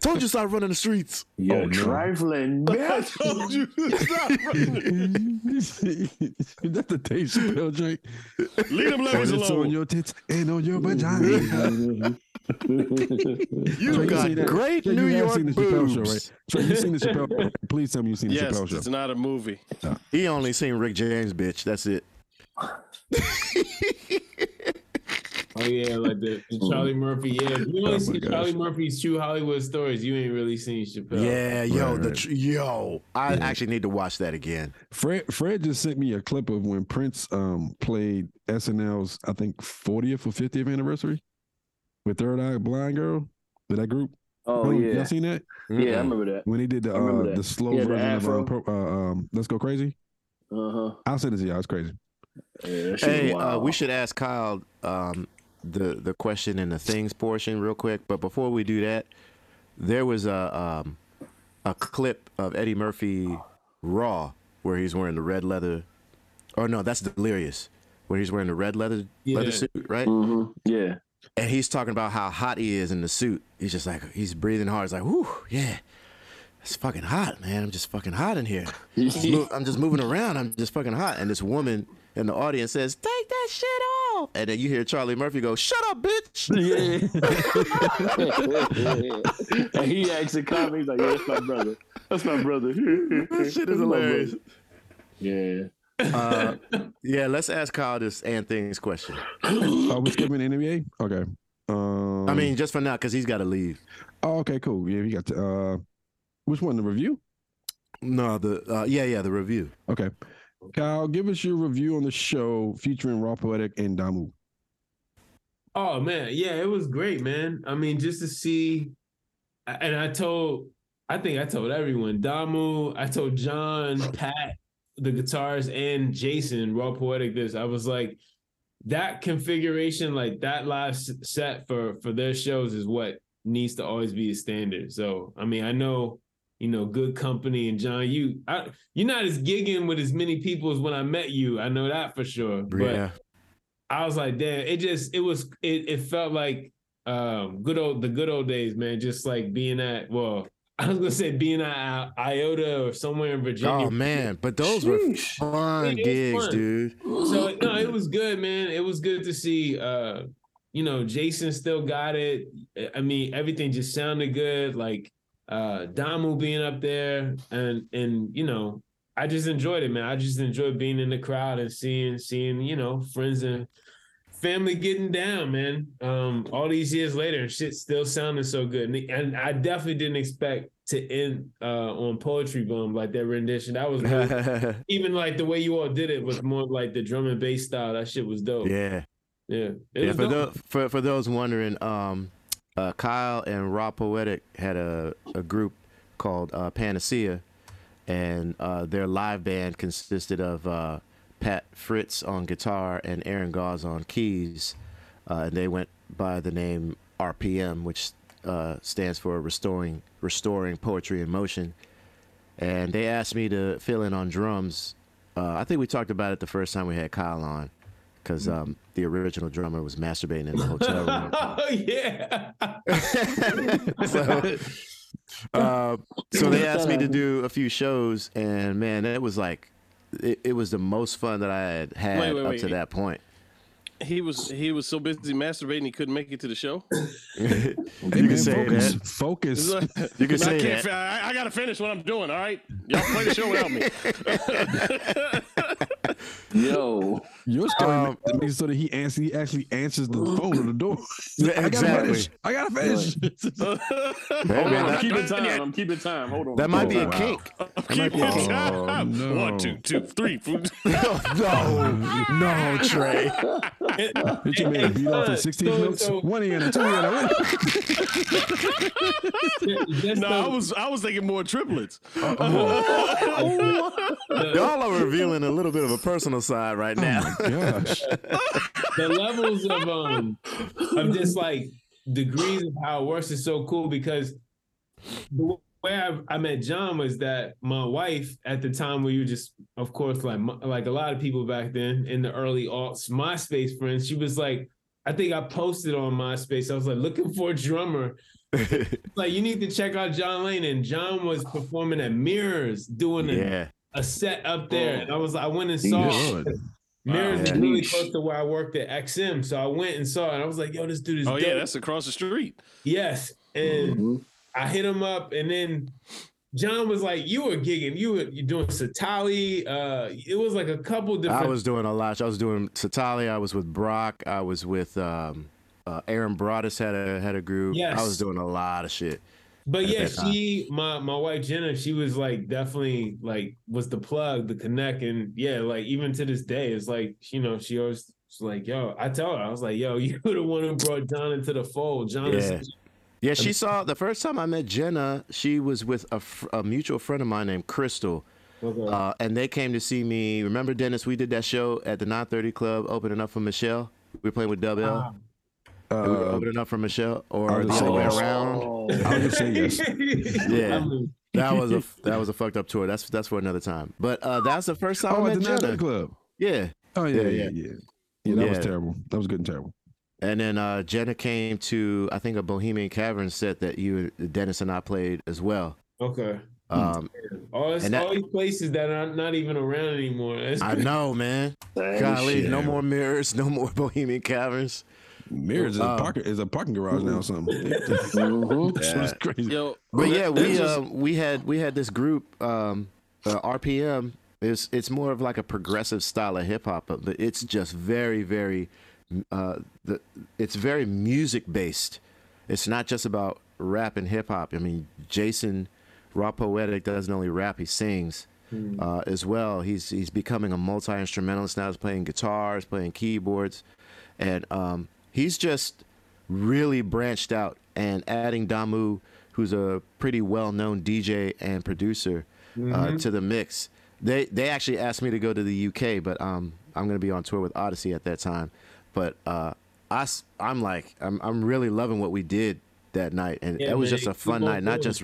S4: Told you stop running the streets.
S5: You're trifling, bitch.
S6: Told you to stop running.
S3: that's the Dave Chappelle drink.
S6: Leave them
S3: And
S6: levies
S3: it's on
S6: alone.
S3: your tits and on your vagina.
S4: You
S3: you
S4: got
S3: seen that-
S4: great
S3: Trey,
S4: New
S3: you have
S4: York
S3: seen the Chappelle
S4: boobs.
S3: show, right? Trey, you seen the Chappelle? show? Please tell me you seen the
S6: Yes,
S3: Chappelle show.
S6: it's not a movie.
S4: He only seen Rick James, bitch. That's it.
S7: Oh yeah, like the, the
S4: Mm.
S7: Charlie Murphy. Yeah, if
S4: Oh
S7: you only
S3: my
S7: see
S3: gosh.
S7: Charlie Murphy's True Hollywood Stories, you ain't really seen Chappelle.
S4: Yeah, yo,
S3: Right,
S4: the
S3: right.
S4: tr- yo. I actually need to watch that again.
S3: Fred Fred just sent me a clip of when Prince um played SNL's I think 40th or 50th anniversary with Third Eye Blind Girl with that group.
S5: Oh
S3: Y'all-
S5: yeah,
S3: y'all seen that
S5: yeah. I
S4: Mm-mm.
S5: remember that.
S3: when they did the
S5: I remember
S3: uh,
S5: that.
S3: the slow
S5: Yeah, the
S3: version of uh,
S5: afro.
S3: pro, uh, um Let's Go Crazy?
S5: Uh huh.
S3: I'll send it to y'all. It's crazy.
S5: Yeah, that shit
S4: Hey, uh,
S5: wild.
S4: we should ask Kyle um, the the question in the things portion real quick. But before we do that, there was a um, a clip of Eddie Murphy Raw where he's wearing the red leather. Oh no, that's Delirious, where he's wearing the red leather
S7: Yeah.
S4: leather suit, right?
S5: Mhm. Yeah.
S4: And he's talking about how hot he is in the suit. He's just like he's breathing hard. He's like, "Whew, yeah." It's fucking hot, man. I'm just fucking hot in here. I'm just mo- I'm just moving around. I'm just fucking hot. And this woman in the audience says, "Take that shit off." And then you hear Charlie Murphy go, "Shut up, bitch."
S5: Yeah. and he acts a comic. He's like, yeah, that's my brother. That's my brother.
S4: That shit is
S5: That's my
S4: hilarious.
S5: brother. Yeah.
S4: Uh, yeah, let's ask Kyle this and things question.
S3: Are we skipping NBA? Okay. Um,
S4: I mean, just for now, because he's got to leave.
S3: oh, okay, cool. Yeah, we got to, uh, which one? The review?
S4: No, the uh, yeah, yeah, the review.
S3: Okay. Kyle, give us your review on the show featuring Raw Poetic and Damu.
S7: Oh man, yeah, it was great, man. I mean, just to see, and I told, I think I told everyone, Damu, I told John, Pat, the guitarist, and Jason, Raw Poetic. This, I was like, that configuration, like that live s- set for for their shows, is what needs to always be a standard. So, I mean, I know. You know, good company and John. You, I, you're not as gigging with as many people as when I met you. I know that for sure. But
S4: yeah,
S7: I was like, damn, it just it was it it felt like um good old the good old days, man. Just like being at well, I was gonna say being at I- Iota or somewhere in Virginia.
S4: oh man, but those were
S5: Sheesh.
S4: fun
S7: It is
S4: gigs,
S7: fun.
S4: dude.
S7: So no, it was good, man. It was good to see uh, you know, Jason still got it. I mean, everything just sounded good, like uh Damu being up there and and you know, I just enjoyed it, man. I just enjoyed being in the crowd and seeing seeing, you know, friends and family getting down, man. Um, all these years later and shit still sounding so good. And, and I definitely didn't expect to end uh on poetry boom like that rendition. That was really
S4: yeah.
S7: even like the way you all did it was more like the drum and bass style. That shit was dope. Yeah, yeah. It
S4: yeah
S7: was
S4: for,
S7: dope.
S4: tho- for for those wondering, um, uh, Kyle and Rob Poetic had a, a group called uh, Panacea, and uh, their live band consisted of uh, Pat Fritz on guitar and Aaron Gause on keys, uh, and they went by the name RPM, which uh, stands for Restoring Restoring Poetry in Motion. And they asked me to fill in on drums. Uh, I think we talked about it the first time we had Kyle on, because um, the original drummer was masturbating in the hotel room.
S7: oh yeah.
S4: so, uh, so they asked me to do a few shows, and man, it was like it, it was the most fun that I had had
S6: Wait, wait,
S4: up
S6: wait.
S4: to that point.
S6: he was he was so busy masturbating he couldn't make it to the show.
S4: you
S3: Hey,
S4: can
S3: man,
S4: say
S3: focus,
S4: that.
S3: focus.
S4: You can
S6: I
S4: say
S6: can't
S4: that.
S6: fi- I, I gotta finish what I'm doing. All right, y'all play the show without me.
S5: Yo,
S3: Your story
S4: Um,
S3: ma- makes it so that he answer, he actually answers the phone or the door.
S4: Yeah,
S3: I gotta finish.
S4: exactly.
S3: I gotta finish.
S4: Hey,
S5: hold
S4: man,
S5: on, I'm
S4: that,
S5: keeping
S6: done yet.
S5: time. I'm keeping time. Hold on.
S4: that might be a
S3: Wow.
S4: kink.
S6: Keep it
S3: Oh,
S6: time.
S3: no.
S6: One, two, two, three.
S4: no, no, no, Trey.
S3: Hit your man beat off in
S7: Hey,
S3: 16
S7: so-
S3: minutes.
S7: so-
S3: One in, two in, one.
S7: That's
S6: no, I
S7: the-
S6: was I was thinking more triplets.
S3: Oh,
S6: Oh,
S4: Y'all are revealing a little bit of a personal side right now.
S3: oh, Gosh.
S7: the levels of um of just like degrees of how it works is so cool because the way I, I met John was that my wife at the time where you just of course like my- like a lot of people back then in the early aughts MySpace friends she was like I think I posted on MySpace I was like looking for a drummer like you need to check out John Lane and John was performing at Mirrors doing a,
S4: yeah.
S7: a set up there
S4: Oh.
S7: and I was I went and saw it.
S3: Good.
S7: Mirrors is
S4: Yeah.
S7: really close to where I worked at XM, so I went and saw it. And I was like, "Yo, this dude is
S6: Oh
S7: dope."
S6: yeah, that's across the street.
S7: yes, and
S4: Mm-hmm.
S5: Mm-hmm.
S7: I hit him up, and then John was like, "You were gigging, you were you doing Satali." Uh, it was like a couple different.
S4: I was doing a lot. I was doing Satali. I was with Brock. I was with um, uh, Aaron Broadus had a had a group.
S7: Yes.
S4: I was doing a lot of shit.
S7: But
S4: at
S7: yeah,
S4: that time.
S7: she, my my wife Jenna, she was like definitely like was the plug, the connect, and yeah, like even to this day, it's like you know she always she's like, "Yo," I tell her, I was like, "Yo, you the one who brought John into the fold." John is
S4: Yeah. Yeah, she saw the first time I met Jenna. She was with a, fr- a mutual friend of mine named Crystal, uh, and they came to see me. Remember, Dennis? We did that show at the 9:30 Club, opening up for Michelle. We were playing with Dub L.
S7: Ah.
S4: and we were
S3: Uh,
S4: opening up for Michelle,
S3: I
S4: or
S3: was
S4: the
S3: gonna
S4: other
S3: say
S4: way
S5: Oh,
S3: yes.
S4: around.
S3: I'll just say yes.
S4: Yeah.
S7: I'm a-
S4: That was a that was a fucked up tour. That's that's for another time. But uh, that's the first time
S3: Oh,
S4: I
S3: at
S4: met
S3: the
S4: Jenna.
S3: 930 Club.
S4: Yeah,
S3: Oh, yeah,
S4: Yeah,
S3: yeah, yeah. Yeah, that was
S4: Yeah.
S3: terrible. That was good and terrible.
S4: and then uh, Jenna came to I think a Bohemian Cavern set that you Dennis and I played as well.
S7: Okay.
S4: Um,
S7: All, this,
S4: And that-
S7: all these places that are not even around anymore. That's
S4: I know, man.
S5: Damn
S4: Golly, no
S3: shit.
S4: more mirrors, no more Bohemian Caverns.
S3: Mirrors is, a,
S4: Uh,
S3: parking, is a parking garage now or something. That's what's crazy.
S6: Yo,
S4: But
S6: that-
S4: yeah,
S6: that
S4: we
S6: just-
S4: uh, we had we had this group um, uh, RPM. It's it's more of like a progressive style of hip hop, but it's just very very uh, the it's very music based. It's not just about rap and hip hop. I mean, Jason Raw Poetic doesn't only rap; he sings
S6: Hmm.
S4: uh, as well. He's he's becoming a multi instrumentalist now. He's playing guitars, playing keyboards, and um, he's just really branched out and adding Damu, who's a pretty well known DJ and producer, uh,
S7: Mm-hmm.
S4: to the mix. They they actually asked me to go to the UK, but um, I'm gonna be on tour with Odyssey at that time. But uh, I am like I'm I'm really loving what we did that night, and
S7: Yeah,
S4: it was
S7: man,
S4: just a
S7: keep
S4: fun
S7: on
S4: night, not
S7: going.
S4: just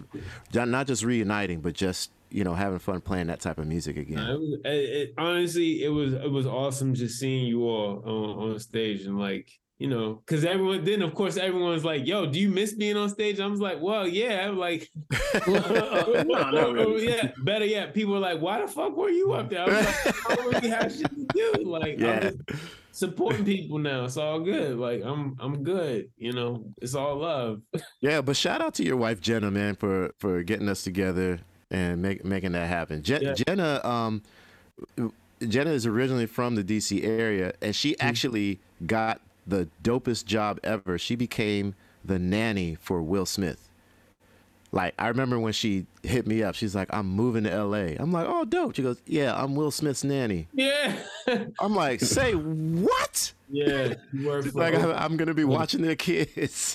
S4: not not just reuniting, but just you know having fun playing that type of music again.
S7: It was- it- it- honestly, it was it was awesome just seeing you all on, on stage and like you know, because everyone then of course everyone's like, "Yo, do you miss being on stage?" I was like, "Well, yeah." I'm like,
S6: No, not really.
S7: yeah. Better yet, people were like, "Why the fuck were you up there?" I was like, "I don't really have shit to do." Like,
S4: Yeah.
S7: I'm just supporting people now. It's all good. Like, I'm I'm good. You know, it's all love.
S4: Yeah, but shout out to your wife Jenna, man, for for getting us together and make, making that happen. Jen,
S7: Yeah.
S4: Jenna, um, Jenna is originally from the D.C. area, and she actually got the dopest job ever. She became the nanny for Will Smith. Like I remember when she hit me up, she's like, "I'm moving to L.A." I'm like, "Oh, dope." She goes, "Yeah, I'm Will Smith's nanny."
S7: Yeah.
S4: I'm like, "Say what?"
S7: yeah. You work for
S4: Like I'm, I'm gonna be watching their kids.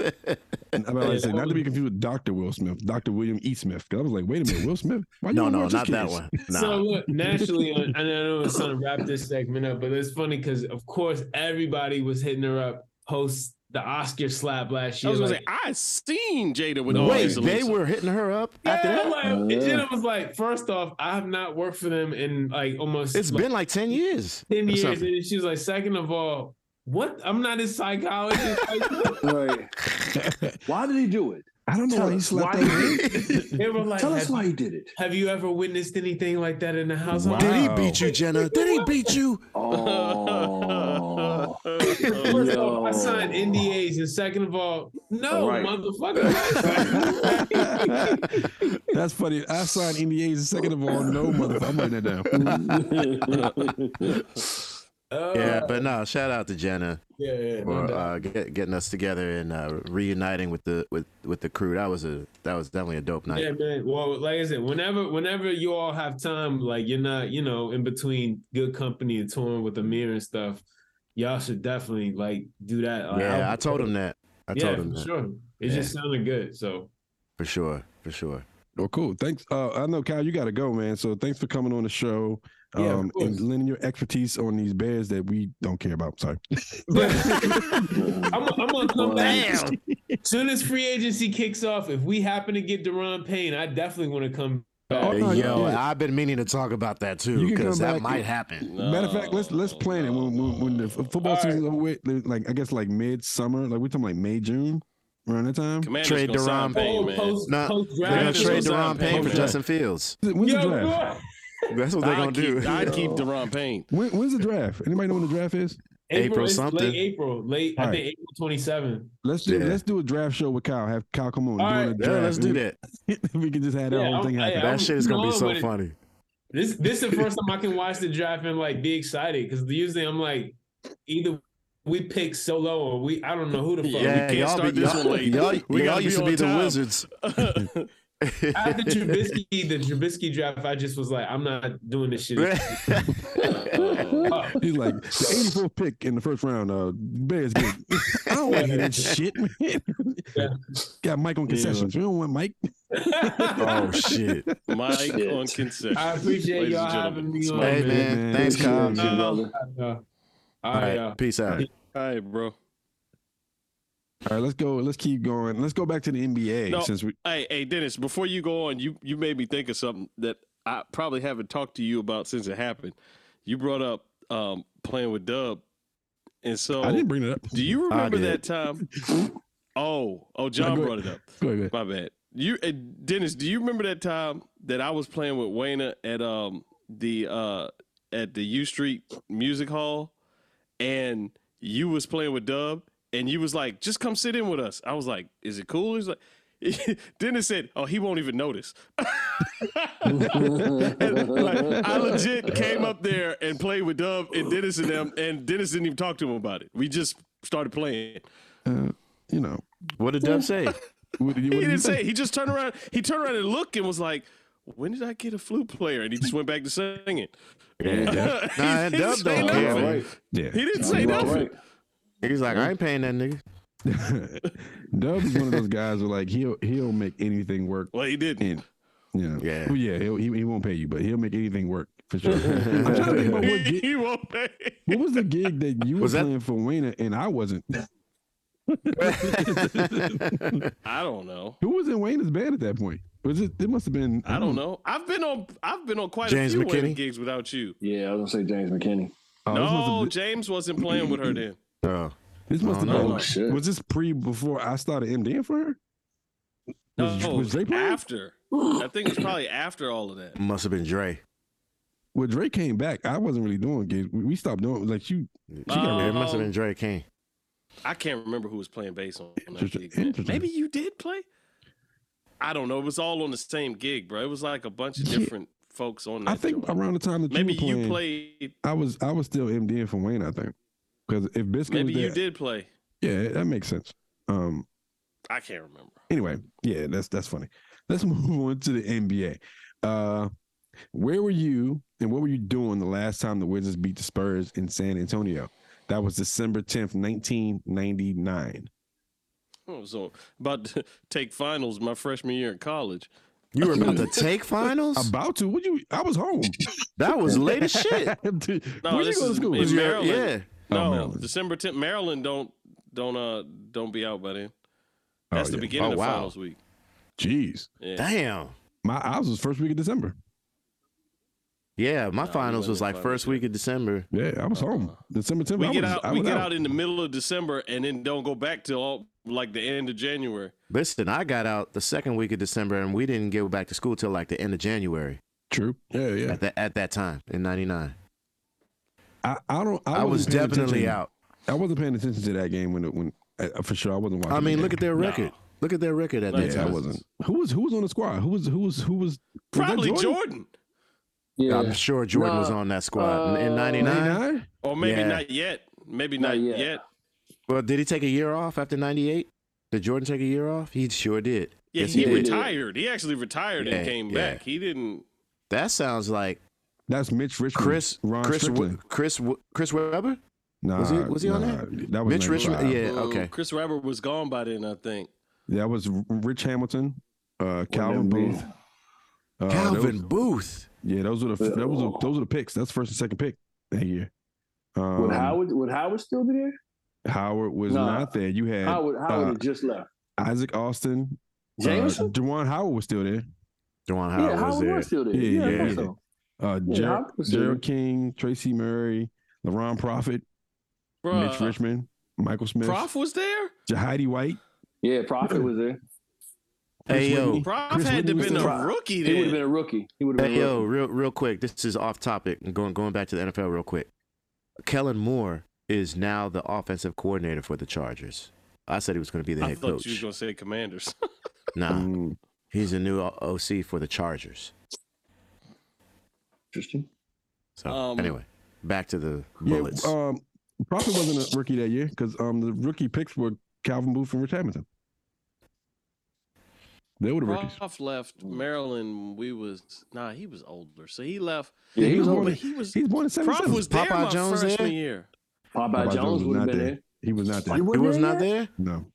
S3: And I'm about to say, not to be confused with Dr. Will Smith, Dr. William E. Smith. 'Cause I was like, wait a minute, Will Smith? Why you
S4: no,
S3: wanna
S4: no,
S3: watch his
S4: not that
S3: kids?
S4: one. Nah.
S7: So look, naturally, and I know it's time to wrap this segment up, but it's funny because of course everybody was hitting her up post the Oscar slap last
S6: I
S7: year.
S6: was gonna
S7: like,
S6: say I seen Jada with all
S4: Wait,
S6: these
S4: they
S6: elusive-
S4: were hitting her up after
S7: yeah,
S4: that?
S7: like, and
S5: Yeah.
S7: Jenna was like, first off, I have not worked for them in like almost
S4: It's
S7: like,
S4: been like 10 years.
S7: ten
S4: or
S7: years,
S4: something.
S7: and she was like, second of all, what? I'm not a psychologist. Like,
S5: Right. Why did he do it?
S3: I don't know
S5: Tell
S3: why he
S5: us
S3: slept
S7: why-
S3: that late.
S7: they were like,
S5: Tell us
S7: have,
S5: why he did it.
S7: have you ever witnessed anything like that in the house? I'm
S3: Wow.
S7: like,
S4: Did he beat you, Jenna? Did he beat you?
S5: Oh.
S7: First of all, I signed NDAs, and second of all, no,
S5: Right.
S7: motherfucker.
S3: That's funny. I signed NDAs. Second of all, no motherfucker. I'm writing that down.
S7: Uh,
S4: Yeah, but no, shout out to Jenna
S7: yeah, yeah, no
S4: for
S7: doubt.
S4: uh, get, getting us together and uh, reuniting with the with with the crew. That was a that was definitely a dope night.
S7: Yeah, man. Well, like I said, whenever whenever you all have time, like you're not, you know, in between good company and touring with Amir and stuff, y'all should definitely like do that. Like,
S4: yeah,
S7: I-
S4: I told him that. I
S7: yeah,
S4: told him
S7: for
S4: that
S7: sure. It just sounded good. So
S4: for sure, for sure.
S3: Well, cool. Thanks. Uh, I know, Kyle, you got to go, man. So thanks for coming on the show um,
S7: Yeah, of
S3: and
S7: course.
S3: lending your expertise on these bears that we don't care about. Sorry.
S7: I'm, I'm gonna come back. Soon as free agency kicks off, if we happen to get Deron Payne, I definitely want to come back.
S3: no,
S4: Hey, yo,
S3: yeah, yeah.
S4: I've been meaning to talk about that
S3: You
S4: too
S3: can
S4: because
S3: come
S4: that
S3: back.
S4: might happen.
S3: Matter of fact, let's let's plan it when, when, when the f- football
S7: All right.
S3: season's over with, like I guess like mid summer, like we're talking like May June around that time.
S6: Commander's
S4: Trade
S6: gonna sign
S4: Deron
S6: Payne,
S7: Oh,
S6: man.
S7: post,
S4: Nah,
S7: post
S4: They're
S7: draft.
S4: gonna
S6: just
S4: trade
S6: gonna sign
S4: Deron Payne for
S6: Payne.
S4: Justin Fields.
S3: When's the
S7: Yo,
S3: draft?
S7: bro.
S4: That's what they're
S6: I'd
S4: gonna
S6: keep,
S4: do.
S6: I'd keep Deron Payne.
S3: When, when's the draft? Anybody know when the draft is?
S4: April
S7: it's
S4: something.
S7: Late April. Late,
S3: All
S7: I
S3: right.
S7: think April 27th.
S3: Let's do
S4: Yeah.
S3: let's do a draft show with Kyle. Have Kyle come on.
S7: All
S3: doing
S7: right.
S3: a
S4: Yeah,
S3: draft.
S4: let's do that.
S3: we can just have that
S7: Yeah,
S3: whole
S7: I'm-
S3: thing
S7: hey,
S3: happen.
S7: I'm-
S4: That shit is gonna be
S7: No,
S4: so
S7: but it-
S4: funny.
S7: This this is the first time I can watch the draft and like be excited because usually I'm like either we pick solo or we I don't know who the
S6: Yeah,
S7: fuck.
S4: Yeah,
S6: we can't
S4: y'all,
S6: start
S4: be,
S6: this
S4: y'all,
S6: one late.
S4: y'all,
S6: We
S4: y'all
S6: gotta
S4: used
S6: be
S4: to be the
S6: on time.
S4: wizards.
S7: After Trubisky, the Trubisky draft, I just was like, I'm not doing this shit. Oh,
S3: He's like the 84th pick in the first round. Uh, Bears get. I don't want to hear that shit, man.
S7: Yeah.
S3: Got Mike on concessions. We don't want Mike.
S4: oh shit!
S6: Mike on consent.
S7: I appreciate
S6: Ladies and
S7: y'all having
S6: gentlemen,
S7: me
S6: it's
S7: on.
S6: my
S4: Hey
S3: man,
S4: man,
S3: man.
S4: thanks,
S5: Appreciate
S4: Kyle.
S5: you.
S7: Uh,
S5: brother.
S7: uh, all
S4: All
S7: right, y'all.
S4: right, peace out.
S6: All right, bro.
S3: All right, let's go. Let's keep going. Let's go back to the NBA
S6: No.
S3: since we.
S6: Hey, hey, Dennis. Before you go on, you you made me think of something that I probably haven't talked to you about since it happened. You brought up um, playing with Dub, and so
S3: I didn't bring it up.
S6: do you remember
S4: did.
S6: that time? Oh, oh,
S3: Go
S6: John
S3: ahead.
S6: brought it up.
S3: Go ahead.
S6: My bad. You, uh, Dennis. Do you remember that time that I was playing with Wayna at um the uh at the U Street Music Hall, and you was playing with Dub, and you was like, "Just come sit in with us." I was like, "Is it cool?" He's like, Dennis said, "Oh, he won't even notice." And, like, I legit came up there and played with Dub and Dennis and them, and Dennis didn't even talk to him about it. We just started playing.
S3: You know,
S4: What did Dub say?
S3: what did you,
S6: He
S3: what did you
S6: didn't say. He just turned around. He turned around and looked and was like, "When did I get a flute player?" And he just went back to singing.
S4: Yeah.
S6: He
S4: Nah, and
S6: didn't
S4: Dub
S6: say
S4: don't
S5: You all
S6: nothing.
S4: care.
S5: right?
S3: Yeah.
S6: He didn't say
S5: You all
S6: nothing.
S5: right?
S4: He's like, I ain't paying that nigga.
S3: Dub is one of those guys who like he'll he'll make anything work.
S6: Well, he didn't.
S3: And you know,
S4: Yeah.
S3: Well, yeah, he'll, he he won't pay you, but he'll make anything work for sure. I'm trying to think about what,
S6: He,
S3: gig,
S6: he won't pay.
S3: what was the gig that you
S4: Was
S3: were
S4: that-
S3: playing for Wayne and I wasn't.
S6: I don't know.
S3: Who was in Wayne's band at that point? Was it? It must have been.
S6: I don't know. I've been on. I've been on quite
S4: James
S6: a few
S4: McKinney?
S6: wedding gigs without you.
S5: Yeah, I was gonna say James McKinney.
S3: Oh, this must
S6: no,
S3: have been-
S6: James wasn't playing with her then.
S4: Oh,
S3: This must have
S4: no,
S3: been.
S5: Oh shit.
S3: Was this pre before I started MDing for her? Was,
S6: No,
S3: was Drake playing?
S6: after. I think it was probably after all of that.
S4: must have been Dre.
S3: When Drake came back, I wasn't really doing gigs. We we stopped doing. Like you,
S4: She got rid- it must have
S6: Um,
S4: been Dre King.
S6: I can't remember who was playing bass on that
S3: Interesting,
S6: gig.
S3: interesting.
S6: Maybe you did play. I don't know. It was all on the same gig, bro. It was like a bunch of
S3: Yeah.
S6: different folks on that.
S3: I think
S6: joint.
S3: around the time that
S6: maybe
S3: you, were
S6: you
S3: playing,
S6: played.
S3: I was I was still MDing for Wayne. I think because if Biscuit
S6: Maybe
S3: was there,
S6: you did play.
S3: yeah, that makes sense. Um,
S6: I can't remember.
S3: anyway, yeah, that's that's funny. Let's move on to the NBA. Uh, where were you and what were you doing the last time the Wizards beat the Spurs in San Antonio? That was December tenth, nineteen ninety nine.
S6: I was on, about to take finals my freshman year in college.
S4: You were about to take finals?
S3: About to? Would you? I was home.
S4: That was late as shit.
S3: Dude,
S6: No,
S3: where you
S6: this
S3: go to
S6: is
S3: school?
S6: in
S4: Yeah,
S6: Maryland.
S4: yeah.
S3: Oh,
S6: No,
S3: Maryland.
S6: December 10th. Maryland don't don't uh don't be out by then.
S3: Oh,
S6: That's the
S3: yeah.
S6: beginning
S4: Oh,
S6: of
S4: wow.
S6: finals week.
S3: Jeez,
S6: Yeah.
S4: Damn.
S3: my ours was first week of December.
S4: Yeah, my
S6: we
S4: finals
S6: wasn't
S4: was like
S6: finals
S4: first week of December.
S3: Yeah, I was home December tenth.
S6: Uh, we
S3: I
S6: get
S3: was,
S6: out
S3: I
S6: we
S3: was
S6: get out. in the middle of December and then don't go back till all, like the end of January.
S4: Listen, I got out the second week of December, and we didn't get back to school till like the end of January
S3: True. Yeah, yeah.
S4: at that at that time in '99.
S3: I, I don't. I,
S4: I was
S3: wasn't paying
S4: definitely
S3: attention.
S4: out.
S3: I wasn't paying attention to that game when it, when uh, for sure I wasn't watching.
S4: I mean,
S3: the
S4: look at
S3: game.
S4: their
S6: Nah.
S4: record. Look at their record at that
S6: Yeah,
S3: yeah, I
S4: time.
S3: wasn't. Who was who was on the squad? Who was who was who was was that
S6: Probably Jordan,
S5: Yeah.
S4: I'm sure Jordan was
S5: Nah,
S4: on that squad in- in
S5: uh,
S4: '99.
S3: 99?
S6: or maybe
S4: Yeah.
S6: not yet. Maybe
S5: Not
S6: not,
S5: yet.
S6: yet.
S4: Well, did he take a year off after '98? Did Jordan take a year off? He sure did.
S6: Yeah,
S4: Yes,
S6: he,
S4: he did.
S6: retired. He actually retired
S4: Yeah,
S6: and came
S4: yeah.
S6: back. He didn't.
S4: That sounds like
S3: That's Mitch Richmond.
S4: Chris
S3: Ron Uh,
S4: Chris
S3: Strickland. Uh,
S4: W- Chris W- Chris Webber.
S3: Nah,
S4: Was he- was he on
S3: that? That was
S4: Mitch Richmond-
S3: 95.
S4: Yeah,
S6: Uh,
S4: okay.
S6: Chris Webber was gone by then, I think.
S3: That was R- Rich Hamilton, uh, Calvin Booth. Uh, those-
S4: Calvin Booth.
S3: yeah, those were the that was the- those were the picks. That's first and second pick that year. Um,
S5: Would Howard would Howard still be there?
S3: Howard was
S5: Nah.
S3: not there. You had
S5: Howard Howard
S3: uh,
S5: had just left.
S3: Isaac Austin.
S5: Jameson?
S3: Uh, Dewan Howard was still there.
S4: Dewan
S5: yeah,
S4: Howard
S5: Howard
S4: was
S5: was,
S4: there.
S5: still there.
S3: Yeah,
S5: Yeah, I
S3: yeah.
S5: think so.
S3: Uh,
S5: Yeah,
S3: Ger-
S5: Howard was there.
S3: Gerald King, Tracy Murray, LaRon Prophet,
S6: Bruh,
S3: Mitch Richmond, Michael Smith,
S6: Prof was there.
S3: Heidi White.
S5: Yeah, Prophet was there.
S3: Chris
S4: Hey, yo.
S3: Whitney.
S6: Prof
S3: Chris
S6: had
S3: Whitney
S6: to
S3: was
S6: been a
S3: there.
S6: rookie
S5: He would have been
S6: then.
S5: a rookie. He would have been
S4: Hey
S5: a rookie.
S4: yo, real real quick. This is off topic. I'm going going back to the NFL real quick. Kellen Moore is now the offensive coordinator for the Chargers. I said he was going to be the
S6: I
S4: head
S6: thought you was
S4: coach.
S6: gonna say Commanders.
S4: Nah,
S3: Mm,
S4: he's a new O- OC for the Chargers.
S5: Interesting.
S4: So
S6: Um,
S4: anyway, back to the
S3: yeah,
S4: bullets.
S3: um, Prophet wasn't a rookie that year because um, the rookie picks were Calvin Booth and Rich Hamilton. They were the rookies.
S6: Prof left Maryland. We was nah. He was older, so he left.
S5: Yeah, he was
S3: He's
S5: on
S6: But
S3: born-
S6: he was.
S3: He's born in
S6: Prof
S3: 77.
S6: was there
S4: Popeye
S6: my
S4: Jones
S6: freshman
S4: there?
S6: year.
S5: Popeye,
S3: Popeye
S5: Jones would have
S3: not
S5: been
S3: there.
S5: there.
S3: He was not there.
S5: He
S4: he was not there.
S3: No.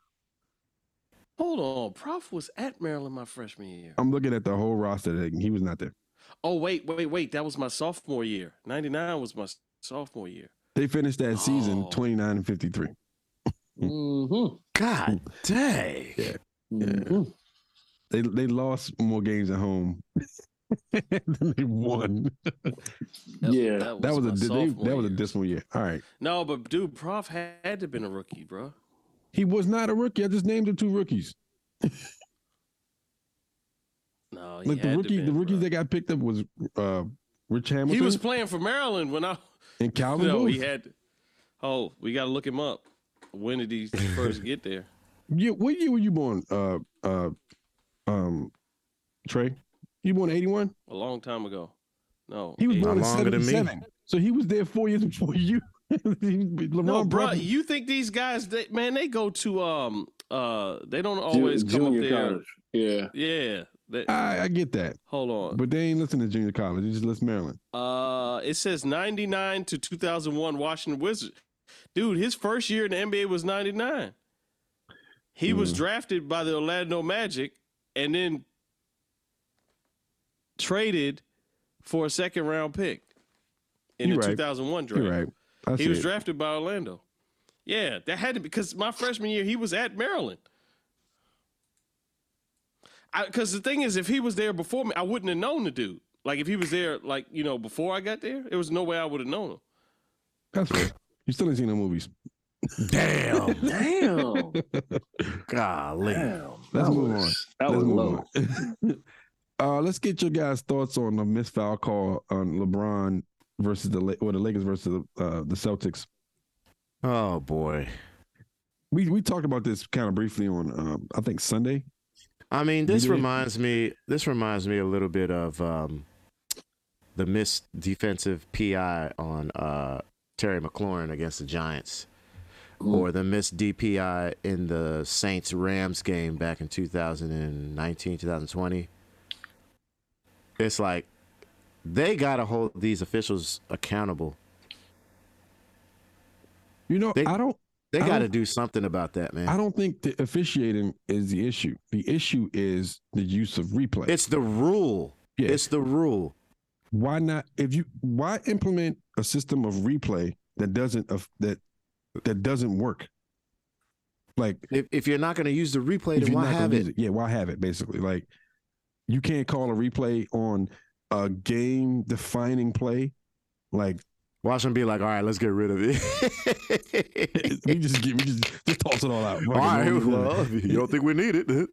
S6: Hold on, Prof was at Maryland my freshman
S4: Oh.
S6: year.
S3: I'm looking at the whole roster. and He was not there.
S6: Oh wait, wait, wait. That was my sophomore year. Ninety nine was my s- sophomore year.
S3: They finished that season
S6: Oh.
S3: 29 and 53.
S5: Mm-hmm.
S4: God dang.
S3: They they lost more games at home than they won.
S5: Yeah.
S3: That was,
S6: my
S3: a they,
S6: sophomore
S3: that was a
S6: year.
S3: dismal year. All right.
S6: No, but dude, Prof had, had to been a rookie, bro.
S3: He was not a rookie. I just named the two rookies.
S6: No, he
S3: Like the
S6: had to
S3: rookie,
S6: been,
S3: the rookies
S6: bruh.
S3: that got picked up was uh, Rich Hamilton
S6: he was playing for Maryland when I.
S3: and Calvin
S6: No,
S3: Booth.
S6: he had. Oh, we gotta look him up. When did he first get there?
S3: Yeah, what year were you born? Uh, uh, um, Trey, you born eighty one?
S6: A long time ago. No,
S3: He was
S6: eight-
S3: born in
S4: longer than
S3: seventy
S4: me.
S3: seven, so he was there four years before you. LeBron
S6: No, bro,
S3: Brown-
S6: you think these guys? They, man, they go to um uh, they don't always come up
S5: junior
S6: there.
S5: college. Yeah.
S6: Yeah, they,
S3: I, I get that,
S6: hold on.
S3: but they ain't listen to junior college. They just listen Maryland.
S6: Uh, it says 99 to 2001 Washington Wizards. Dude, his first year in the NBA was 99. He was
S3: Hmm.
S6: drafted by the Orlando Magic and then traded for a second round pick in
S3: You're
S6: the
S3: right.
S6: 2001 draft.
S3: You're right. I
S6: He
S3: see
S6: was
S3: it.
S6: drafted by Orlando. Yeah, that had to because my freshman year he was at Maryland. Because the thing is, if he was there before me, I wouldn't have known the dude. Like if he was there, like you know, before I got there, there was no way I would have known him.
S3: That's right. You still ain't seen no movies.
S4: Damn.
S5: Damn.
S4: Golly.
S5: Damn.
S3: Let's
S5: That
S3: move
S5: was- That
S3: Let's
S5: was
S3: move
S5: low.
S3: on. uh, let's get your guys' thoughts on the missed foul call on LeBron versus the La- or the Lakers versus the uh, the Celtics.
S4: Oh boy.
S3: We we talked about this kind of briefly on um, I think Sunday.
S4: I mean, this
S3: do it.
S4: reminds me. This reminds me a little bit of um, the missed defensive PI on uh, Terry McLaurin against the Giants, or the missed DPI in the Saints Rams game back in 2019, 2020. It's like they gotta hold these officials accountable.
S3: You know,
S4: They-
S3: I don't
S4: They
S3: I
S4: gotta
S3: don't-
S4: do something about that,
S3: I
S4: man.
S3: don't think the officiating is the issue. The issue is the use of replay.
S4: It's the rule.
S3: Yeah.
S4: It's the rule.
S3: why not if you why implement a system of replay that doesn't of that that doesn't work? Like
S4: If, if you're not gonna use the replay,
S3: if
S4: then
S3: you're
S4: why
S3: not gonna
S4: have
S3: use
S4: it?
S3: Yeah, why have it? Basically, like you can't call a replay on a game-defining play. Like
S4: Watch them be like, all right, let's get rid of it.
S3: we just get, we just just toss it all out.
S4: all right,
S3: Fucking roll it
S4: well,
S3: out.
S4: you don't think we need it?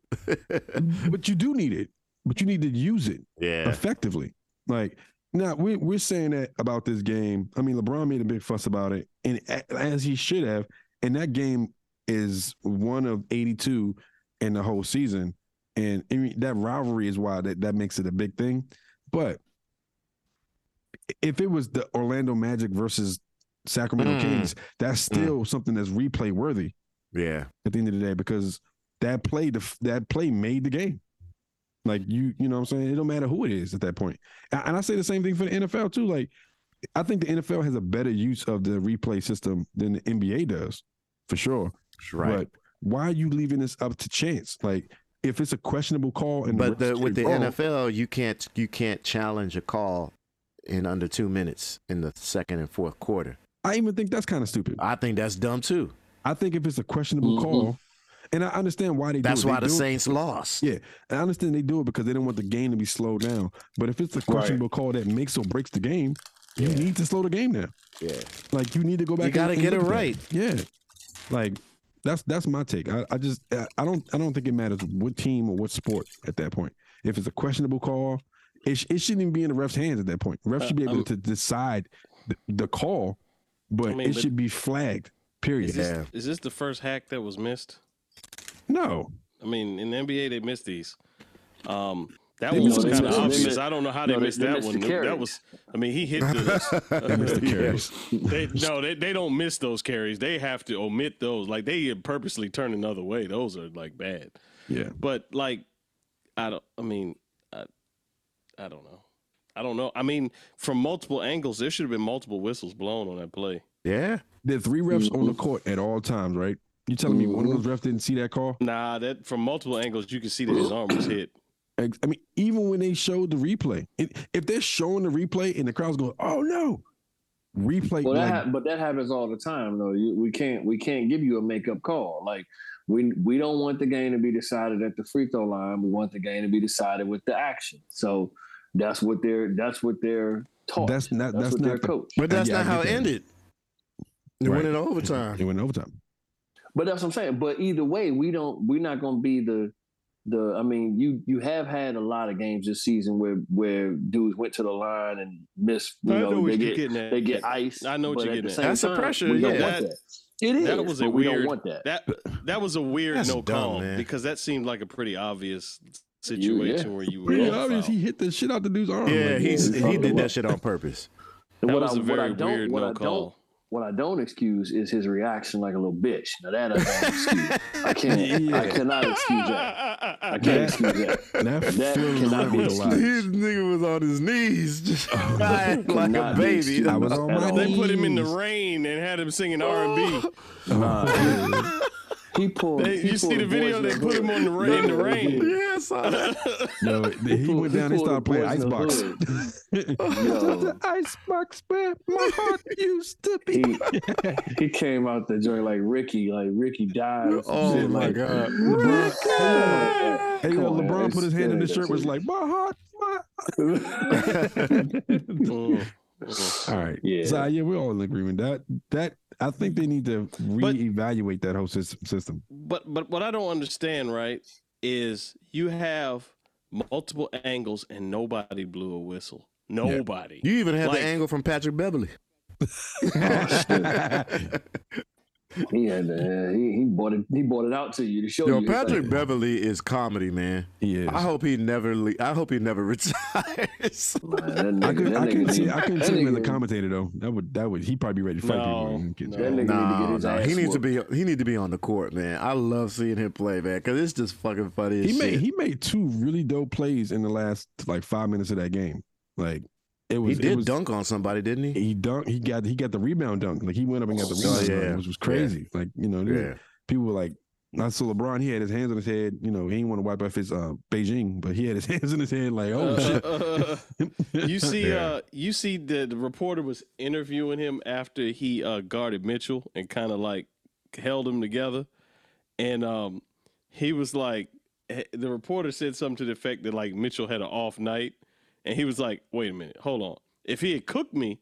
S3: but you do need it. But you need to use it
S4: yeah.
S3: effectively. Like Now we we're saying that about this game. I mean, LeBron made a big fuss about it, and a- as he should have. And that game is one of 82 in the whole season, and I mean, that rivalry is why that that makes it a big thing. But if it was the Orlando Magic versus Sacramento
S4: Mm.
S3: Kings, that's still something that's replay worthy
S4: Yeah.
S3: at the end of the day because that play def- that play made the game. Like you, you know what I'm saying? It don't matter who it is at that point. And and I say the same thing for the NFL too. Like I think the NFL has a better use of the replay system than the NBA does, for sure.
S4: Right.
S3: But why are you leaving this up to chance? Like if it's a questionable call and
S4: But,
S3: refs
S4: the, with
S3: get
S4: the
S3: it wrong-
S4: NFL, you can't you can't challenge a call in under two minutes in the second and fourth quarter.
S3: I even think that's kind of stupid.
S4: I think that's dumb too.
S3: I think if it's a questionable
S5: Mhm.
S3: call, and I understand why they
S4: That's
S3: do it.
S4: why
S3: they
S4: the
S3: do it-
S4: Saints lost.
S3: Yeah, and I understand they do it because they don't want the game to be slowed down. But if it's a questionable call that makes or breaks the game, you need to slow the game down.
S4: Yeah.
S3: Like you need to go back.
S4: You gotta
S3: and- and
S4: get it
S3: look at that.
S4: right.
S3: Yeah, like that's that's my take. I, I just I I don't I don't think it matters what team or what sport at that point. If it's a questionable call, it, sh- it shouldn't even be in the ref's hands at that point. Refs should be able
S6: Uh, I'm-
S3: to decide the, the call, but
S6: I mean,
S3: it
S6: but-
S3: should be flagged. Period.
S6: Is this,
S4: Yeah.
S6: is this the first hack that was missed?
S3: No,
S6: I mean, in the NBA, they missed these. Um, that
S3: They
S6: one
S3: missed
S6: was
S3: the
S6: kind of
S3: carries.
S5: They
S6: obvious.
S5: missed-
S6: I don't know how they
S5: no, they-
S6: missed
S5: they
S6: that
S5: missed the
S6: one.
S5: carries.
S6: That was, I mean, he hit the.
S3: they missed the carries.
S6: they, no, they, they don't miss those carries. They have to omit those. Like they purposely turn another way. Those are like bad.
S3: Yeah.
S6: But like, I don't. I mean, I, I don't know. I don't know. I mean, from multiple angles, there should have been multiple whistles blown on that play.
S4: Yeah.
S3: There are three refs on
S5: Mm-hmm.
S3: the court at all times, right? You telling me one of those refs didn't see that call?
S6: Nah, that from multiple angles, you can see that his arm was hit.
S3: Ex- I mean, even when they showed the replay, it, if they're showing the replay and the crowd's going, "Oh no," replay.
S5: Well, that
S3: like,
S5: hap but that happens all the time, though. You, we can't we can't give you a makeup call. Like we we don't want the game to be decided at the free throw line. We want the game to be decided with the action. So that's what they're that's what they're taught. That's,
S3: that's not. That's,
S5: what they're
S3: not. The,
S5: coach.
S4: But that's
S3: Yeah, I
S4: not how
S3: get
S4: it
S3: that.
S4: ended. They
S3: Right.
S4: went in overtime.
S3: it went overtime.
S5: But that's what I'm saying. But either way, we don't we're not going to be the the. I mean, you you have had a lot of games this season where where dudes went to the line and missed. You
S6: I
S5: know,
S6: know what
S5: they
S6: you're
S5: get,
S6: getting at.
S5: They get ice.
S6: I know what
S5: but
S6: you're
S5: at the
S6: getting at.
S5: same
S4: That's the
S5: time,
S4: pressure,
S5: We don't
S6: yeah.
S5: want
S6: That-
S5: that. It is.
S6: that was a
S5: but we don't
S6: weird-
S5: want that.
S6: That that was a weird
S4: That's
S6: no
S4: dumb,
S6: call
S4: man.
S6: because that seemed like a pretty obvious situation where you were
S3: Pretty
S6: on
S3: obvious.
S6: foul.
S3: He hit the shit out the dude's arm.
S4: Yeah,
S3: Like,
S4: he's
S5: yeah,
S4: he did
S5: well.
S4: that shit on purpose.
S5: And
S6: That
S5: what
S6: was
S5: I-
S6: a
S5: what I
S6: very
S5: don't-
S6: weird
S5: what I
S6: no
S5: don't-
S6: call.
S5: What I don't excuse is his reaction like a little bitch. Now that I don't excuse. I can't. I
S3: Yeah.
S5: cannot excuse that. I can't
S3: That-
S5: excuse that.
S3: that
S5: That
S3: flew
S5: cannot
S3: around
S5: be
S3: a lot. Oh,
S4: His nigga was on his knees, just crying like a
S5: Not
S4: baby.
S5: me.
S3: I was on
S5: At
S3: my
S5: all.
S6: They put him in the
S3: knees.
S6: rain and had him singing
S4: Oh.
S6: R and B.
S5: He pulled.
S6: They-
S5: he
S6: you see
S5: pulled
S6: the video?
S5: boys
S6: They
S5: in
S6: put him
S5: hood.
S6: on the rain. the rain.
S4: Yeah, I saw that.
S3: No, he went down and started playing icebox.
S5: Yo,
S3: icebox where my heart used to be.
S5: he, he came out the joint like Ricky, like Ricky dives.
S4: Oh
S5: shit,
S4: my
S5: like,
S4: god.
S3: LeBron, hey,
S5: Come
S3: yo,
S5: on, man.
S3: LeBron put his
S5: It's-
S3: hand in
S5: yeah,
S3: his shirt. Was
S5: that's
S3: like, my heart. My...
S6: Mm.
S3: All right.
S5: Yeah.
S3: So yeah, we're all in agreement. That that I think they need to reevaluate that whole system. System.
S6: But but what I don't understand, right, is you have multiple angles and nobody blew a whistle. Nobody.
S4: You even had
S6: Like-
S4: the angle from Patrick Beverly.
S5: He had to, he, he bought it. He bought it out to you to show
S4: Yo,
S5: you.
S4: Patrick Beverly is comedy, man.
S3: Yes.
S4: I hope he never. Le- I hope he never retires.
S5: Like, man, that
S3: I
S5: nigga-
S3: could
S5: that
S3: I
S5: nigga
S3: couldn't
S5: need-
S3: see I couldn't see
S5: that
S3: him as a
S5: nigga-
S3: commentator though. That would that would he probably be ready to fight
S6: No,
S3: people.
S6: no.
S5: That nigga need to get
S4: No,
S5: his
S4: no,
S5: ass
S4: he needs to be. He need to be on the court, man. I love seeing him play, man, because it's just fucking funny. As
S3: He made
S4: shit.
S3: he made two really dope plays in the last like five minutes of that game. Like it
S4: He
S3: was it
S4: did
S3: was-
S4: dunk on somebody, didn't he?
S3: He dunked. He got he got the rebound dunk. Like he went up and got the
S4: Oh,
S3: rebound,
S4: yeah.
S3: dunk, which was crazy. Like you know, these- people were like, I saw LeBron. He had his hands on his head. You know, he didn't want to wipe off his uh, Beijing, but he had his hands on his head. Like, oh
S6: Uh,
S3: shit.
S6: uh, you see,
S3: Yeah.
S6: uh, you see, the, the reporter was interviewing him after he uh, guarded Mitchell and kind of like held him together, and um, he was like, eh, the reporter said something to the effect that like Mitchell had an off night, and he was like, wait a minute, hold on, if he had cooked me,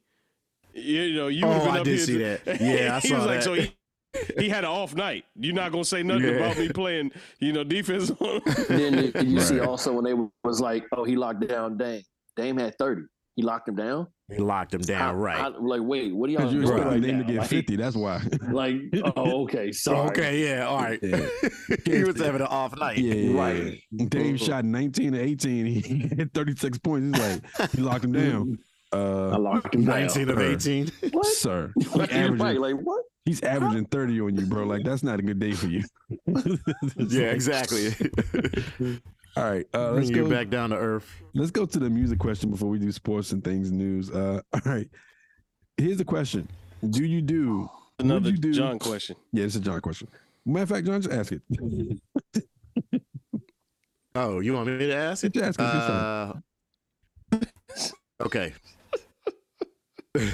S6: you know, you would
S4: Oh,
S6: have been
S4: I
S6: up
S4: did
S6: here
S4: see
S6: to-"
S4: that. Yeah, I
S6: he
S4: saw
S6: was like,
S4: that.
S6: so he, he had an off night. You're not gonna say nothing
S4: Yeah.
S6: about me playing, you know, defense on him.
S5: Then you you see
S3: Right.
S5: also when they was like, oh, he locked down Dame. Dame had thirty. He locked him down.
S4: He locked him down,
S5: I-
S4: right?
S5: I- like, wait, what do y'all
S3: Because
S6: uh,
S3: you
S5: doing
S3: expecting
S5: right
S3: them to
S5: now?
S3: get
S5: Like-
S3: 50. That's why.
S5: Like, oh, okay, sorry.
S4: Okay, yeah, all right.
S3: Yeah.
S4: he was having an off night.
S3: Yeah, yeah,
S5: Right.
S3: yeah. Dave shot 19 to 18. He hit 36 points. He's like, he locked him down.
S5: I
S3: Uh,
S5: locked him down.
S4: 19 of
S3: Sure.
S4: 18.
S5: What?
S3: sir, he
S5: Like, you're right,
S3: averaging,
S5: like what?
S3: he's averaging 30 on you, bro. Like, that's not a good day for you.
S4: yeah, exactly.
S3: All right. Uh,
S4: Bring
S3: let's,
S4: you
S3: go,
S4: back down to earth.
S3: let's go to the music question before we do sports and things news. Uh, all right. Here's the question Do you do,
S6: Another
S3: you do-
S6: John question.
S3: yeah, it's a John question. Matter of fact, John, just ask it. just
S4: Oh, you want me to ask it?
S3: ask it. this time.
S4: Uh, okay.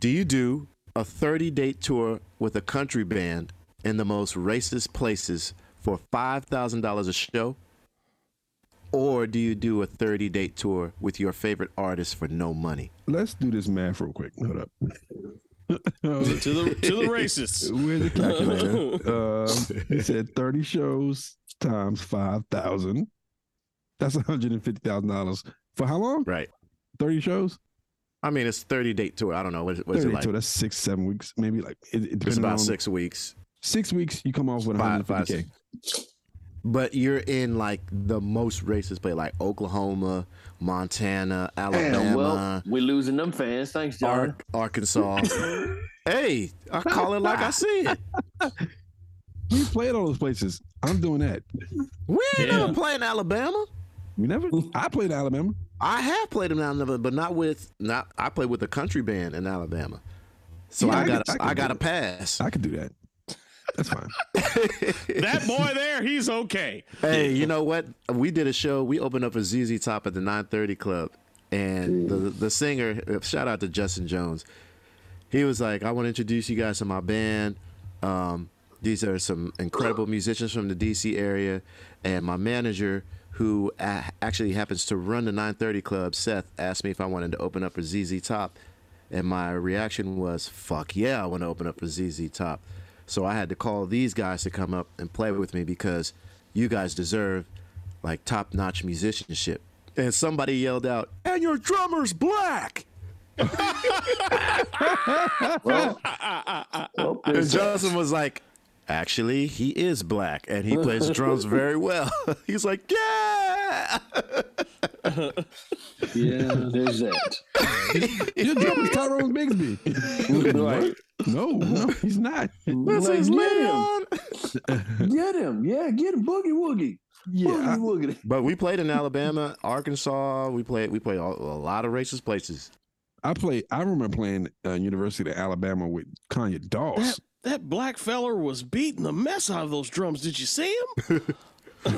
S4: do you do a 30 date tour with a country band in the most racist places for $5,000 a show? Or do you do a 30 date tour with your favorite artist for no money?
S3: Let's do this math real quick. Hold up.
S6: To the to the racists.
S3: Where's the calculator? um, he said 30 shows times 5,000. That's $150,000. For how long?
S4: Right.
S3: 30 shows?
S4: I mean, it's 30 date tour. I don't know. What, what is
S3: 30
S4: it like?
S3: so that's six, seven weeks. Maybe like it, it
S4: It's
S3: depending
S4: about
S3: on-
S4: six weeks.
S3: Six weeks, you come off with
S4: Five,
S3: 150K.
S4: five, But you're in like the most racist place, like Oklahoma, Montana,
S5: Damn,
S4: Alabama,
S5: well, we're losing them fans. Thanks, John.
S4: Ar- Arkansas. hey, I call it like I see it.
S3: We played all those places. I'm doing that.
S4: We ain't
S6: Yeah.
S4: never playing Alabama.
S3: We never, I played Alabama.
S4: I have played in Alabama, but not with not. I played with a country band in Alabama, so
S3: Yeah,
S4: I
S3: I
S4: got
S3: could- I
S4: I,
S3: could
S4: got a
S3: do
S4: pass.
S3: I could do that. That's fine.
S6: That boy there, he's okay.
S4: Hey, you know what? We did a show. We opened up for ZZ Top at the 930 Club, and the the singer, uh, shout out to Justin Jones, he was like, "I want to introduce you guys to my band. Um, these are some incredible musicians from the DC area, and my manager." Who a- actually happens to run the 930 Club? Seth asked me if I wanted to open up for ZZ Top, and my reaction was, fuck yeah, I want to open up for ZZ Top. So I had to call these guys to come up and play with me because you guys deserve like top notch musicianship. And somebody yelled out, and your drummer's black.
S5: Well,
S4: And Johnson was like, actually, he is black and he plays drums very well. He's like, yeah.
S5: yeah, there's that.
S3: Your drummer's Tyrone Bigsby.
S5: Right.
S3: No, no, he's not.
S4: This
S5: Like,
S4: is
S5: get him,
S4: Leon.
S5: get him, yeah, get him, boogie woogie,
S3: Yeah, I-
S5: boogie woogie.
S4: But we played in Alabama, Arkansas. We played, we played all, a lot of racist places.
S3: I play. I remember playing uh, University of Alabama with Kanye Dawes.
S6: That, that black feller was beating the mess out of those drums. Did you see him?
S3: He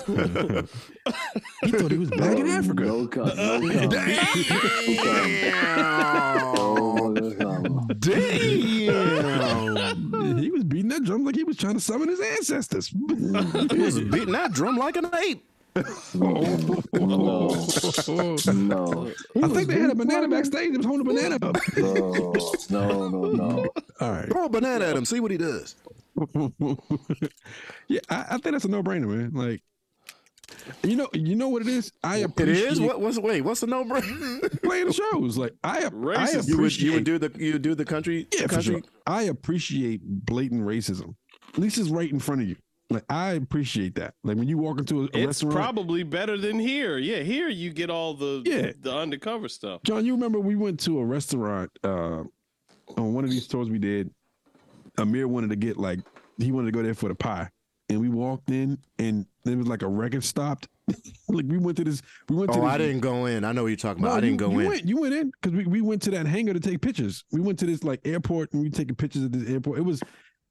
S3: thought he was back in
S5: Oh,
S3: Africa.
S5: No com- no com- Oh, no com-
S4: Damn.
S3: He was beating that drum like he was trying to summon his ancestors.
S4: he was beating that drum like an ape.
S5: No, no,
S3: I think they had a banana backstage. They was holding a banana up.
S5: no, no, no, no.
S3: All right.
S4: Throw a banana at him, see what he does.
S3: yeah, I, I think that's a no-brainer, man. Like, you know, you know what it is. I
S4: It
S3: appreciate
S4: is. What? What's? Wait. What's the no brainer?
S3: playing the shows. Like, I, I appreciate.
S6: Racist.
S4: you would. You would do the. You would do the country.
S3: Yeah, for
S4: country.
S3: sure. I appreciate blatant racism. At least it's right in front of you. Like I appreciate that. Like when you walk into a, a
S6: It's
S3: restaurant.
S6: probably better than here. Yeah, here you get all the
S3: Yeah.
S6: the undercover stuff.
S3: John, you remember we went to a restaurant uh, on one of these tours we did. Amir wanted to get like he wanted to go there for the pie, and we walked in, and it was like a record stopped. like we went to this, we went to.
S4: Oh,
S3: this,
S4: I didn't go in. I know what you're talking about.
S3: No,
S4: I didn't
S3: you,
S4: go
S3: you
S4: in.
S3: Went, you went in because we, we went to that hangar to take pictures. We went to this like airport and we taking pictures at this airport. It was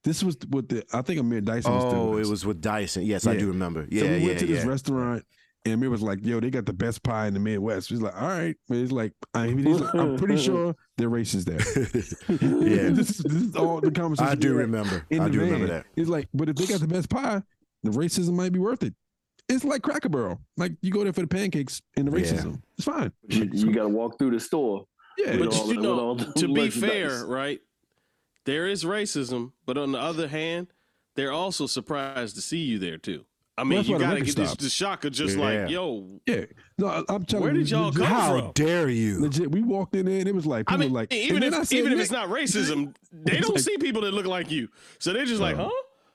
S3: this was what the I think Amir Dyson was doing.
S4: Oh, it was with Dyson. Yes, I
S3: Yeah.
S4: do remember. Yeah,
S3: so we
S4: yeah,
S3: went to this
S4: yeah.
S3: restaurant and Amir was like, yo, they got the best pie in the Midwest. He's like, all right. But He's like, I mean, he's like, I'm pretty sure they're racist there.
S4: yeah,
S3: this, is, this is all the conversation.
S4: I do
S3: we had
S4: remember.
S3: in
S4: I
S3: the
S4: do remember
S3: van.
S4: that.
S3: He's like, but if they got the best pie, the racism might be worth it. It's like Cracker Barrel. Like you go there for the pancakes and the
S4: Yeah.
S3: racism. It's fine.
S5: You, you got to walk through the store.
S3: Yeah.
S5: With
S6: But
S5: all
S6: you
S5: the-
S6: know,
S5: with all the
S6: to be
S5: merchandise.
S6: fair, right? There is racism, but on the other hand, they're also surprised to see you there too. I mean,
S3: that's
S6: you
S3: why the
S6: gotta
S3: record
S6: get this,
S3: stopped.
S6: this shocker just
S4: Yeah.
S6: like, yo,
S3: Yeah. No, I- I'm telling
S6: Where
S3: you.
S6: did y'all
S3: legit-
S6: come
S3: how-
S6: from?
S8: How dare you?
S3: Legit, we walked in there and it was like,
S6: I
S3: people
S6: mean,
S3: like,
S6: even
S3: and then I
S6: if
S3: said,
S6: even if
S3: "Nick,
S6: it's not racism, they don't see people that look like you, so they're just like,
S3: Uh,
S6: huh?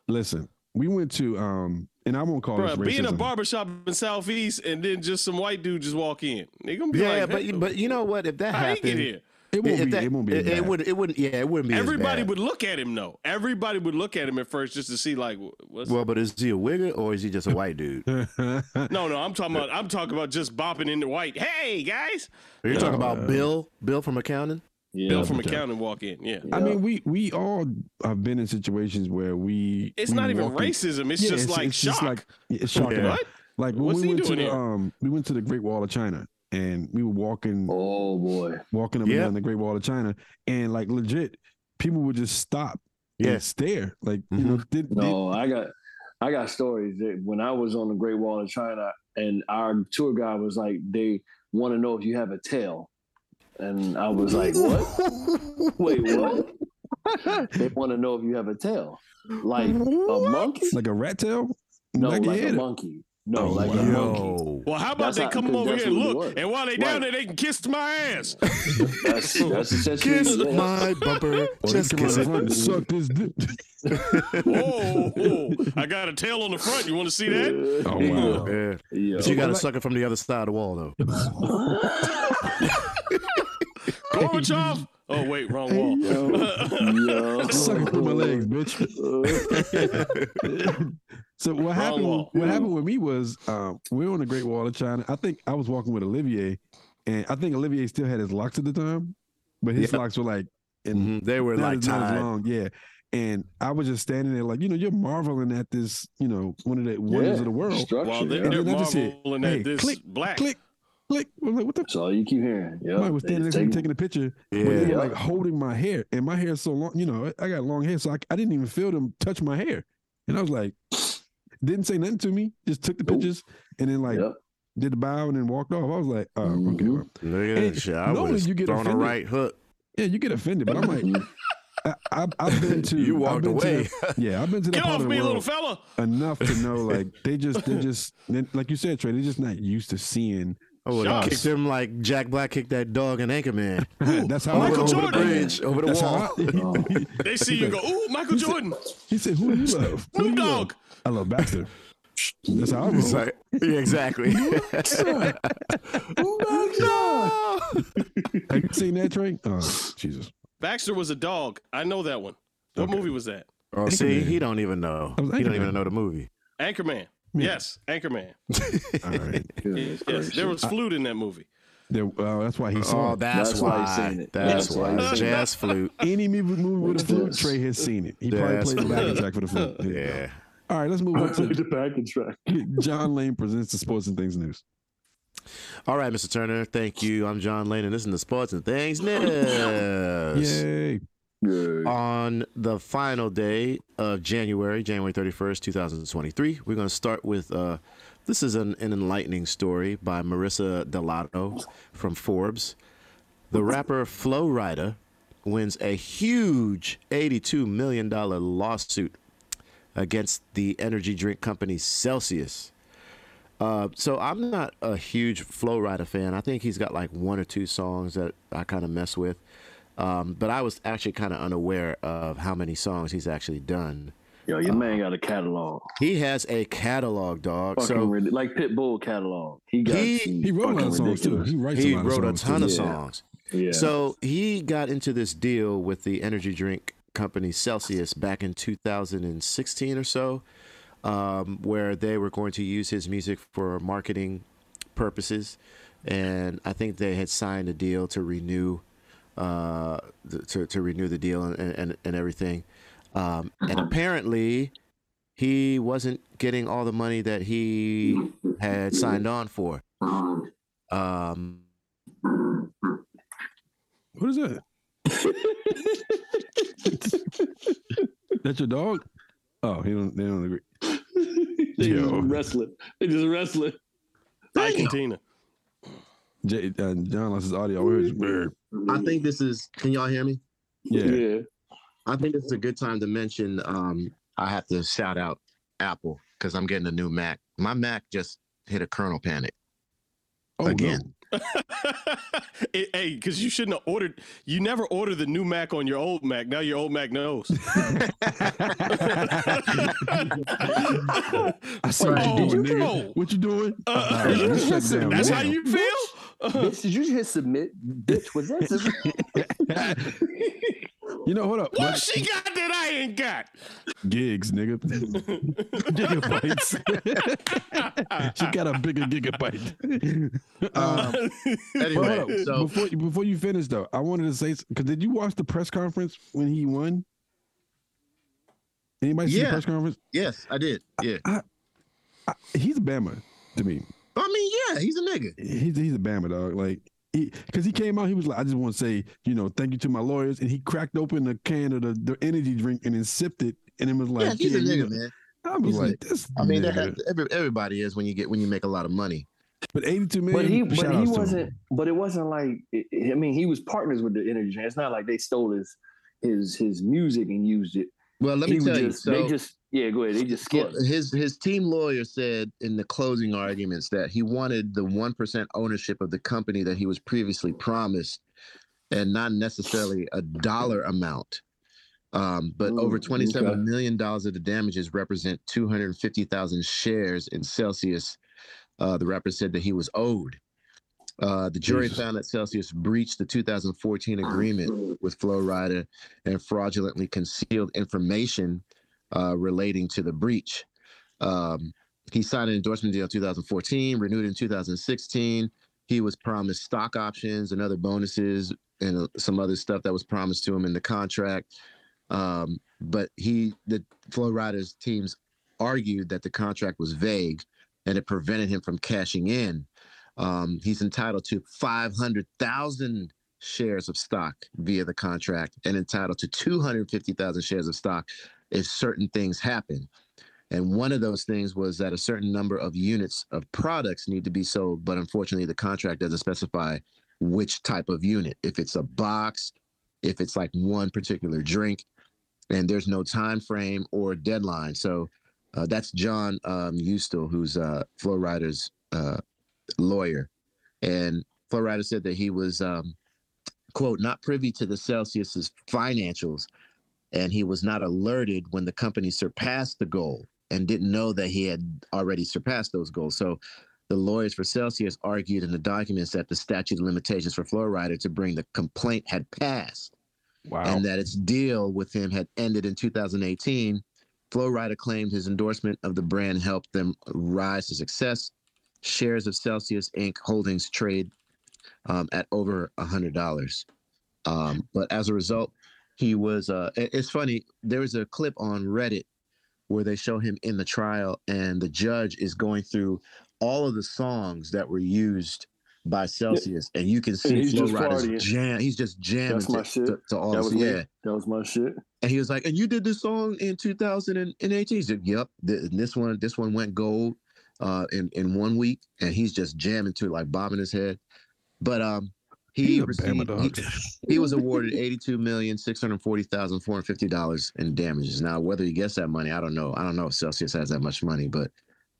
S3: Listen, we went to um, and I won't call
S6: Bro,
S3: this racism.
S6: being a barbershop in Southeast and then just some white dude just walk in, they gonna be
S4: yeah,
S6: like,
S4: but
S6: hey,
S4: but you know what? If that
S6: how he
S4: happened,
S6: get here?
S3: it won't
S4: if
S3: be.
S4: that-
S3: it won't be.
S4: It, it would. It wouldn't. Yeah, it wouldn't be. as
S6: Everybody
S4: bad.
S6: would look at him though. Everybody would look at him at first just to see like, wh- what's
S4: Well, but is he a wigger or is he just a white dude? You're
S3: would.
S6: no, no, I'm talking about I'm talking about just bopping into white. Hey guys,
S4: talking
S3: Uh,
S4: about Bill, Bill from accounting.
S7: Yeah.
S6: Bill from accounting walk in. Yeah,
S3: I mean, we we all have been in situations where we.
S6: it's
S3: we
S6: not even
S3: walk in-
S6: racism. It's
S3: Yeah,
S6: just like
S3: it's
S6: shock.
S3: Just like, yeah, it's shocking.
S4: Yeah.
S6: What?
S3: Like when
S6: What's
S3: we
S6: he
S3: went to
S6: doing
S3: the,
S6: here?
S3: um, we went to the Great Wall of China, and we were walking
S5: Oh boy.
S3: walking up
S4: Yeah.
S3: and down the Great Wall of China, and like legit, people would just stop
S4: Yeah. Mm-hmm.
S3: and stare. Like you know, did,
S5: No, I got I got stories that when I was on the Great Wall of China and our tour guide was like, they want to know if you have a tail. And I was like, what? Wait, what? they want to know if you have a tail. Like
S3: oh,
S5: a monkey?
S3: like a rat tail.
S5: No,
S3: Like
S5: like,
S3: your
S5: a
S3: head.
S5: monkey. No,
S3: Oh,
S5: like a monkey.
S4: Yo,
S6: Well, how about
S5: That's
S6: they
S5: not-
S6: come
S5: because
S6: over
S5: that's
S6: here and
S5: what we
S6: look,
S5: want.
S6: and while they
S5: Right.
S6: down there, they can kiss my ass.
S5: That's, that's essentially
S8: Kiss
S5: yeah,
S8: my bumper.
S3: Or they
S8: Just
S3: come out
S8: kiss
S3: the
S8: it.
S3: front and suck this dick.
S6: whoa, whoa, I got a tail on the front. You want to see that?
S3: Oh wow!
S4: Yeah.
S5: yeah.
S4: But you got to suck it from the other side of the wall, though.
S6: Gorbachev. Oh wait, wrong wall.
S5: Yo.
S3: Suck it through my legs, bitch. so what happened?
S6: wall.
S3: What happened with me was um, we were on the Great Wall of China. I think I was walking with Olivier, and I think Olivier still had his locks at the time, but his
S4: Yeah.
S3: locks were like in
S4: Mhm. They were
S3: not
S4: like
S3: as- not as
S4: tied.
S3: long, yeah. And I was just standing there, like you know, you're marveling at this, you know, one of the wonders of the world.
S6: While
S5: Structure,
S6: they,
S5: yeah.
S6: they're
S3: And then I just hear,
S6: marveling
S3: hey,
S6: at this
S3: click,
S6: black.
S3: Click, click. I'm like, what the?
S5: That's all you keep hearing. Yeah.
S3: I was standing there
S5: Take-
S3: taking a picture,
S4: Yeah.
S3: but they
S5: Yeah.
S3: were like holding my hair, and my hair is so long. You know, I got long hair, so I, I didn't even feel them touch my hair, and I was like, didn't say nothing to me, just took the
S5: Nope.
S3: pictures, and then like
S5: Yep.
S3: did the bow and then walked off. I was like, oh, okay,
S5: Mhm.
S3: well,
S4: Look at
S3: And
S4: that shit. I
S3: normally
S4: was
S3: you get
S4: throwing a
S3: offended.
S4: right hook.
S3: yeah, you get offended, but I'm like, I, I, I've been to
S4: You
S3: I've
S4: walked
S3: been to
S4: away.
S3: that- yeah, I've been to that
S6: Get
S3: part
S6: off
S3: of the
S6: me, little
S3: world
S6: fella.
S3: enough to know like they just they just they- like you said, Trey, they're just not used to seeing.
S4: I would
S6: Shucks.
S4: have Oh, kicked him like Jack Black kicked that dog in Anchorman.
S3: That's how
S6: Michael
S3: I,
S4: over the
S6: Jordan.
S4: bridge, over the
S3: That's
S4: wall.
S3: how I,
S6: They see you go. Ooh, Michael Jordan,
S3: He said, "Who do you love? Who
S6: Snoop
S3: do you love?"
S6: Dogg.
S3: I love Baxter. That's how I roll.
S4: It's like- yeah, exactly.
S3: Have you seen that, Trey? Oh, Jesus.
S6: Baxter was a dog. I know that one. What
S3: Okay.
S6: movie was that?
S4: Oh, see,
S3: Anchorman.
S4: he don't even know.
S3: I was
S4: He don't
S3: Anchorman.
S4: even know the movie.
S6: Anchorman.
S3: Yeah.
S6: Yes, Anchorman.
S3: All right.
S5: Goodness
S6: Yes,
S5: gracious.
S6: there was flute in that movie.
S3: There, uh, that's why he saw
S4: Oh,
S3: it.
S4: that's,
S5: That's why
S4: why.
S5: he's seen it.
S4: That's,
S5: That's why
S4: why.
S5: he's
S6: seen it.
S4: Jazz flute.
S3: Any movie, movie with a
S5: What's
S3: flute,
S5: this?
S3: Trey has seen it. He
S4: Yeah,
S3: probably played the
S4: that's-
S3: backing track for the flute. There you go.
S4: Yeah.
S3: All right, let's move on to
S5: the back and track.
S3: John Lane presents the sports and things news.
S4: All right, Mr. Turner. Thank you. I'm John Lane, and this is the Sports and Things News.
S3: Yay!
S5: Yeah.
S4: On the final day of January, January 31st, 2023, we're going to start with uh, this is an, an enlightening story by Marissa Delato from Forbes. The rapper Flo Rida wins a huge $82 million lawsuit against the energy drink company Celsius. Uh, so I'm not a huge Flow Rider fan. I think he's got like one or two songs that I kind of mess with. Um, but I was actually kind of unaware of how many songs he's actually done.
S5: Yo, your man got a catalog.
S4: He has a catalog, dog.
S5: Fucking
S4: so
S5: rid- like Pitbull catalog. He got
S4: He-
S5: some
S3: He wrote a lot
S5: fucking
S3: of songs too.
S5: ridiculous-
S3: He writes
S4: he
S3: a lot of
S4: wrote a
S3: songs.
S4: ton
S3: too.
S4: of
S5: Yeah.
S4: songs.
S5: Yeah.
S4: So he got into this deal with the energy drink company Celsius back in 2016 or so, um, where they were going to use his music for marketing purposes. And I think they had signed a deal to renew, uh, th- to, to renew the deal and, and, and everything. Um, and apparently, he wasn't getting all the money that he had signed on for. Um,
S3: What is that? That's your dog? Oh, he don't. They don't agree.
S5: they just
S3: Yo.
S5: wrestling. They just wrestling.
S6: Ike and Tina.
S3: J, uh, John lost his audio. Where is- where-
S4: I think this is. Can y'all hear me?
S3: Yeah.
S4: I think this is a good time to mention. Um, I have to shout out Apple because I'm getting a new Mac. My Mac just hit a kernel panic.
S3: Oh,
S4: Again.
S3: No.
S6: It- hey, because you shouldn't have ordered. You never ordered the new Mac on your old Mac. Now your old Mac knows.
S3: I see what
S6: Oh,
S3: you doing,
S6: no.
S3: nigga. What you doing?
S6: Uh,
S3: All right, you shut
S5: listen,
S3: down
S6: That's
S3: now.
S6: how you feel.
S5: Bitch, did you just submit? Bitch, was that?
S3: you know, hold up.
S6: what
S3: What?
S6: she got that I ain't got?
S3: Gigs, nigga. Gigabytes. she got a bigger gigabyte.
S4: Um,
S3: But
S4: anyway,
S3: hold up,
S4: so
S3: before you- before you finish though, I wanted to say because did you watch the press conference when he won? Anybody see the
S4: Yeah.
S3: press conference?
S4: yes, I did. Yeah,
S3: I, he's a Bama to me.
S4: I mean, yeah, he's a nigga.
S3: He's he's a Bama dog. Like he because he came out, he was like, I just want to say, you know, thank you to my lawyers, and he cracked open a can of the, the energy drink and then sipped it, and it was like,
S4: yeah, he's a
S3: you know-
S4: nigga, man.
S3: I was
S4: He's a
S3: like, this.
S4: I mean, that
S3: nigga.
S4: has, every, everybody is when you get when you make a lot of money.
S3: but eighty-two million.
S5: But he, but he
S3: shout-outs to him.
S5: wasn't. But it wasn't like. I mean, he was partners with the energy. drink. It's not like they stole his his his music and used it.
S4: Well, let me
S5: He
S4: tell you,
S5: just,
S4: so
S5: they just yeah, go ahead. They just skipped.
S4: his his team lawyer said in the closing arguments that he wanted the one percent ownership of the company that he was previously promised, and not necessarily a dollar amount. Um, but over
S5: Ooh,
S4: twenty-seven million
S5: okay.
S4: dollars of the damages represent two hundred fifty thousand shares in Celsius. Uh, the rapper said that he was owed. Uh, the jury
S3: Jesus.
S4: found that Celsius breached the 2014 agreement with Flow Rider and fraudulently concealed information uh, relating to the breach. Um, he signed an endorsement deal in 2014, renewed in 2016. He was promised stock options and other bonuses and uh, some other stuff that was promised to him in the contract. Um, but he, the Flow Riders teams argued that the contract was vague and it prevented him from cashing in. Um, he's entitled to 500,000 shares of stock via the contract and entitled to 250,000 shares of stock if certain things happen. And one of those things was that a certain number of units of products need to be sold, but unfortunately, the contract doesn't specify which type of unit. If it's a box, if it's like one particular drink, and there's no time frame or deadline. So uh, that's John um, Eustel, who's uh, Flow Rider's uh, lawyer, and Flow Rider said that he was um, quote not privy to the Celsius's financials and he was not alerted when the company surpassed the goal and didn't know that he had already surpassed those goals. So the lawyers for Celsius argued in the documents that the statute of limitations for Flowrider to bring the complaint had passed
S3: Wow.
S4: and that its deal with him had ended in 2018. Flowrider claimed his endorsement of the brand helped them rise to success. Shares of Celsius Inc. holdings trade um, at over $100. Um, but as a result, he was, uh, it- it's funny, there was a clip on Reddit where they show him in the trial and the judge is going through all of the songs that were used by Celsius. And you can see
S5: he's
S4: Flow
S5: just partying.
S4: Rider's jam. He's just jamming
S5: That's my
S4: to,
S5: shit.
S4: to- to all
S5: That
S4: this.
S5: was me.
S4: Yeah.
S5: That was my shit.
S4: And he was like, "And you did this song in 2018." He said, "Yep, th- and this one, this one went gold uh, in in one week." And he's just jamming to it, like bobbing his head. But um,
S3: He's
S4: he
S3: a Bama
S4: received, he,
S3: dog.
S4: he was awarded eighty-two million six hundred forty thousand four hundred fifty dollars in damages. Now, whether he gets that money, I don't know. I don't know if Celsius has that much money, but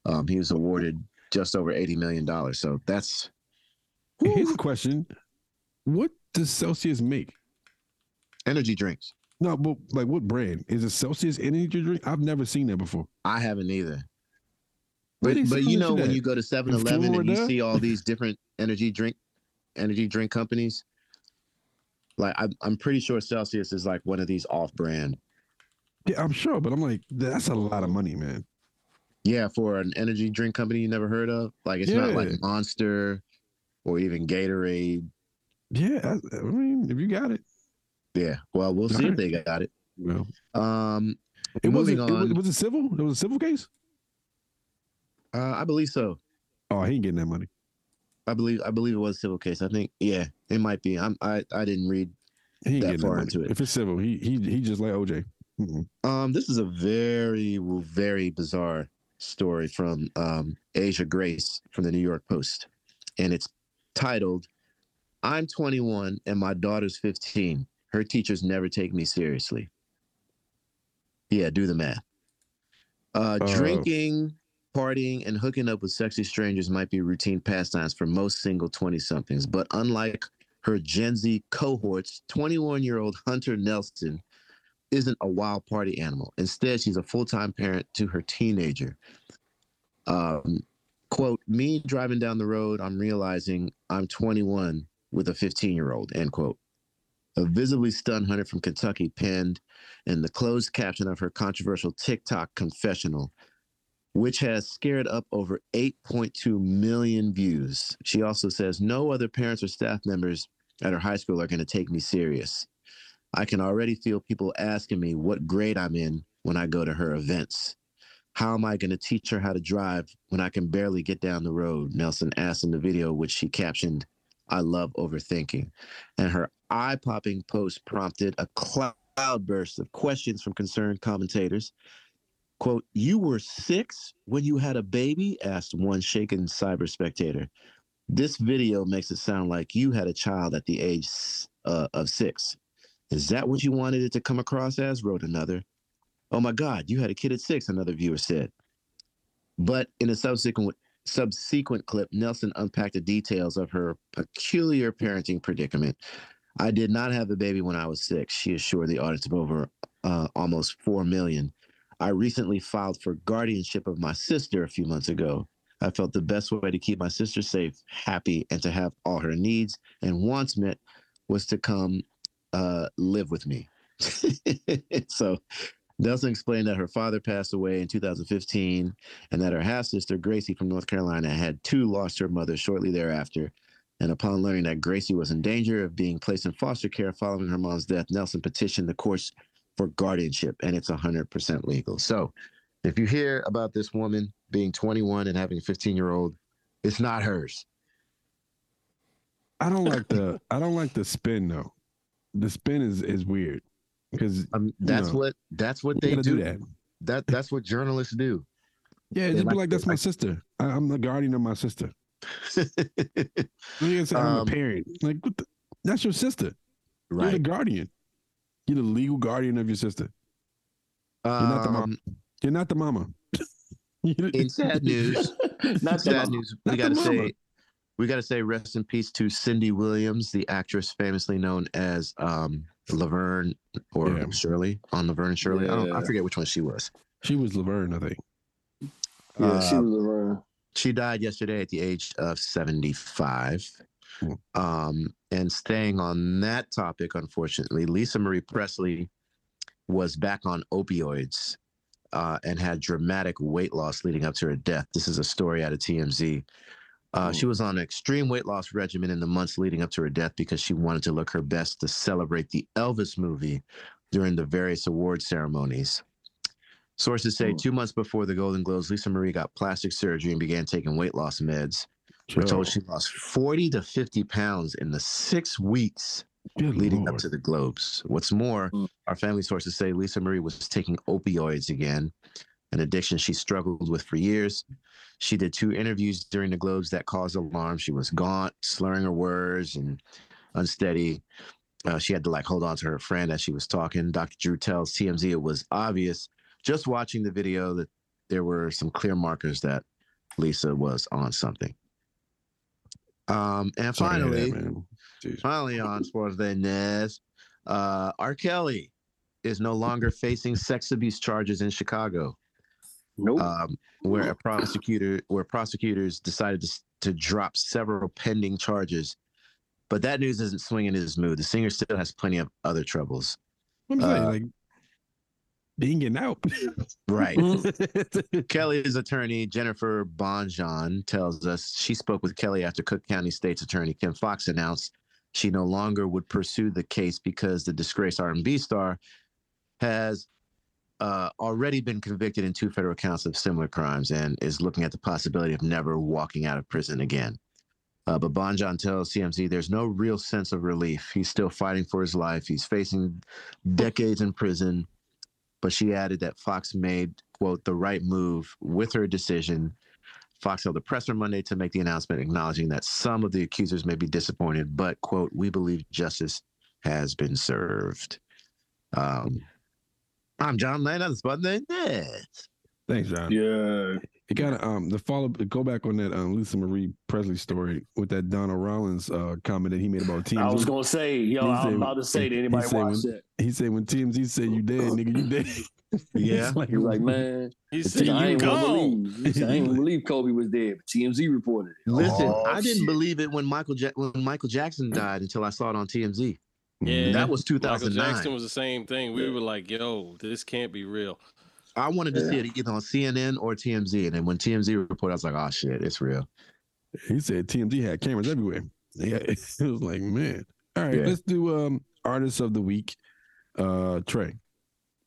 S4: um, he was awarded just over eighty million dollars. So that's
S3: Here's a question: What does Celsius make?
S4: energy drinks.
S3: No, but like what brand is it? Celsius energy drink? I've never seen that before.
S4: I haven't either.
S3: Where
S4: But
S3: they
S4: but
S3: selling
S4: you know
S3: shit
S4: when
S3: at?
S4: you go to 7-Eleven and
S3: Florida?
S4: you see all these different energy drink energy drink companies, like I'm I'm pretty sure Celsius is like one of these off brand.
S3: Yeah, I'm sure, but I'm like, that's a lot of money, man.
S4: Yeah, for an energy drink company you never heard of, like it's not like
S3: Yeah.
S4: Monster or even Gatorade.
S3: Yeah, I, I mean, if you got it,
S4: Yeah, well we'll see if
S3: Alright.
S4: they got it.
S3: well,
S4: Um,
S3: it
S4: Moving
S3: wasn't. It was,
S4: on.
S3: was it civil? It was a civil case.
S4: uh, I believe so.
S3: Oh, he ain't getting that money.
S4: I believe I believe it was a civil case. I think yeah, it might be. I'm I I didn't read
S3: He ain't
S4: That
S3: getting that
S4: far
S3: money.
S4: into it.
S3: If it's civil, he he he just like OJ. Mm-mm.
S4: Um, this is a very, very bizarre story from um, Asia Grace from the New York Post. And it's titled, I'm 21 and my daughter's 15. Her teachers never take me seriously. Yeah, do the math. Uh,
S3: Uh,
S4: drinking, partying, and hooking up with sexy strangers might be routine pastimes for most single 20 somethings, but unlike her Gen Z cohorts, 21 year old Hunter Nelson isn't a wild party animal. Instead, she's a full time parent to her teenager. Um, quote, me driving down the road, I'm realizing I'm 21 with a 15 year old, end quote. A visibly stunned Hunter from Kentucky penned in the closed caption of her controversial TikTok confessional, which has scared up over 8.2 million views. She also says, No other parents or staff members at her high school are going to take me serious. I can already feel people asking me what grade I'm in when I go to her events. How am I going to teach her how to drive when I can barely get down the road? Nelson asked in the video, which she captioned, I love overthinking and her eye popping post prompted a cloud burst of questions from concerned commentators. Quote, You were six when you had a baby? asked one shaken cyber spectator. This video makes it sound like you had a child at the age s- uh, of six. Is that what you wanted it to come across as? wrote another. Oh my God, you had a kid at six, another viewer said. But in a subsequent subsequent clip, Nelson unpacked the details of her peculiar parenting predicament. I did not have a baby when I was six, she assured the audience of over uh, almost 4 million. I recently filed for guardianship of my sister a few months ago. I felt the best way to keep my sister safe, happy, and to have all her needs and wants met was to come uh, live with me. so Nelson explained that her father passed away in 2015 and that her half sister, Gracie from North Carolina, had too lost her mother shortly thereafter. And upon learning that Gracie was in danger of being placed in foster care following her mom's death, Nelson petitioned the courts for guardianship, and it's 100% legal. So if you hear about this woman being 21 and having a 15 year old, it's not hers.
S3: I don't like the I don't like the spin though. The spin is is weird because
S4: Um, that's
S3: No.
S4: what that's what
S3: they
S4: they
S3: gotta
S4: do.
S3: do that.
S4: that that's what journalists do.
S3: Yeah,
S4: They
S3: just
S4: like-
S3: be like
S4: they
S3: that's my
S4: like-
S3: sister. I, I'm the guardian of my sister. What you gonna say? I'm
S4: Um,
S3: a parent. Like what the, that's your sister. You're the
S4: right.
S3: guardian. You're the legal guardian of your sister. not the mom.
S4: Um,
S3: You're not the mama.
S4: in sad news,
S5: Not
S4: sad
S5: that
S4: news. We
S3: Not the
S4: got to
S3: mama.
S4: say, we got to say, rest in peace to Cindy Williams, the actress famously known as um, Laverne or
S3: Yeah.
S4: Shirley on Laverne and Shirley. I, don't, I
S5: Yeah.
S4: forget which one she was.
S3: she was Laverne, I think.
S5: yeah, she
S4: Uh,
S5: was around.
S4: she died yesterday at the age of 75.
S3: Hmm.
S4: Um, and staying on that topic, unfortunately, Lisa Marie Presley was back on opioids uh, and had dramatic weight loss leading up to her death. This is a story out of TMZ. Uh, she was on an extreme weight loss regimen in the months leading up to her death because she wanted to look her best to celebrate the Elvis movie during the various award ceremonies. Sources say
S5: Hmm.
S4: two months before the Golden Globes, Lisa Marie got plastic surgery and began taking weight loss meds. We're told she lost 40 to 50 pounds in the six weeks
S3: Good
S4: leading up
S3: Lord.
S4: to the Globes. What's more,
S5: Hmm.
S4: our family sources say Lisa Marie was taking opioids again, an addiction she struggled with for years. She did two interviews during the Globes that caused alarm. She was gaunt, slurring her words, and unsteady. Uh, she had to like hold on to her friend as she was talking. Dr. Drew tells TMZ it was obvious just watching the video that there were some clear markers that Lisa was on something. Um, and
S3: Sorry to hear
S4: finally,
S3: that, man. Jeez.
S4: finally on sports day Nez, uh, R. Kelly is no longer facing sex abuse charges in Chicago,
S5: Nope.
S4: um, where a prosecutor where prosecutors decided to, s- to drop several pending charges. But that news isn't swinging his mood. The singer still has plenty of other troubles.
S3: What I'm saying,
S4: uh,
S3: like being out. Mm-hmm.
S4: Right. Mm. Kelly's attorney, Jennifer Bonjon, tells us she spoke with Kelly after Cook County State's attorney Kim Fox announced she no longer would pursue the case because the disgraced R&B star has uh, already been convicted in two federal counts of similar crimes and is looking at the possibility of never walking out of prison again. Uh, but Bonjon tells CMC there's no real sense of relief. He's still fighting for his life. He's facing decades in prison. But she added that Fox made, quote, the right move with her decision. Fox held a presser Monday to make the announcement, acknowledging that some of the accusers may be disappointed, but, quote, we believe justice has been served. Um, I'm John Lennon. That's about it.
S3: Thanks, John.
S5: Yeah.
S3: It got to um the follow go back on that um Lisa Marie Presley story with that Donald Rollins uh comment that he made about
S5: I was
S3: TMZ.
S5: gonna say, yo,
S3: He
S5: I
S3: said-
S5: was about to say to
S3: he
S5: anybody
S3: said
S5: watch
S3: when-
S5: that.
S3: He said when TMZ said you dead, nigga, you dead.
S8: Yeah.
S3: It's like,
S5: He was like, man,
S6: He
S5: he said,
S6: said,
S5: I
S6: "You
S5: ain't gonna
S6: gone."
S5: believe. He said, I ain't gonna believe Kobe was dead, but TMZ reported it.
S4: Listen,
S5: Oh,
S4: I didn't
S5: shit.
S4: believe it when Michael ja- when Michael Jackson died until I saw it on TMZ.
S6: Mm. Yeah,
S4: That was
S6: Michael
S4: 2009.
S6: Jackson was the same thing. We were like, "Yo, this can't be real."
S4: I wanted to see
S5: Yeah.
S4: it either on CNN or TMZ, and then when TMZ reported, I was like, "Oh shit, it's real."
S3: He said TMZ had cameras everywhere. Yeah, it was like, man. All right,
S4: Yeah.
S3: let's do um artists of the week. Uh Trey.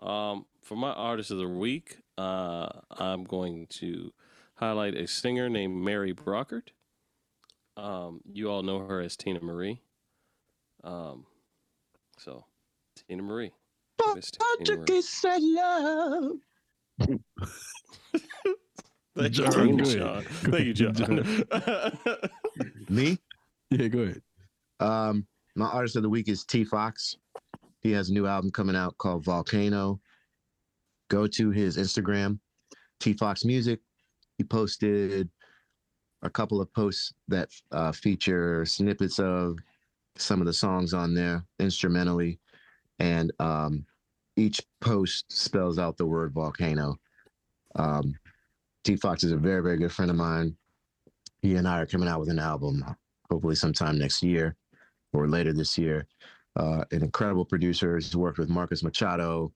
S6: Um, for my artist of the week, uh, I'm going to highlight a singer named Mary Brockert. Um, you all know her as Tina Marie. Um, so Tina Marie.
S3: Oh,
S6: Miss Tina Marie. Thank you,
S3: John,
S6: Thank you,
S3: go
S6: John.
S3: ahead.
S6: Thank you, John.
S4: Me,
S3: Yeah, go ahead.
S4: um, my artist of the week is T Fox. He has a new album coming out called Volcano. Go to his Instagram, T Fox Music. He posted a couple of posts that uh, feature snippets of some of the songs on there instrumentally, and um, each post spells out the word volcano. Um, T Fox is a very, very good friend of mine. He and I are coming out with an album, hopefully sometime next year or later this year. Uh, an incredible producer. He's worked with Marcus Machado,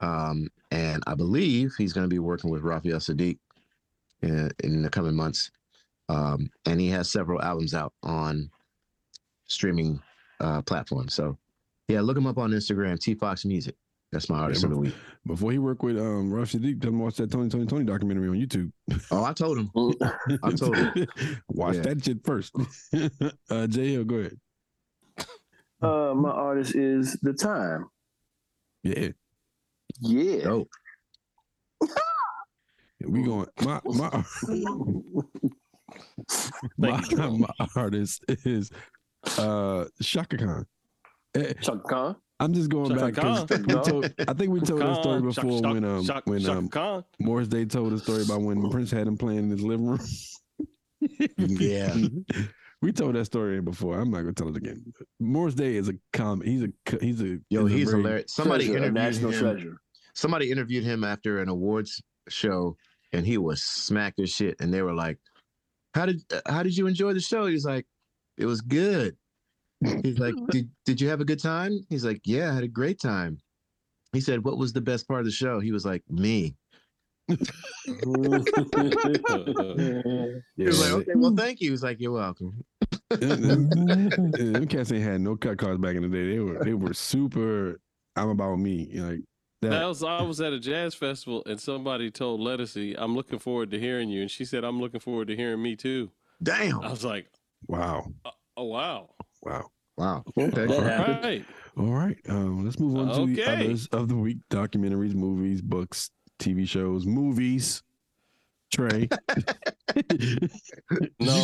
S4: um, and I believe he's going to be working with Rafael Sadiq in, in the coming months. Um, and he has several albums out on streaming uh, platforms. So, yeah, look him up on Instagram, T Fox Music. That's my artist of the week.
S3: Before he worked with um Ralph Shadiq, done watch that Tony Tony Tony documentary on YouTube.
S4: Oh, I told him. I told him.
S3: watch
S4: Yeah.
S3: that shit first. uh J Hill, go ahead.
S5: Uh, my artist is The Time.
S3: Yeah.
S5: Yeah.
S4: Dope.
S3: We going my my my,
S6: Thank you, Joel.
S3: my artist is uh Shaka Khan. Eh,
S5: Chuck Khan.
S3: I'm just going
S6: Shaka
S3: back 'cause
S6: Khan.
S3: we told, I think we told that story
S6: Khan, Shaka-
S3: before
S6: Shaka-
S3: when um
S6: Shaka-
S3: when
S6: Shaka
S3: um
S6: Khan.
S3: Morris Day told a story about when Prince had him playing in his living room.
S4: Yeah.
S3: we told that story before. I'm not gonna tell it again. Morris Day is a comic. He's a co- he's a
S4: Yo,
S3: is a
S4: he's
S3: very-
S4: hilarious. Somebody
S5: Treasure, a
S4: interviewed
S5: national
S4: him.
S5: treasure.
S4: somebody interviewed him after an awards show and he was smacked as shit and they were like how did uh, how did you enjoy the show he's like it was good he's like did, did you have a good time he's like yeah i had a great time he said what was the best part of the show he was like me
S3: Yeah,
S6: Uh,
S4: he was like okay well thank you he's like you're welcome
S3: them them cats ain't had no cut cards back in the day. They were they were super. I'm about me. you know, Like
S6: That
S3: that.
S6: was I was at a jazz festival and somebody told Lettucey, "I'm looking forward to hearing you," and she said, "I'm looking forward to hearing me too." I
S4: damn
S6: was like,
S3: Wow.
S6: "Oh wow,
S3: Wow.
S4: wow
S3: All
S5: That
S3: right.
S5: happened.
S6: right."
S3: All right. Um, let's move on to the
S6: Okay.
S3: others of the week: documentaries, movies, books, TV shows, movies. Trey,
S6: No,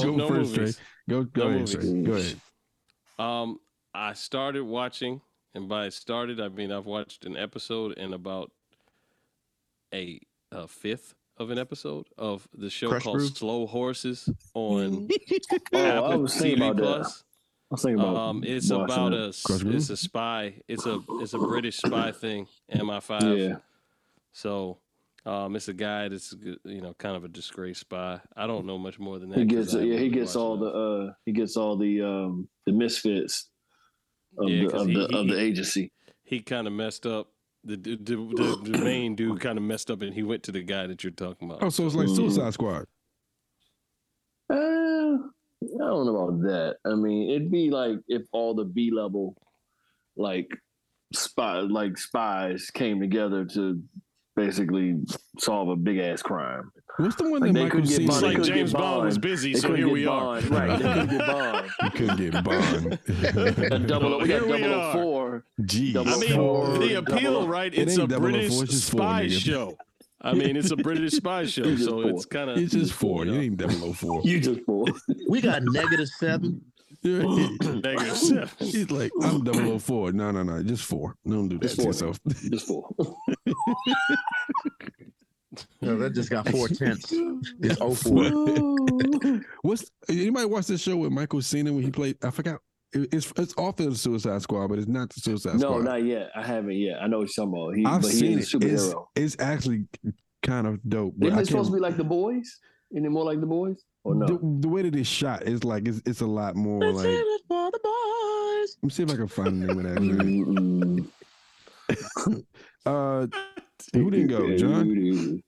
S3: go
S6: no
S3: first, Trey.
S6: movies.
S3: go go
S6: No
S3: ahead. Trey.
S6: movies.
S3: Go ahead.
S6: Um, I started watching, and by started I mean I've watched an episode and about a, a fifth of an episode of the show
S4: Crush
S6: called
S4: Brew?
S6: Slow Horses on
S5: Oh, I
S6: Apple
S5: was thinking
S6: TV
S5: about that.
S6: Plus.
S5: I was thinking about
S6: Um, it's
S5: watching
S6: about
S5: that.
S6: a
S3: Crush Brew?
S6: it's a spy. It's a it's a British spy thing. MI5.
S5: Yeah.
S6: So, um, it's a guy that's you know kind of a disgraced spy. I don't know much more than that.
S5: He
S6: 'cause
S5: gets
S6: I
S5: yeah, he
S6: haven't
S5: gets
S6: watched
S5: all the
S6: enough.
S5: uh he gets all the um the misfits of
S6: Yeah,
S5: the
S6: 'cause
S5: of
S6: he-
S5: the of
S6: he-
S5: the agency.
S6: he kind of messed up. The the, the, the main dude kind of messed up, and he went to the guy that you're talking about.
S3: Oh, so it's like
S5: Mhm.
S3: Suicide Squad.
S5: Uh, I don't know about that. I mean, it'd be like if all the B level like spy like spies came together to basically solve a big ass crime.
S3: What's the one that
S5: Like, they
S3: Michael
S5: could get
S3: Cera?
S6: it's
S5: Bond-
S6: like
S5: couldn't
S6: James
S5: get
S6: Bond was
S5: Bond.
S6: busy,
S5: They
S6: so
S5: couldn't
S6: here
S5: get
S6: we are.
S5: Bond. Right. They couldn't get Bond.
S3: You couldn't get Bond.
S5: A double, oh we
S6: Here
S5: got
S6: we are.
S5: 004.
S3: Jeez.
S5: double
S6: I mean,
S5: Four,
S6: the
S5: double
S6: appeal,
S5: O-
S6: right?
S3: It ain't
S6: It's a
S3: double O
S6: British
S3: four, it's just four,
S6: spy
S3: nigga.
S6: show. I mean, it's a British spy show,
S5: It's
S6: so
S5: just
S6: it's kind of
S3: it's just four. It ain't 004.
S5: You just fool.
S4: we got negative seven
S6: negative seven.
S3: He's like, I'm 004. No, no, no. Just four. Don't do that
S5: Just
S3: to
S5: four.
S3: yourself.
S5: Just fool.
S4: No, that just got four tenths. It's
S5: Oh,
S4: 04.
S3: What's anybody watch this show with Michael Cena when he played? I forgot. It- It's it's off of the Suicide Squad, but it's not the Suicide
S5: No,
S3: Squad.
S5: not yet. I haven't yet. I know what you're talking about. He,
S3: I've
S5: but
S3: seen
S5: he
S3: it.
S5: is a
S3: It's,
S5: superhero.
S3: it's actually kind of dope. but
S5: Isn't
S3: I
S5: it supposed to
S3: can't-
S5: be like the boys? Isn't it more like the boys? Or no?
S3: the, the way that it's shot is like it's, it's a lot more like. Let me see if I can find the name of that. movie.
S5: Mm-mm.
S3: Uh, who didn't go, John?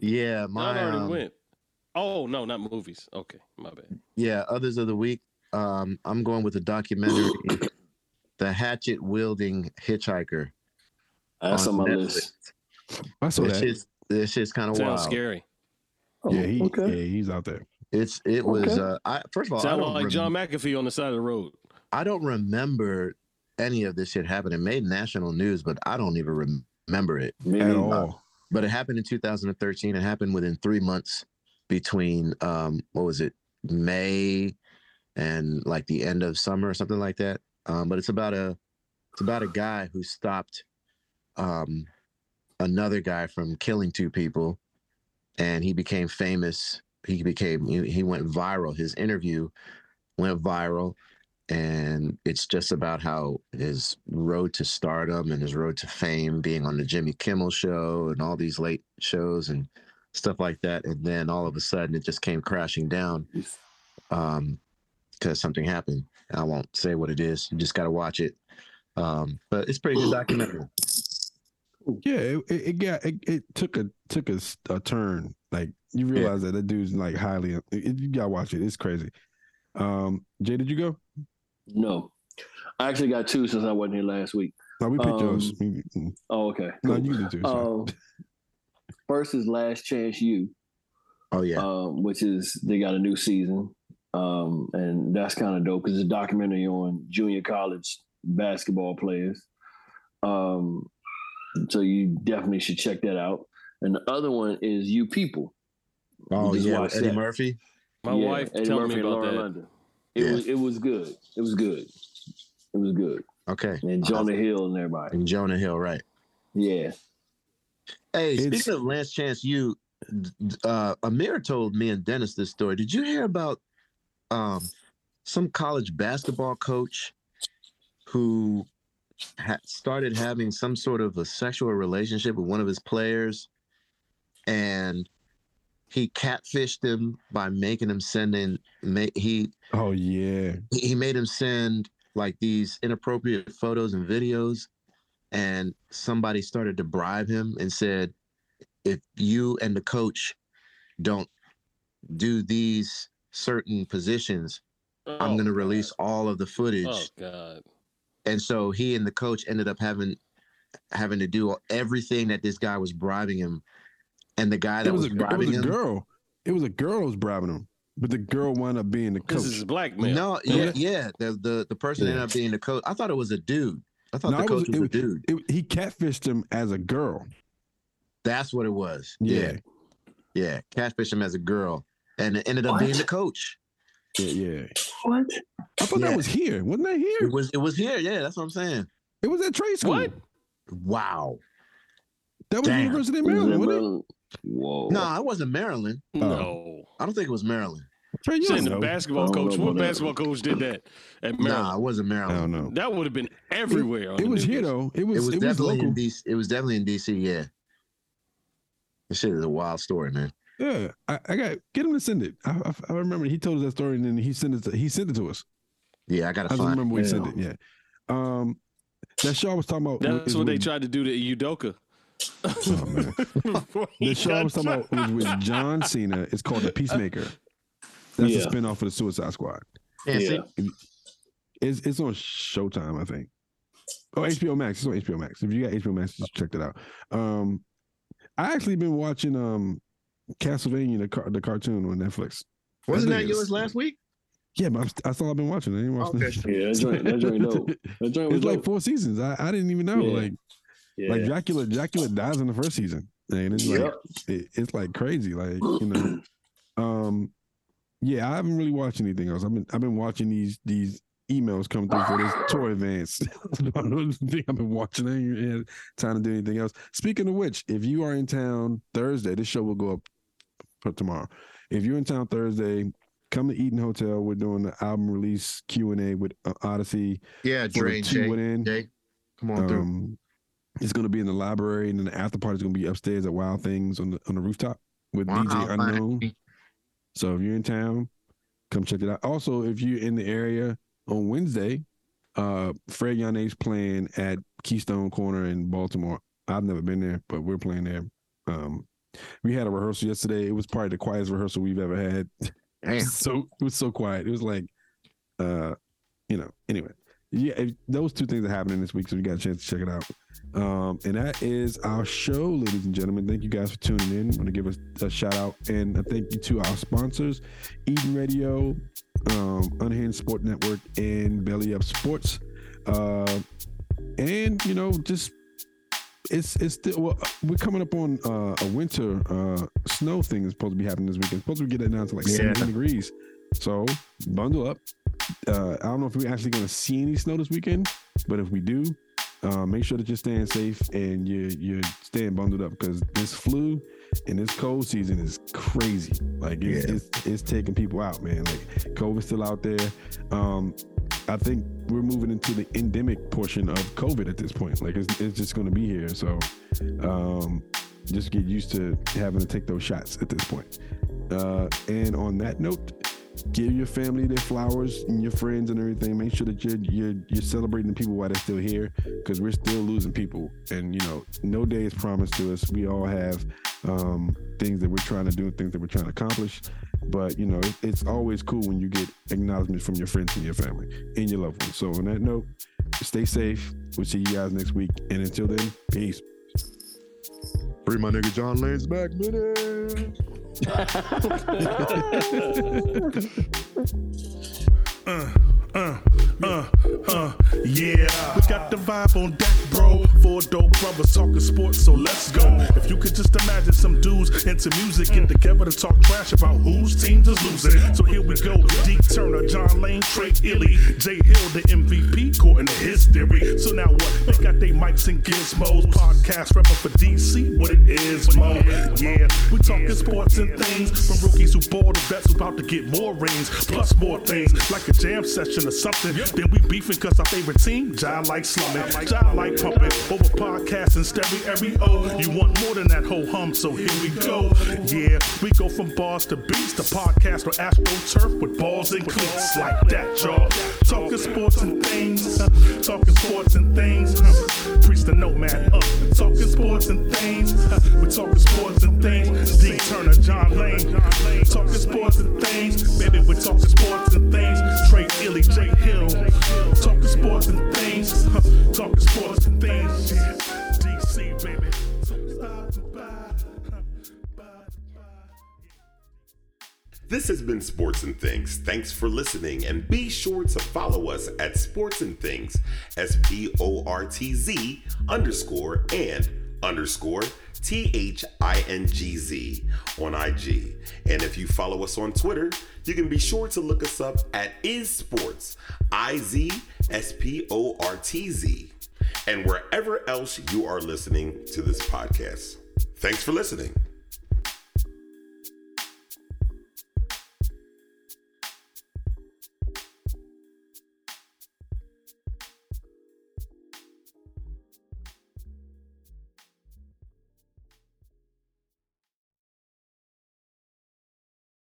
S4: yeah,
S6: Mine
S4: my
S6: already
S4: um,
S6: went. Oh no, not movies. Okay, my bad.
S4: yeah, others of the week. Um, I'm going with the documentary, The Hatchet Wielding Hitchhiker.
S5: That's on my
S4: Netflix.
S5: list.
S3: I saw
S4: This
S3: that.
S4: shit's, this shit's kind of wild.
S6: Sounds scary.
S5: Oh,
S3: Yeah, he,
S5: okay.
S3: yeah, he's out there.
S4: It's it was
S5: Okay.
S4: uh, I first of all I
S6: Sounds
S4: don't,
S6: like
S4: rem-
S6: John McAfee on the side of the road.
S4: I don't remember any of this shit happened. It made national news, but I don't even rem- remember it.
S5: Maybe
S3: At
S5: not.
S3: all.
S4: But it happened in 2013. It happened within three months between um what was it May and like the end of summer or something like that. Um, but it's about a it's about a guy who stopped um another guy from killing two people, and he became famous. He became he, he went viral. His interview went viral, and it's just about how his road to stardom and his road to fame, being on the Jimmy Kimmel show and all these late shows and stuff like that. And then all of a sudden, it just came crashing down because something happened. I won't say what it is. You just got to watch it. Um, but it's pretty good documentary.
S3: Yeah, it, it it got it, it took a took a, s- a turn. Like you realize that that dude's like highly. uh, It, you gotta watch it. It's crazy. Um, Jay, did you go?
S5: No. I actually got two since I wasn't here last week.
S3: No, we picked
S5: Um,
S3: yours. We- mm.
S5: Oh, okay.
S3: No,
S5: cool.
S3: you did too. sorry.
S5: Um, first is Last Chance U,
S4: Oh yeah,
S5: um, which is they got a new season, um, and that's kind of dope because it's a documentary on junior college basketball players. Um, so you definitely should check that out. And the other one is You People.
S4: oh
S5: just
S4: yeah,
S5: watch
S4: with Eddie
S5: that.
S4: Murphy.
S6: My
S5: Yeah,
S6: wife
S5: Eddie
S6: told
S5: Murphy
S6: me
S5: and
S6: about
S5: Laura
S6: that.
S5: London. It
S4: Yeah.
S5: was it was good. It was good. It was good.
S4: Okay,
S5: And Jonah Hill and everybody.
S4: and Jonah Hill, right?
S5: Yeah.
S4: Hey,
S3: It's-
S4: speaking of Lance Chance, you d- d- uh Amir told me and Dennis this story. Did you hear about um some college basketball coach who ha- started having some sort of a sexual relationship with one of his players and he catfished him by making him send in ma- he
S3: oh yeah,
S4: he made him send like these inappropriate photos and videos and somebody started to bribe him and said if you and the coach don't do these certain positions i'm
S6: Oh,
S4: going to release all of the footage
S6: Oh God.
S4: and so he and the coach ended up having having to do everything that this guy was bribing him and the guy that
S3: it was,
S4: was,
S3: a, it
S4: bribing
S3: was a
S4: him
S3: girl. It was a girl that was bribing him, but the girl wound up being the coach.
S6: This is blackmail.
S4: no yeah yeah the the, the person ended
S3: Yeah.
S4: up being the coach i thought it was a dude i thought
S3: No,
S4: the
S3: it was-
S4: coach was,
S3: it
S4: a
S3: was-
S4: dude
S3: It- he catfished him as a girl.
S4: That's what it was.
S3: Yeah,
S4: Yeah. Yeah. Catfish him as a girl. And it ended up
S5: What?
S4: being the coach.
S3: yeah, yeah.
S5: What?
S3: I thought
S4: Yeah.
S3: that was here. Wasn't that
S4: It
S3: here?
S4: was it was here. Yeah, that's what I'm saying.
S3: It was at trade school.
S6: What?
S4: Wow.
S3: That was
S4: Damn.
S3: University of Maryland. Wasn't it?
S5: Whoa.
S4: No, it wasn't Maryland.
S6: No.
S4: I don't think it was Maryland.
S3: Trey, Oh. you
S6: Saying
S3: don't
S6: the
S3: know.
S6: basketball
S5: I don't
S6: coach.
S5: know
S6: What
S5: about that.
S6: basketball coach did that at
S4: Nah,
S6: Maryland?
S4: it wasn't
S3: I
S4: Maryland.
S3: don't know.
S6: That would have been everywhere. on
S3: It
S6: the
S3: was
S6: news.
S3: here though. Oh, It
S4: It
S3: was
S4: was
S3: it was
S4: definitely
S3: local.
S4: in DC. It was definitely in DC, yeah. This shit is a wild story, man.
S3: Yeah, I, I got get him to send it. I, I, I remember he told us that story, and then he sent it. To, he sent it to us.
S4: Yeah, I gotta
S3: I just
S4: find it.
S3: remember we
S5: yeah.
S3: sent it. Yeah. Um, that show I was talking about.
S6: That's
S3: is
S6: what they
S3: with-
S6: tried to do to Udoka.
S3: Oh, man.
S6: Before he
S3: The show I
S6: got Uh,
S3: was talking
S6: shot.
S3: about was with John Cena. It's called The Peacemaker. That's
S5: Yeah.
S3: a spinoff of the Suicide Squad.
S4: Yeah, see?
S5: Yeah.
S3: It's it's on Showtime, I think. Oh, HBO Max. It's on HBO Max. If you got HBO Max, just check that out. Um, I actually been watching um Castlevania the, car- the cartoon on Netflix.
S4: Wasn't
S3: That
S4: that
S3: nigga's-
S4: yours last week?
S3: Yeah, but I'm, st- that's all I've been watching. I didn't watch
S4: Okay.
S3: that.
S5: Yeah, that joint, that joint dope. That joint was
S3: It's like
S5: dope.
S3: four seasons. I, I didn't even know.
S5: Yeah.
S3: Like
S5: yeah.
S3: like Dracula, Dracula dies in the first season, and it's like
S5: Yep.
S3: it, it's like crazy. Like you know, um, yeah, I haven't really watched anything else. I've been I've been watching these these emails come through for this tour advance. I don't think I've been watching. I ain't had time to do anything else. Speaking of which, if you are in town Thursday, this show will go up for tomorrow. If you're in town Thursday, come to Eden Hotel. We're doing the album release Q and A with uh, Odyssey.
S9: Yeah,
S3: for
S9: Dre
S3: the
S9: and
S3: two
S9: Jay.
S3: within.
S9: Jay, come on through.
S3: Um, it's going to be in the library, and then the after party is going to be upstairs at Wild Things on the on the rooftop with
S9: Wow,
S3: DJ
S9: fine.
S3: Unknown. So if you're in town, come check it out. Also, if you're in the area on Wednesday, uh, Fred Yane's playing at Keystone Corner in Baltimore. I've never been there, but we're playing there. Um, we had a rehearsal yesterday. It was probably the quietest rehearsal we've ever had.
S9: Damn.
S3: So it was so quiet. It was like, uh, you know. Anyway, yeah, if, those two things are happening this week, so you got a chance to check it out. Um, and that is our show, ladies and gentlemen. Thank you guys for tuning in. I want to give a, a shout out and a thank you to our sponsors, Eden Radio, um, Unhinged Sport Network, and Belly Up Sports. Uh, and you know, just it's it's still well, uh, we're coming up on uh, a winter uh, snow thing that's supposed to be happening this weekend. Supposed to get it down to like
S9: Yeah.
S3: 17 degrees. So bundle up. Uh, I don't know if we're actually going to see any snow this weekend, but if we do, uh, make sure that you're staying safe and you you're staying bundled up because this flu and this cold season is crazy. Like it's, it's it's taking people out, man. Like COVID's still out there. Um, I think we're moving into the endemic portion of COVID at this point. Like it's, it's just going to be here. So um, just get used to having to take those shots at this point. Uh, and on that note, give your family their flowers and your friends and everything. Make sure that you're you're, you're celebrating the people while they're still here, because we're still losing people. And you know, no day is promised to us. We all have um, things that we're trying to do and things that we're trying to accomplish. But you know, it- it's always cool when you get acknowledgement from your friends and your family and your loved ones. So on that note, stay safe. We'll see you guys next week. And until then, peace.
S9: Bring my nigga John Lane's back, minute.
S1: uh, uh, uh, uh, yeah. We got the vibe on deck, bro. Four dope brothers talking sports, so let's go. If you could just imagine some dudes into music get together to talk trash about whose team is losing. So here we go. Deke Turner, John Lane, Trey Illy, Jay Hill, the MVP, caught in the history. So now what? They got they mics and gizmos. Podcast rapper for DC, what it is, mo. Yeah, we talking sports and things from rookies who ball to vets who about to get more rings, plus more things like a jam session or something. Then we beefing cause our favorite team, Jai like slumming, Jai like pumping over podcasts and stereo. Every oh, you want more than that whole hum, so here we go. Yeah, we go from bars to beats to podcast or astro turf with balls and cleats like that, y'all. Talking sports and things, huh? talking sports and things. huh? Preach the nomad up, talking sports and things. huh? We talking sports and things. D Turner, John Lane, talking sports and things. Baby, we talking sports and things. Trey Illy, Jay Hill, talking sports and things. huh? Talking sports and things. Yeah. DC, baby. So bye, bye, huh? bye, bye.
S2: This has been Sports and Things. Thanks for listening, and be sure to follow us at Sports and Things, S P O R T Z underscore and underscore T H I N G Z on IG. And if you follow us on Twitter, you can be sure to look us up at Is Sports, I Z S P O R T Z, and wherever else you are listening to this podcast. Thanks for listening.